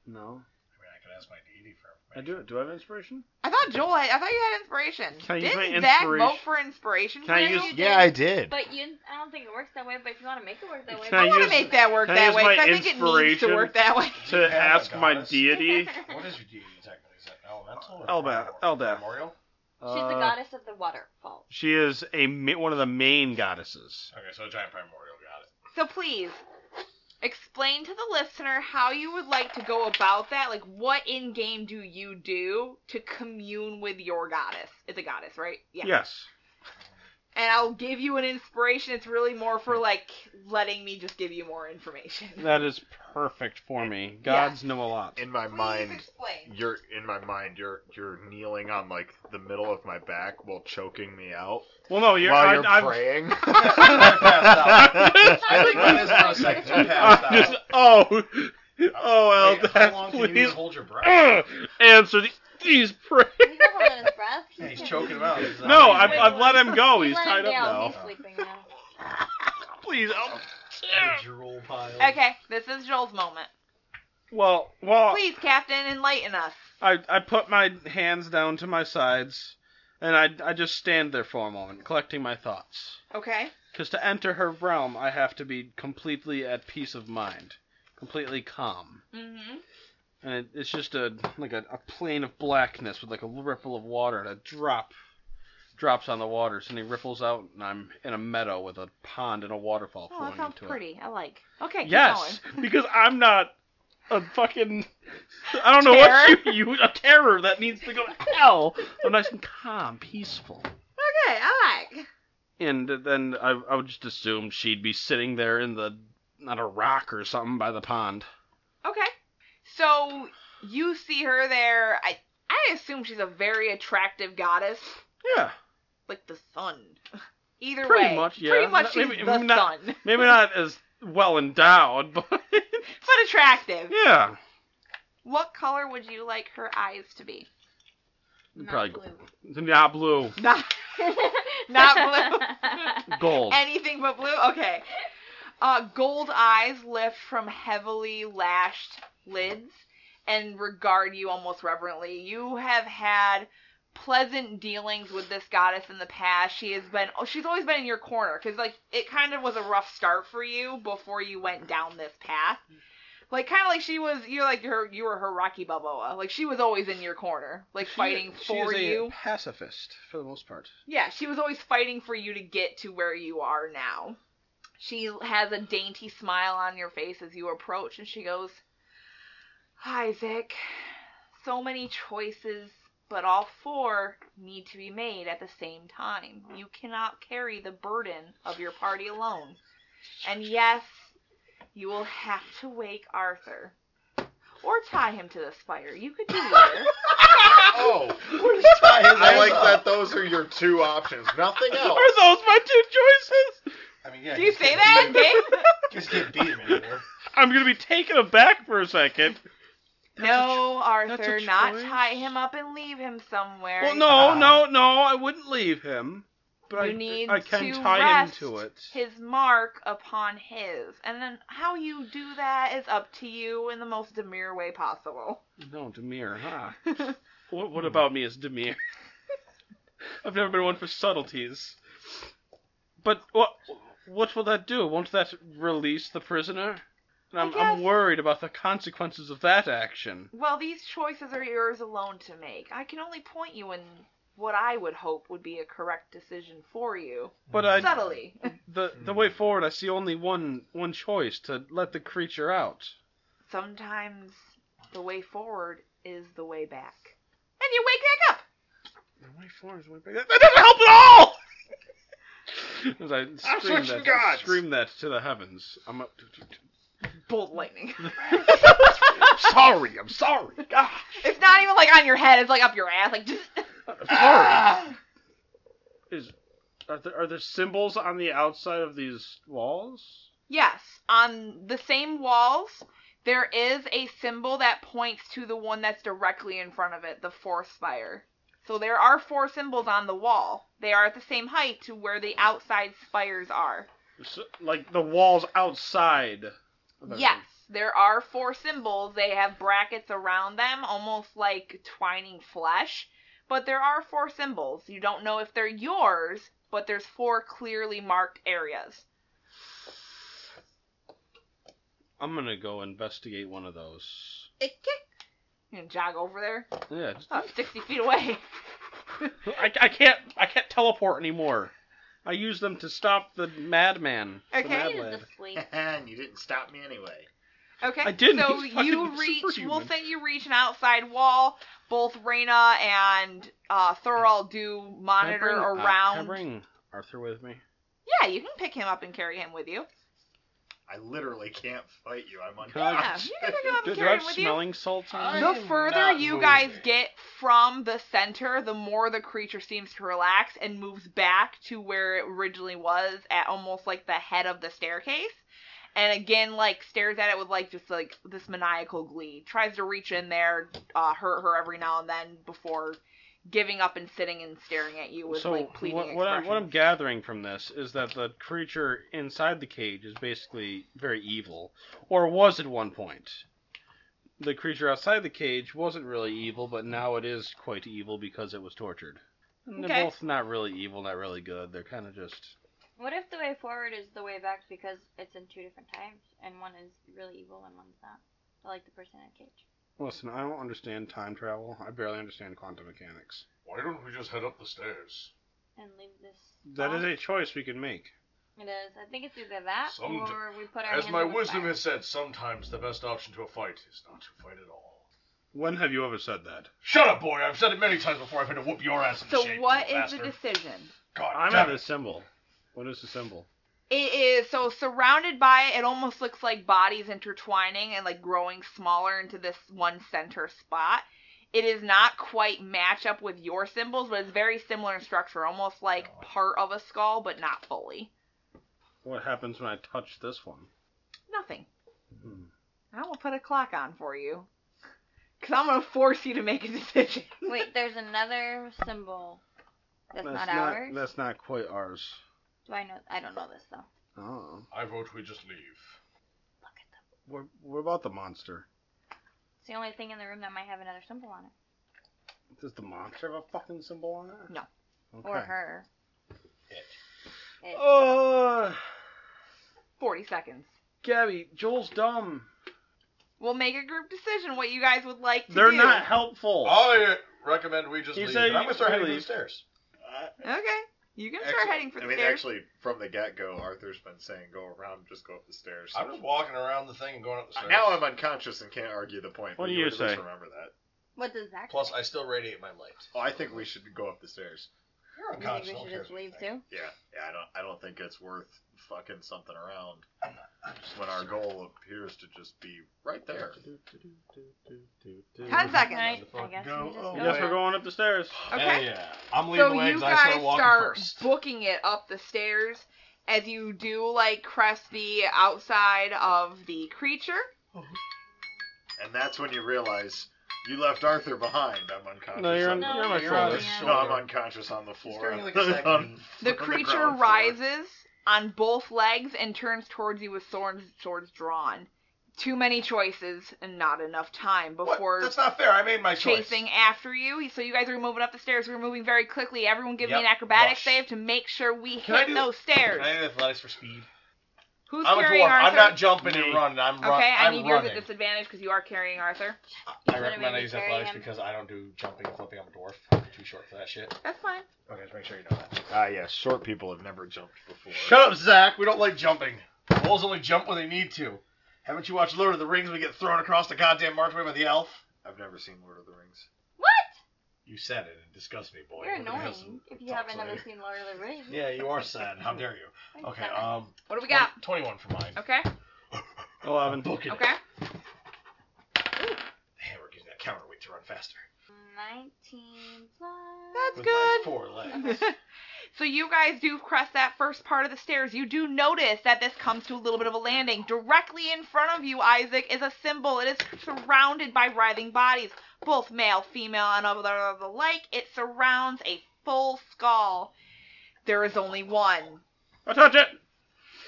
S3: No.
S4: I mean, I could ask my deity for
S3: I
S4: information.
S3: do. Do I have inspiration?
S2: I thought Joel had. I thought you had inspiration.
S3: Can I use
S2: Didn't
S3: my
S2: Zach
S3: inspiration-
S2: vote for inspiration?
S3: Can I
S2: for you?
S3: use-
S15: Yeah, I did.
S5: But you, I don't think it works that way. But if you want to make it work that way,
S3: Can
S2: I
S3: I
S2: want to
S3: use-
S2: make that work
S3: can I
S2: that
S3: use
S2: way.
S3: my
S2: 'cause I think it needs to
S3: inspiration?
S2: work that way.
S4: Do you
S3: To
S4: have a
S3: ask my
S4: goddess?
S5: (laughs)
S3: deity.
S4: What is your deity technically? Is it elemental? Or
S3: Elba-
S4: primor-
S3: Eldath.
S4: Primordial?
S5: she's the
S3: Uh,
S5: goddess of the
S3: (laughs)
S5: waterfall.
S3: She is a ma- one of the main goddesses.
S4: Okay, so a giant primordial.
S3: (laughs)
S4: Got it.
S2: So please explain to the listener how you would like to go about that. Like, what in game do you do to commune with your goddess? It's a goddess, right? Yeah.
S3: Yes.
S2: And I'll give you an inspiration. It's really more for like letting me just give you more information.
S3: That is perfect for me. Gods
S2: Yes.
S3: know a lot.
S7: In my
S16: Please
S7: mind,
S16: explain.
S7: you're in my mind. You're you're kneeling on like the middle of my back while choking me out
S3: Well, no, you're.
S7: while
S3: I,
S7: you're
S3: I'm,
S7: praying.
S3: (laughs)
S7: (laughs)
S4: That is not
S5: (laughs)
S4: a second. You passed out.
S3: I'm just. Oh. Oh,
S4: Wait, how
S3: Eldath,
S4: long can you even
S3: please
S4: hold your breath?
S3: (laughs) uh, (clears throat) answer the, these prayers.
S5: He's not holding his breath.
S4: Yeah, he's
S5: just-
S4: choking him out. He's not-
S3: No,
S4: he's
S3: I've, I've let him go.
S5: You
S3: Oh, He's
S5: let
S3: tied up
S5: him down.
S3: now.
S5: He's sleeping now.
S3: Please,
S4: (laughs)
S3: I'll.
S4: got a drool pile. (laughs)
S2: Okay, this is Joel's moment.
S3: Well, well,
S2: Please, Captain, enlighten us.
S3: I, I put my hands down to my sides, and I, I just stand there for a moment, collecting my thoughts.
S2: Okay.
S3: Because to enter her realm, I have to be completely at peace of mind, completely calm.
S2: Mm-hmm.
S3: and it, it's just a like a, a plane of blackness with like a ripple of water and a drop drops on the water sending ripples out and i'm in a meadow with a pond and a waterfall
S2: Oh,
S3: flowing
S2: that sounds
S3: into it
S2: pretty. I like. Okay, keep
S3: yes (laughs) because i'm not a fucking i don't know what you, you a terror that needs to go to
S2: (laughs)
S3: hell i'm nice and calm peaceful
S2: going. Okay, I like.
S3: and then I, I would just assume she'd be sitting there in the on a rock or something by the pond
S2: Okay. So you see her there. I I assume she's a very attractive goddess,
S3: yeah
S2: like the sun. (laughs) Either
S3: Pretty
S2: way,
S3: much, yeah.
S2: Pretty much,
S3: Not-
S2: she's
S3: maybe-
S2: the
S3: maybe not-
S2: sun, (laughs)
S3: maybe not as well endowed but (laughs)
S2: but attractive.
S3: yeah
S2: What color would you like her eyes to be?
S5: Not
S3: Probably (laughs)
S5: blue. (laughs)
S3: not blue.
S2: Not, not blue.
S5: (laughs)
S3: Gold.
S2: Anything but blue. Okay. Uh, gold eyes lift from heavily lashed lids and regard you almost reverently. You have had pleasant dealings with this goddess in the past. She has been oh, she's always been in your corner cuz like it kind of was a rough start for you before you went down this path. Like kind of like she was you're like her you were her Rocky Balboa. Like she was always in your corner, like fighting for you.
S3: pacifist for the most part.
S2: Yeah, she was always fighting for you to get to where you are now. She has a dainty smile on your face as you approach, and she goes, Isaac, so many choices, but all four need to be made at the same time. You cannot carry the burden of your party alone. And yes, you will have to wake Arthur. Or tie him to this fire. You could do either.
S7: oh, I
S4: I
S7: like that. Those are your two options. Nothing
S4: (laughs)
S7: else.
S3: Are those my two choices?
S4: I mean, yeah.
S2: Do you
S4: just
S2: say
S4: get (laughs)
S2: that in
S4: beat-
S2: game?
S4: Just get beat him anymore.
S3: I'm gonna be taken aback for a second.
S2: no,
S3: that's a
S2: Arthur, not
S3: choice.
S2: tie him up and leave him somewhere.
S3: Well, no, no, no. I wouldn't leave him, but
S2: you
S3: I,
S2: need
S3: I can
S2: to
S3: tie
S2: rest
S3: into it.
S2: his mark upon his, and then how you do that is up to you in the most demure way possible.
S3: No, Demir, huh? what, what about me is Demir? I've never been one for subtleties. But what what will that do? Won't that release the prisoner? And I'm,
S2: guess-
S3: I'm worried about the consequences of that action.
S2: Well, these choices are yours alone to make. I can only point you in what I would hope would be a correct decision for you.
S3: But I,
S2: Subtly. (laughs)
S3: the the way forward, I see only one one choice to let the creature out.
S2: Sometimes the way forward is the way back. And you wake back up.
S3: The way forward is the way back. That, that doesn't help at all. (laughs) As I scream
S7: switching
S3: that,
S7: gods.
S3: scream that to the heavens. I'm up.
S2: Bolt
S3: (laughs)
S2: lightning.
S3: sorry, I'm sorry. Ah! God,
S2: it's not even like on your head, it's like up your ass. Like just
S3: I'm sorry. (gasps) Is are there are there symbols on the outside of these walls?
S2: Yes, on the same walls, there is a symbol that points to the one that's directly in front of it, the force spire. So there are four symbols on the wall. They are at the same height to where the outside spires are.
S3: So, like the walls outside. of everything.
S2: Yes, there are four symbols. They have brackets around them, almost like twining flesh. But there are four symbols. You don't know if they're yours, but there's four clearly marked areas.
S3: I'm gonna go investigate one of those.
S2: You can jog over there.
S3: Yeah, just-
S2: Oh, I'm 60 feet away.
S3: I, I can't I can't teleport anymore. I use them to stop the madman. the
S2: Okay.
S3: mad
S5: Needed
S3: lad.
S5: to sleep.
S7: and you didn't stop me anyway.
S2: Okay.
S3: (laughs) I didn't.
S2: So
S3: He's fucking
S2: you reach.
S3: superhuman.
S2: We'll say you reach an outside wall. Both Reyna and uh, Thorol do
S3: Can I
S2: monitor
S3: bring- uh,
S2: around.
S3: can I bring Arthur with me?
S2: yeah, you can pick him up and carry him with you.
S7: I literally can't fight you. I'm on.
S3: Can I-
S2: Yeah, you can pick
S7: (laughs)
S2: him up
S3: (laughs) Do,
S2: and
S3: do
S2: carry
S3: I
S2: him
S3: have
S2: with you.
S3: smelling salts on?
S7: I
S3: me?
S2: The
S7: am
S2: further
S7: not
S2: you
S7: moving.
S2: guys get from the center, the more the creature seems to relax and moves back to where it originally was at almost like the head of the staircase. And again, like stares at it with like just like this maniacal glee. Tries to reach in there, uh, hurt her every now and then before giving up and sitting and staring at you with
S3: So
S2: like pleading
S3: what, what, I'm, what I'm
S2: expressions.
S3: gathering from this is that the creature inside the cage is basically very evil, or was at one point. The creature outside the cage wasn't really evil, but now it is quite evil because it was tortured. And
S2: Okay.
S3: they're both not really evil, not really good. They're kind of just
S5: What if the way forward is the way back because it's in two different times and one is really evil and one's not? I like the person in a cage.
S3: Listen, I don't understand time travel. I barely understand quantum mechanics.
S1: Why don't we just head up the stairs?
S5: And leave this.
S3: That is
S2: Uh-huh.
S5: off.
S3: a choice we can make.
S5: It is. I think it's either that
S1: Some-
S5: or we put our
S1: As
S5: hands
S1: my
S5: on the
S1: wisdom
S5: fire.
S1: has said, sometimes the best option to a fight is not to fight at all.
S3: When have you ever said that?
S1: Shut up, boy! I've said it many times before. I've had to whoop your ass. in
S2: So
S1: shape,
S2: what
S1: you
S2: is the
S1: bastard.
S2: decision?
S1: God
S3: I'm
S1: damn
S3: at
S1: it.
S3: the symbol. What is the symbol?
S2: It is so surrounded by it. It almost looks like bodies intertwining and like growing smaller into this one center spot. It is not quite match up with your symbols, but it's very similar in structure, almost like part of a skull, but not fully.
S3: What happens when I touch this one?
S2: Nothing. I will put a clock on for you, because I'm gonna force you to make a decision. (laughs)
S5: Wait, there's another symbol that's, not, ours.
S3: That's not quite ours.
S5: Do I know? I don't know this though.
S3: Oh,
S1: I vote we just leave.
S5: Look at them.
S3: what, what about the monster?
S5: It's the only thing in the room that might have another symbol on it.
S3: Does the monster have a fucking symbol on it?
S2: No.
S3: Okay.
S5: Or her. It.
S4: Oh.
S3: Uh,
S2: Forty seconds.
S3: Gabby, Joel's dumb.
S2: We'll make a group decision what you guys would like to
S3: They're
S2: do.
S3: not helpful.
S4: Oh,
S1: I recommend we just
S3: He
S1: leave.
S3: said
S1: And I'm
S3: you
S1: gonna start
S3: can
S1: heading to the
S3: leave.
S1: stairs.
S2: Okay, you can start
S7: Actually-
S2: heading for the
S7: I mean,
S2: stairs.
S7: actually, from the get go, Arthur's been saying go around, just go up the stairs.
S1: I'm just walking around the thing and going up the
S7: Uh,
S1: stairs.
S7: now I'm unconscious and can't argue the point.
S3: What
S7: but
S3: do you
S7: would at least
S3: say?
S7: Remember that.
S5: What does that?
S1: Plus, I still radiate my light.
S7: Oh, I think we should go up the stairs.
S1: You're
S5: You think
S1: unconscious.
S5: we
S1: I don't
S5: should
S1: care
S5: just
S1: what you
S5: leave
S1: think.
S5: too?
S7: Yeah, yeah. I don't. I don't think it's worth fucking something around when our goal appears to just be right there.
S2: Ten seconds.
S5: Alright, I guess
S1: Go
S5: we just
S1: away.
S5: go.
S3: Yes, we're going up the stairs.
S2: Okay.
S1: yeah. I'm
S2: so you guys start booking it up the stairs as you do like crest the outside of the creature
S7: And that's when you realize you left Arthur behind. I'm unconscious.
S3: No, you're on,
S7: the
S5: No,
S3: you're on my
S5: you're
S3: front.
S5: on
S7: floor.
S5: Yeah.
S7: No, I'm unconscious on the floor. (laughs)
S1: doing like a second-
S7: On-
S2: the
S7: on
S2: creature
S7: ground floor.
S2: rises on both legs and turns towards you with swords, swords drawn too many choices and not enough time
S1: What?
S2: before
S1: That's not fair. I made my choice.
S2: chasing after you so you guys are moving up the stairs we're moving very quickly everyone give me
S1: Yep.
S2: an acrobatic
S1: Rush.
S2: save to make sure we
S1: Can I
S2: hit
S1: do-
S2: those stairs
S1: athletics for speed?
S2: Who's
S4: I'm a
S2: carrying
S4: dwarf.
S2: Arthur?
S4: I'm not jumping
S3: Me.
S4: and running. I'm run-
S2: Okay, I
S4: I'm
S2: need yours
S4: running.
S2: at disadvantage because you are carrying Arthur.
S4: I
S5: Should've
S4: recommend I
S5: made me
S4: use
S5: carry
S4: athletics
S5: him.
S4: because I don't do jumping and flipping. I'm a dwarf. I'm too short for that shit.
S2: That's fine.
S4: Okay, just make sure you know that.
S7: Ah, yeah. Short people have never jumped before.
S4: Shut up, Zach. We don't like jumping. Trolls only jump when they need to. Haven't you watched Lord of the Rings? We get thrown across the goddamn archway by the elf.
S7: I've never seen Lord of the Rings.
S5: What?
S4: You said it. It disgusts me, boy.
S5: You're
S4: We're gonna have
S5: annoying
S4: some
S5: if you
S4: talks
S5: haven't ever
S4: later.
S5: seen Lord of the Rings.
S4: Yeah, you are sad. How dare you?
S5: I'm
S4: Okay,
S5: sorry.
S4: um,
S2: What do we got?
S4: 21 for mine.
S2: Okay.
S3: Eleven.
S4: Booking it.
S2: Okay.
S4: Hey, we're getting that counterweight to run faster.
S5: 19 plus.
S2: That's
S4: With my
S2: good.
S4: four legs.
S2: So you guys do crest that first part of the stairs. You do notice that this comes to a little bit of a landing. Directly in front of you, Isaac, is a symbol. It is surrounded by writhing bodies, both male, female, and other of the like. It surrounds a full skull. There is only one.
S3: I touch it.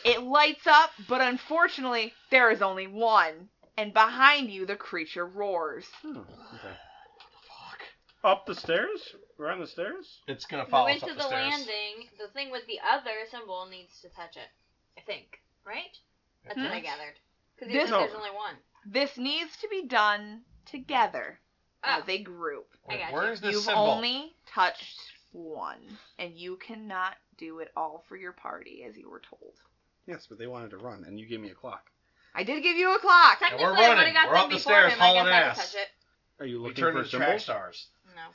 S2: It lights up, but unfortunately, there is only one. And behind you, the creature roars.
S4: Oh, Fuck.
S3: Up the stairs. We're on the stairs.
S4: It's gonna
S5: We
S4: follow
S5: went
S4: us
S5: to
S4: up
S5: the,
S4: the, stairs.
S5: landing. The thing with the other symbol needs to touch it. I think. Right? That's what I
S4: Hmm?
S5: gathered. Because
S2: This-
S5: there's only one.
S2: This needs to be done together
S5: Oh,
S2: as a group.
S5: I got
S4: Where is this
S2: You've
S4: symbol?
S2: only touched one, and you cannot do it all for your party as you were told.
S3: Yes, but they wanted to run, and you gave me a clock.
S2: I did give you a clock.
S5: Technically,
S4: we're
S5: I would have
S4: running.
S5: got
S4: We're
S5: them
S4: up the
S5: before
S4: stairs
S5: him. I guess
S4: hauling
S5: I could
S4: ass.
S5: touch it.
S3: Are you
S4: We
S3: looking
S4: turned
S3: for
S4: into
S3: symbols?
S4: track stars.
S5: No.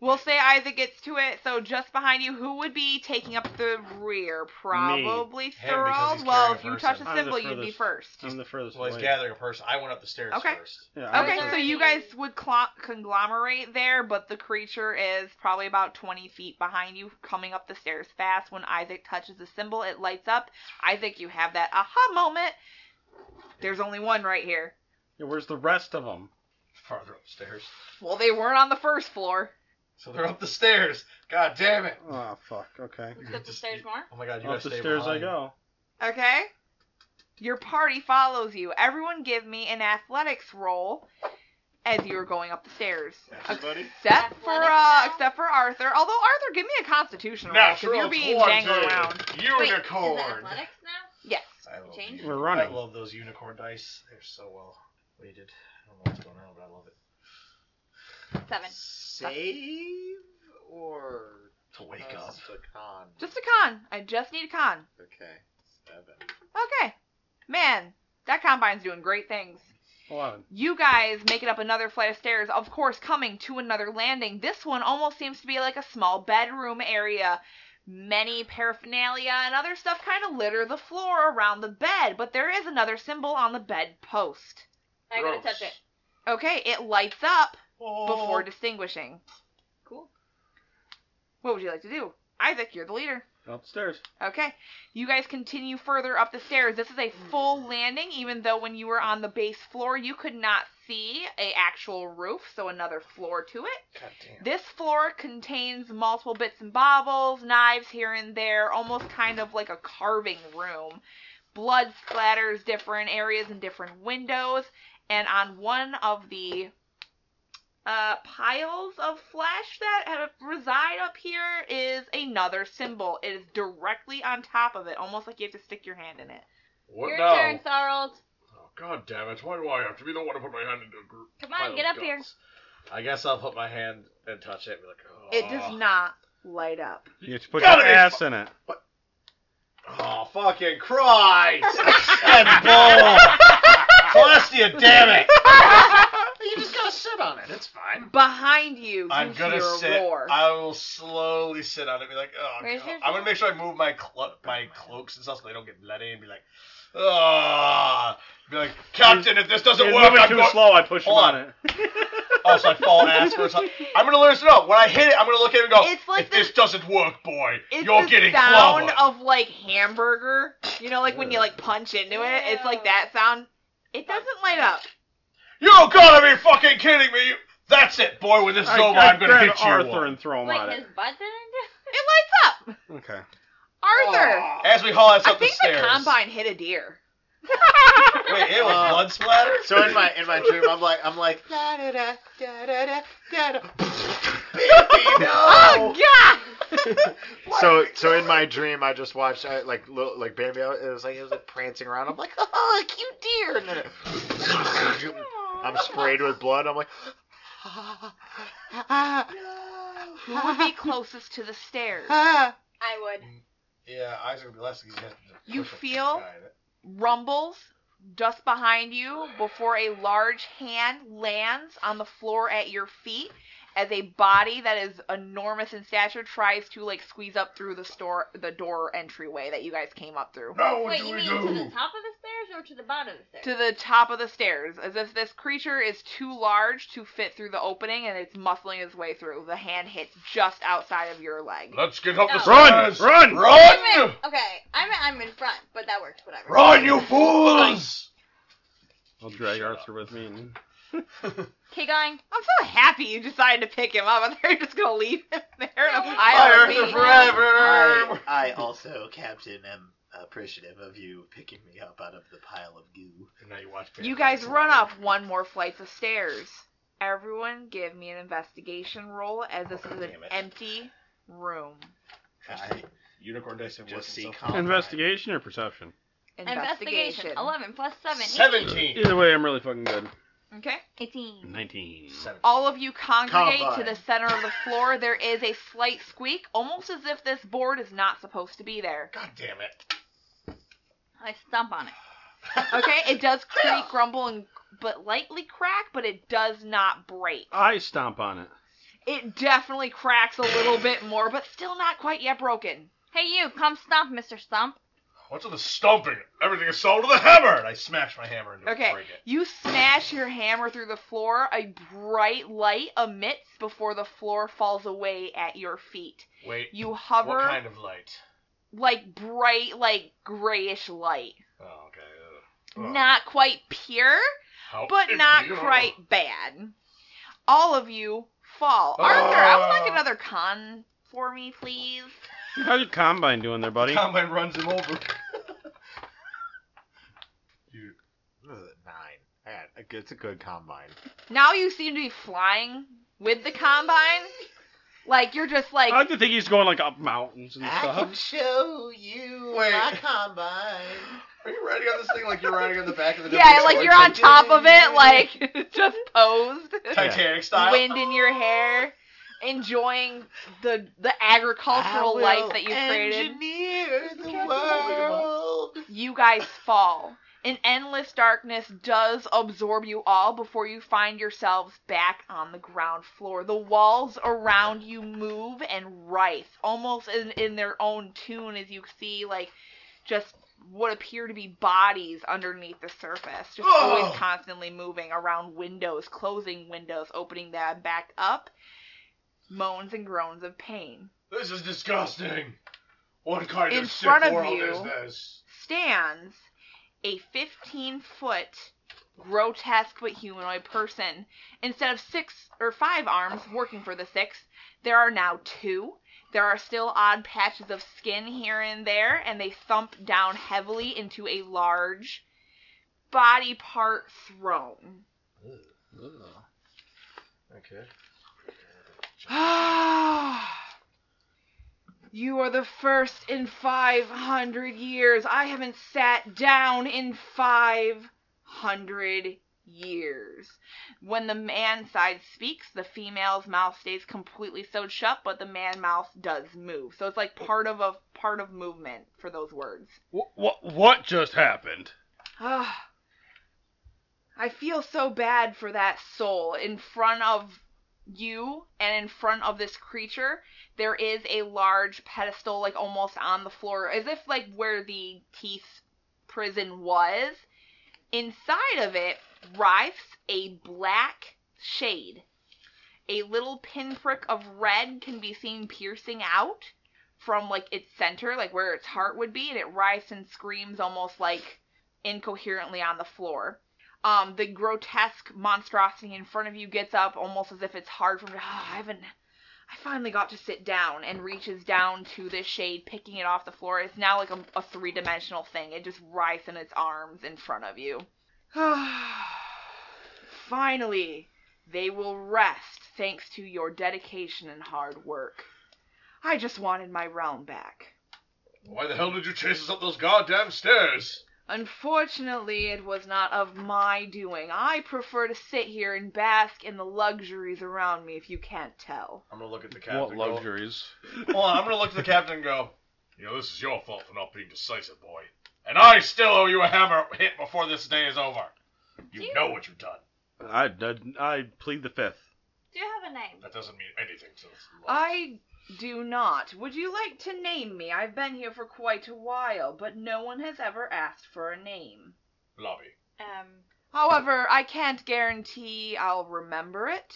S2: We'll say Isaac gets to it. So just behind you, who would be taking up the rear? Probably
S4: he's carrying
S2: Thurald.
S4: a
S2: Well, if you
S4: person.
S2: touch the
S3: I'm the
S2: symbol, you'd be
S3: furthest.
S2: first.
S3: I'm the furthest
S4: Well, he's
S3: away.
S4: gathering a person. I went up the stairs
S2: Okay.
S4: first. (laughs)
S3: Yeah, I-
S2: Okay,
S5: was
S2: so you
S5: already-
S2: guys would clo- conglomerate there, but the creature is probably about 20 feet behind you, coming up the stairs fast. When Isaac touches the symbol, it lights up. Isaac, you have that aha moment. There's only one right here.
S3: Yeah, where's the rest of
S4: (laughs)
S3: them?
S4: Farther up the stairs.
S2: Well, they weren't on the first floor.
S4: So they're up the stairs. God damn it.
S3: Oh fuck. Okay.
S5: Let's go up the stairs more.
S4: Oh my god, you
S3: Up
S4: gotta
S3: the
S4: stay
S3: stairs I
S4: behind.
S3: go.
S2: Okay? Your party follows you. Everyone give me an athletics roll as you're going up the stairs.
S7: Everybody?
S2: Except for uh,
S5: Athletics now?
S2: except for Arthur. Although Arthur, give me a constitution roll because
S7: Natural
S2: you're being
S7: 20.
S2: dangled around.
S7: Unicorn.
S5: Wait, is it athletics now?
S2: Yes.
S4: I love
S5: Change?
S4: these-
S3: We're running.
S4: I love those unicorn dice. They're so well weighted. I don't know what's going on, but I love it.
S5: Seven.
S7: Save or
S4: To wake
S7: uh,
S4: up.
S7: the con.
S2: Just a con. I just need a con.
S7: Okay. Seven.
S2: Okay. Man, that combine's doing great things.
S3: Eleven.
S2: You guys make it up another flight of stairs, of course, coming to another landing. This one almost seems to be like a small bedroom area. Many paraphernalia and other stuff kind of litter the floor around the bed, but there is another symbol on the bed post.
S5: I gotta touch it.
S2: Okay, it lights up before
S4: Oh.
S2: distinguishing.
S5: Cool.
S2: What would you like to do? Isaac, you're the leader.
S3: Upstairs.
S2: Okay. You guys continue further up the stairs. This is a full landing, even though when you were on the base floor, you could not see a actual roof, so another floor to it.
S4: God damn.
S2: This floor contains multiple bits and bobbles, knives here and there, almost kind of like a carving room. Blood splatters different areas and different windows, and on one of the uh, piles of flesh that have reside up here is another symbol. It is directly on top of it, almost like you have to stick your hand in it.
S1: What
S5: Your
S1: now?
S5: turn, Thorold.
S1: Oh, God damn it. Why do I have to be the one to put my hand into a group?
S5: Come on, get up here.
S4: I guess I'll put my hand and touch it and be like, oh.
S2: It does not light (laughs) up.
S3: You have to put
S4: Gotta
S3: your
S4: be
S3: ass in it.
S4: Oh, fucking Christ! (laughs)
S3: (laughs)
S4: That's bull! Celestia, damn it!
S7: You just gotta sit on it. It's fine.
S2: Behind you, you
S4: I'm gonna
S2: hear a
S4: sit.
S2: roar.
S4: I will slowly sit on it and be like, oh,
S5: Where's
S4: God.
S5: your-
S4: I'm gonna make sure I move my clo- my cloaks and stuff so they don't get bloody and be like, oh. Be like, Captain, if this doesn't
S3: You're
S4: work,
S3: moving
S4: I'm
S3: too
S4: going.
S3: slow. I push him
S4: Hold
S3: on
S4: on.
S13: (laughs)
S3: it.
S4: Oh, so I fall ass first. I'm gonna loosen up. When I hit it, I'm gonna look at it and go,
S2: (laughs) It's like
S4: if
S2: the-
S4: this doesn't work, boy,
S2: it's
S4: "Oh, you're
S2: the
S4: getting
S2: sound
S4: clobbered.
S2: of like hamburger. You know, like when you like punch into it. It's like that sound. It doesn't light up.
S4: You gotta be fucking kidding me! You- That's it, boy. When this is
S3: I,
S4: over,
S3: I
S4: I'm gonna
S3: grab
S4: hit you.
S3: Arthur
S4: one.
S3: and throw him on
S5: Wait, his
S3: it.
S5: butt didn't
S2: It lights up.
S3: Okay.
S2: Arthur,
S4: As we haul ass
S2: I
S4: up
S2: think
S4: the stairs.
S2: (laughs) the combine hit a deer.
S4: Wait, it was
S7: Oh,
S4: blood splatter.
S7: So in my in my dream, I'm like I'm like da da da da da da da. da. (laughs) Baby,
S4: Oh.
S7: no.
S2: God!
S7: So so in my dream, I just watched I, like little, like Bambi. I- It was like it was like prancing around. I'm like, (laughs) oh, cute deer. And then it, (laughs) I'm sprayed with blood. I'm like,
S6: (laughs)
S2: Who would be closest to the stairs?
S5: I would.
S4: Yeah, eyes are gonna be less. 'cause has to
S2: You
S4: push a
S2: feel
S4: guy in it.
S2: rumbles just behind you before a large hand lands on the floor at your feet as a body that is enormous in stature tries to like squeeze up through the store the door entryway that you guys came up through
S1: Now what
S5: Wait,
S1: do
S5: you
S1: we
S5: mean
S1: do?
S5: to the top of the stairs or to the bottom of the stairs?
S2: to the top of the stairs as if this creature is too large to fit through the opening and it's muscling its way through the hand hits just outside of your leg
S1: Let's get up the
S5: No.
S1: stairs.
S13: Run!
S1: Run!
S5: Okay, I'm I'm in front, but that works. Whatever.
S1: Run, you fools!
S13: I'll drag Arthur with me. And...
S5: Keep going.
S2: i'm so happy you decided to pick him up i thought you were just gonna leave him there and
S5: No,
S2: apply
S5: we-
S2: on me.
S5: Arthur forever.
S7: I, I also, Captain, am appreciative of you picking me up out of the pile of goo.
S4: And now you watch. Bambi.
S2: You guys run up one more flight of stairs. Everyone give me an investigation roll as this is an
S4: Damn it.
S2: empty room.
S7: I
S4: Unicorn dice have
S7: just see
S4: worked.
S7: calm.
S13: Investigation or perception?
S5: Investigation. Eleven plus seven.
S4: Seventeen.
S13: Either way, I'm really fucking good.
S2: Okay.
S5: Eighteen.
S13: 19.
S4: Seventeen.
S2: All of you congregate
S7: Combine.
S2: to the center of the floor. There is a slight squeak, almost as if this board is not supposed to be there.
S4: God damn it.
S5: I stomp on it.
S2: Okay? It does creak,
S4: (laughs)
S2: grumble, and but lightly crack, but it does not break.
S13: I stomp on it.
S2: It definitely cracks a little bit more, but still not quite yet broken.
S5: Hey, you, come stomp, Mister Stomp.
S4: What's with the stomping? Everything is solved with a hammer, and I smash my hammer into it.
S2: Okay,
S4: and Break it.
S2: you smash your hammer through the floor. A bright light emits before the floor falls away at your feet.
S4: Wait.
S2: You hover
S4: What kind of light?
S2: like bright, like grayish light.
S4: Oh, okay. ugh. Oh,
S2: Not quite pure,
S4: how
S2: but not
S4: beautiful.
S2: quite bad. All of you fall.
S4: Oh.
S2: Arthur, I would like another con for me, please.
S13: How's your combine doing there, buddy?
S4: Combine runs him over. (laughs)
S7: You, uh, nine. I got- a good- It's a good combine.
S2: Now you seem to be flying with the combine. Like you're just like
S13: I like to think he's going like up mountains and
S3: (laughs)
S6: I
S3: Uh-huh.
S6: can
S13: stuff.
S6: show you
S7: Wait.
S6: my combine.
S7: Are you riding on this thing like you're riding on the back of
S2: (laughs)
S7: the?
S2: Yeah, like you're on top of it, like (laughs) just posed,
S4: Titanic style.
S2: wind in your hair, enjoying the the agricultural life that you created.
S6: engineer the
S7: world.
S6: world.
S2: You guys fall. An endless darkness does absorb you all before you find yourselves back on the ground floor. The walls around you move and writhe, almost in, in their own tune as you see like just what appear to be bodies underneath the surface, just always
S4: Oh.
S2: constantly moving around windows, closing windows, opening them back up. Moans and groans of pain.
S4: This is disgusting. What kind
S2: In
S4: of sick
S2: front of
S4: world
S2: you.
S4: is this?
S2: stands a 15 foot grotesque but humanoid person. Instead of six or five arms working for the six, there are now two. There are still odd patches of skin here and there, and they thump down heavily into a large body part thrown.
S4: Okay.
S2: (sighs) you are the first in 500 years. I haven't sat down in 500 years. When the man side speaks, the female's mouth stays completely sewed shut, but the man mouth does move. So it's like part of a part of movement for those words.
S13: What, what just happened?
S2: Ugh. Ah, I feel so bad for that soul. In front of you and in front of this creature, there is a large pedestal, like almost on the floor, as if like where the teeth prison was. Inside of it writhes a black shade. A little pinprick of red can be seen piercing out from like its center, like where its heart would be, and it writhes and screams almost like incoherently on the floor. Um, the grotesque monstrosity in front of you gets up almost as if it's hard for him to, oh, I haven't, I finally got to sit down and reaches down to this shade, picking it off the floor. It's now like a, a three dimensional thing. It just writhes in its arms in front of you. (sighs) Finally, they will rest thanks to your dedication and hard work. I just wanted my realm back.
S1: Why the hell did you chase us up those goddamn stairs?
S2: Unfortunately, it was not of my doing. I prefer to sit here and bask in the luxuries around me if you can't tell.
S1: I'm gonna look at the
S3: What
S1: captain. and go-
S3: luxuries?
S1: Hold on, I'm gonna look at the captain and go. You know, this is your fault for not being decisive, boy. And I still owe you a hammer hit before this day is over. You know what you've done.
S3: I, I, I plead the fifth.
S5: Do you have a name?
S1: That doesn't mean anything to this. love.
S2: I do not. Would you like to name me? I've been here for quite a while, but no one has ever asked for a name.
S1: Lobby.
S5: Um,
S2: However, I can't guarantee I'll remember it.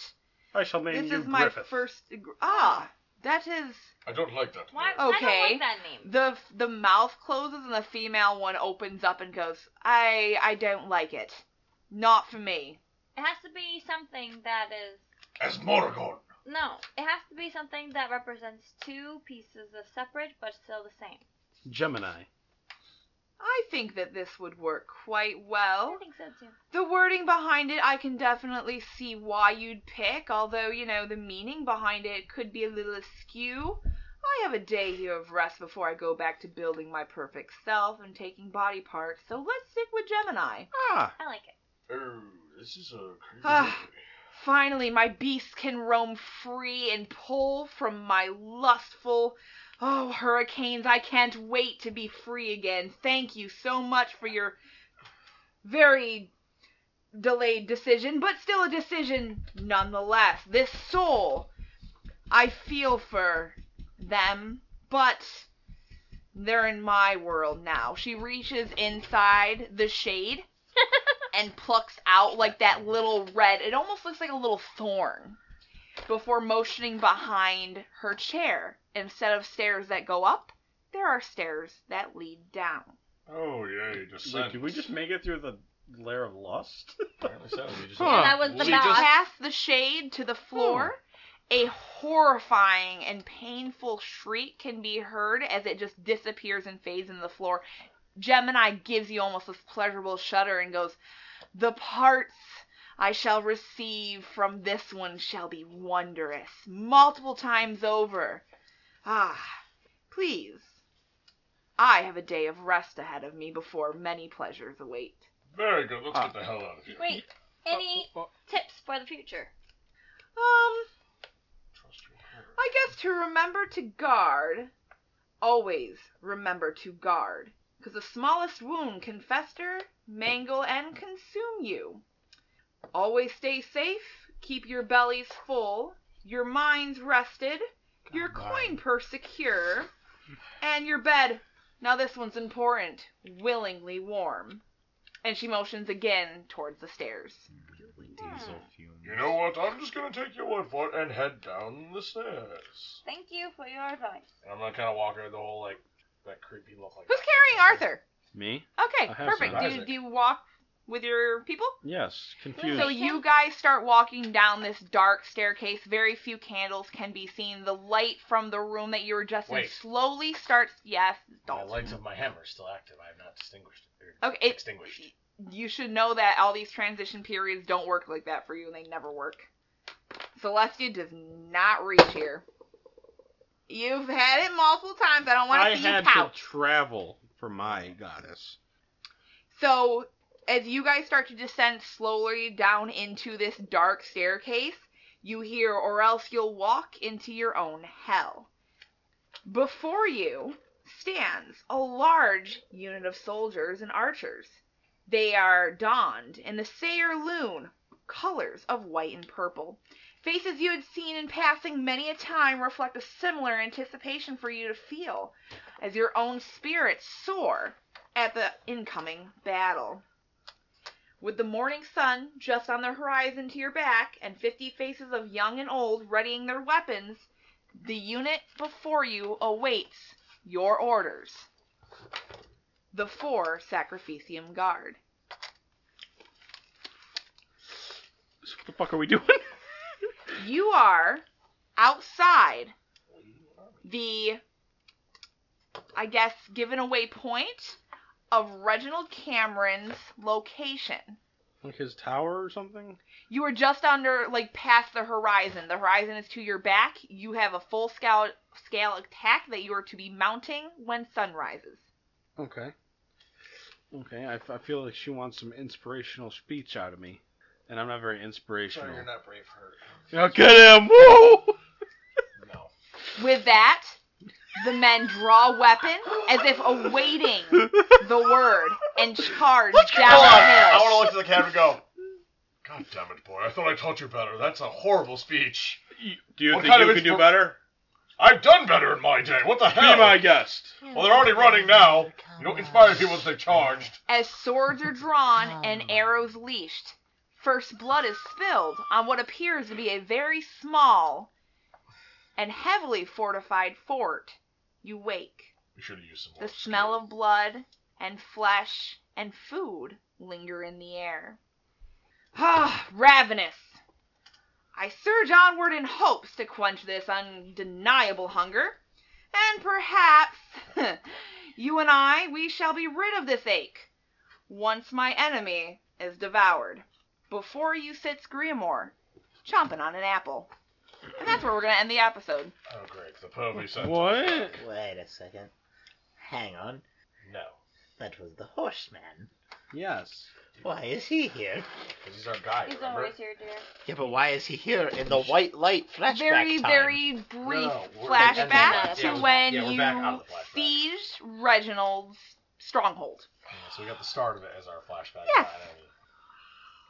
S3: I shall name
S2: this
S3: you
S2: is my
S3: Griffith.
S2: first. Ah, that is
S1: I don't like that.
S5: why?
S1: name.
S5: I don't
S2: Okay.
S5: like that name.
S2: the the mouth closes and the female one opens up and goes. I I don't like it. Not for me.
S5: It has to be something that is
S1: As Morrigan.
S5: no. It has to be something that represents two pieces of separate but still the same.
S3: Gemini.
S2: I think that this would work quite
S5: I
S2: well.
S5: think so too.
S2: The wording behind it, I can definitely see why you'd pick, although, you know, the meaning behind it could be a little askew. I have a day here of rest before I go back to building my perfect self and taking body parts, so let's stick with Gemini.
S3: Ah,
S5: I like it.
S1: Oh, this is a creepy.
S2: Ah.
S1: movie.
S2: Finally, my beast can roam free and pull from my lustful. Oh, hurricanes, I can't wait to be free again. Thank you so much for your very delayed decision, but still a decision nonetheless. This soul, I feel for them, but they're in my world now. She reaches inside the shade and plucks out like that little red. It almost looks like a little thorn before motioning behind her chair. Instead of stairs that go up, there are stairs that lead down.
S1: Oh yay, descent.
S13: Like, did we
S1: (laughs)
S13: just make it through the layer of
S3: (laughs)
S13: lust?
S1: Apparently so. We just
S3: Huh.
S5: That was the
S1: We
S5: best.
S1: just-
S2: Past the shade to the floor, a horrifying and painful shriek can be heard as it just disappears and fades in the floor. Gemini gives you almost this pleasurable shudder and goes, The parts I shall receive from this one shall be wondrous, multiple times over. Ah, please. I have a day of rest ahead of me before many pleasures await.
S1: Very good. Let's get the hell out of here.
S5: Wait, any tips for the future?
S2: Um,
S1: Trust your hair.
S2: I guess to remember to guard, always remember to guard, because the smallest wound can fester, mangle, and consume you. Always stay safe, keep your bellies full, your minds rested, your coin purse secure, and your bed, now this one's important, willingly warm. And she motions again towards the stairs.
S6: Diesel fumes.
S1: You know what? I'm just gonna take your word for it and head down the stairs.
S5: Thank you for your advice.
S1: And I'm gonna kind of walk over the whole like that creepy look. Like
S2: Who's carrying Arthur?
S3: me?
S2: Okay,
S3: I have some
S2: perfect. Do you,
S1: Isaac.
S2: do you walk with your people?
S3: Yes. Confused.
S2: So you guys start walking down this dark staircase. Very few candles can be seen. The light from the room that you were just in
S1: Wait.
S2: slowly starts. Yes,
S1: The
S2: Dalton.
S1: lights of my hammer is still active. I have not distinguished. Or
S2: Okay, it,
S1: extinguished.
S2: you should know that all these transition periods don't work like that for you, and they never work. Celestia does not reach here. You've had it multiple times. I don't want
S3: I
S2: to see you
S3: had
S2: pout.
S3: to travel for my goddess.
S2: So, as you guys start to descend slowly down into this dark staircase, you hear, or else you'll walk into your own hell. Before you stands a large unit of soldiers and archers. They are donned in the Sayer Loon colors of white and purple. Faces you had seen in passing many a time reflect a similar anticipation for you to feel as your own spirits soar at the incoming battle. With the morning sun just on the horizon to your back and 50 faces of young and old readying their weapons, the unit before you awaits your orders. The four Sacrificium Guard.
S3: So what the fuck are we doing? (laughs)
S2: You are outside the, I guess, given away point of Reginald Cameron's location.
S3: Like his tower or something?
S2: You are just under, like, past the horizon. The horizon is to your back. You have a full scale, scale attack that you are to be mounting when sun rises.
S3: Okay. Okay, I, f- I feel like she wants some inspirational speech out of me. And I'm not very inspirational.
S4: Sorry, you're not Braveheart.
S3: Now get him! (laughs) Woo!
S4: No.
S2: With that, the men draw weapon as if awaiting the word and charge
S1: Oh,
S2: down
S7: Hold on. I
S2: the hill.
S7: want to look to the cat and go.
S1: God damn it, boy. I thought I taught you better. That's a horrible speech.
S3: Do you
S1: What
S3: think
S1: kind
S3: you
S1: of
S3: can do
S1: inspir-
S3: better?
S1: I've done better in my day. What the hell?
S3: Be my guest.
S1: Well, they're already running now. You don't inspire people to they charged.
S2: As swords are drawn and arrows leashed, first blood is spilled on what appears to be a very small and heavily fortified fort. You wake.
S1: We should have used some more.
S2: The smell of blood and flesh and food linger in the air. Ah, ravenous! I surge onward in hopes to quench this undeniable hunger, and perhaps (laughs) you and I we shall be rid of this ache once my enemy is devoured. Before you sits Griamore, chomping on an apple. And that's where we're gonna end the episode.
S1: Oh, great. The POV sent.
S3: What?
S6: Wait a second. Hang on.
S4: No.
S6: That was the horseman.
S3: Yes.
S6: Why is he here?
S4: Because he's our guy,
S5: He's
S4: remember?
S5: always here, dear.
S6: Yeah, but why is he here in the white light flashback
S2: very
S6: time?
S2: very brief
S4: No, no, we're-
S2: flashback
S5: that's not-
S2: to
S5: yeah,
S2: when
S4: yeah, we're
S2: you
S4: back out of the flashback.
S2: siege Reginald's stronghold.
S4: Yeah, so we got the start of it as our flashback.
S2: Yes.
S4: I don't know.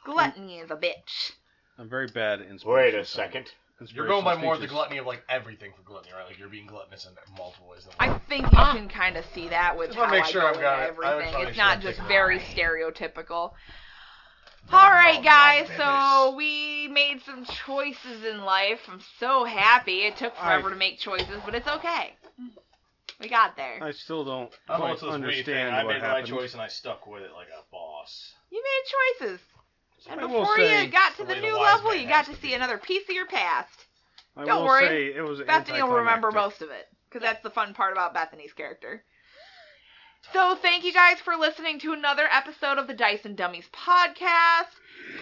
S2: Gluttony is a bitch.
S3: I'm very bad at
S6: Wait
S3: inspiration.
S6: a second.
S4: You're going by more of the gluttony of like everything for gluttony, right? Like you're being gluttonous in multiple ways. Than
S2: I think you can kind of see that with
S4: Just
S2: how
S4: wanna make sure
S2: I
S4: I've
S2: go into
S4: got it. I just wanna
S2: everything.
S4: make
S2: it's
S4: sure
S2: not
S4: I'm
S2: just
S4: picking the
S2: very
S4: right.
S2: stereotypical. All right,
S4: no,
S2: guys.
S4: babies.
S2: So we made some choices in life. I'm so happy. It took forever to make choices, but it's okay. We got there.
S3: I still don't
S4: I'm
S3: quite
S4: also this wee thing.
S3: understand
S4: I
S3: what
S4: made
S3: happened.
S4: my choice and I stuck with it like a boss.
S2: You made choices. And
S3: I will
S2: before
S3: say-
S2: you got to
S4: the
S2: the
S4: way the
S2: new
S4: wise
S2: level,
S4: man
S2: you got
S4: has
S2: to
S4: to
S2: see
S4: be.
S2: another piece of your past.
S3: I
S2: Don't
S3: will
S2: worry.
S3: say it was
S2: Bethany will remember
S3: anticlimactic.
S2: most of it because that's the fun part about Bethany's character. So thank you guys for listening to another episode of the Dice and Dummies podcast.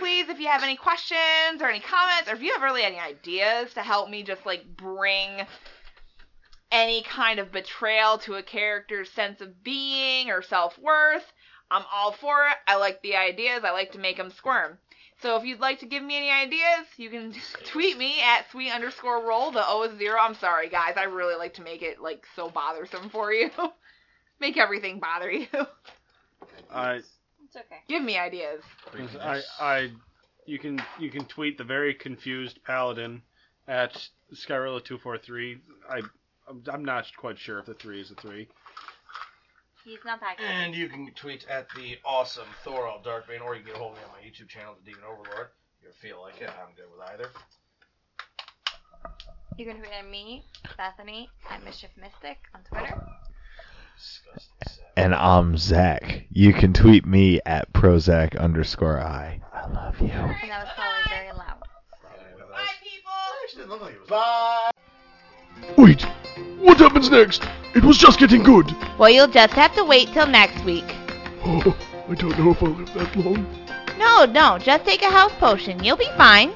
S2: Please, if you have any questions or any comments, or if you have really any ideas to help me just like bring any kind of betrayal to a character's sense of being or self worth, I'm all for it. I like the ideas. I like to make them squirm. So if you'd like to give me any ideas, you can (laughs) tweet me at sweet underscore roll. The O is zero. I'm sorry, guys. I really like to make it like so bothersome for you. (laughs) make everything bother you. (laughs)
S3: I,
S5: It's okay.
S2: give me ideas.
S3: I, I, you can you can tweet the very confused paladin at Skyrilla two four three. I I'm- I'm not quite sure if the three is a three.
S5: He's not that good.
S4: And you can tweet at the awesome Thorald Darkbane, or you can get a hold of me on my YouTube channel, The Demon Overlord. If you feel like it, I'm good with either.
S5: You can tweet at me, Bethany, at Mischief Mystic on Twitter.
S4: Disgusting. savage.
S14: And I'm Zach. You can tweet me at Prozac underscore I. I love you.
S5: And that was probably very loud.
S4: Probably one of
S12: Bye,
S4: those.
S12: people.
S4: Actually, didn't look like it was.
S1: Wait, what happens next? It was just getting good.
S5: Well, you'll just have to wait till next week.
S1: Oh, I don't know if I'll live that long.
S5: No, no, just take a health potion. You'll be fine.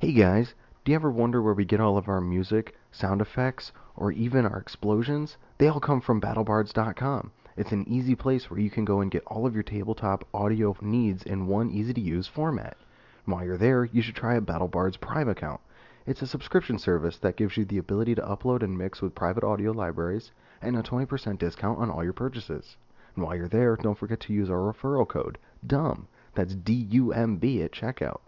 S17: Hey guys, do you ever wonder where we get all of our music, sound effects, or even our explosions? They all come from battlebards.com. It's an easy place where you can go and get all of your tabletop audio needs in one easy to use format. And while you're there, you should try a BattleBards Prime account. It's a subscription service that gives you the ability to upload and mix with private audio libraries and a 20% discount on all your purchases. And while you're there, don't forget to use our referral code, DUMB. That's D U M B at checkout.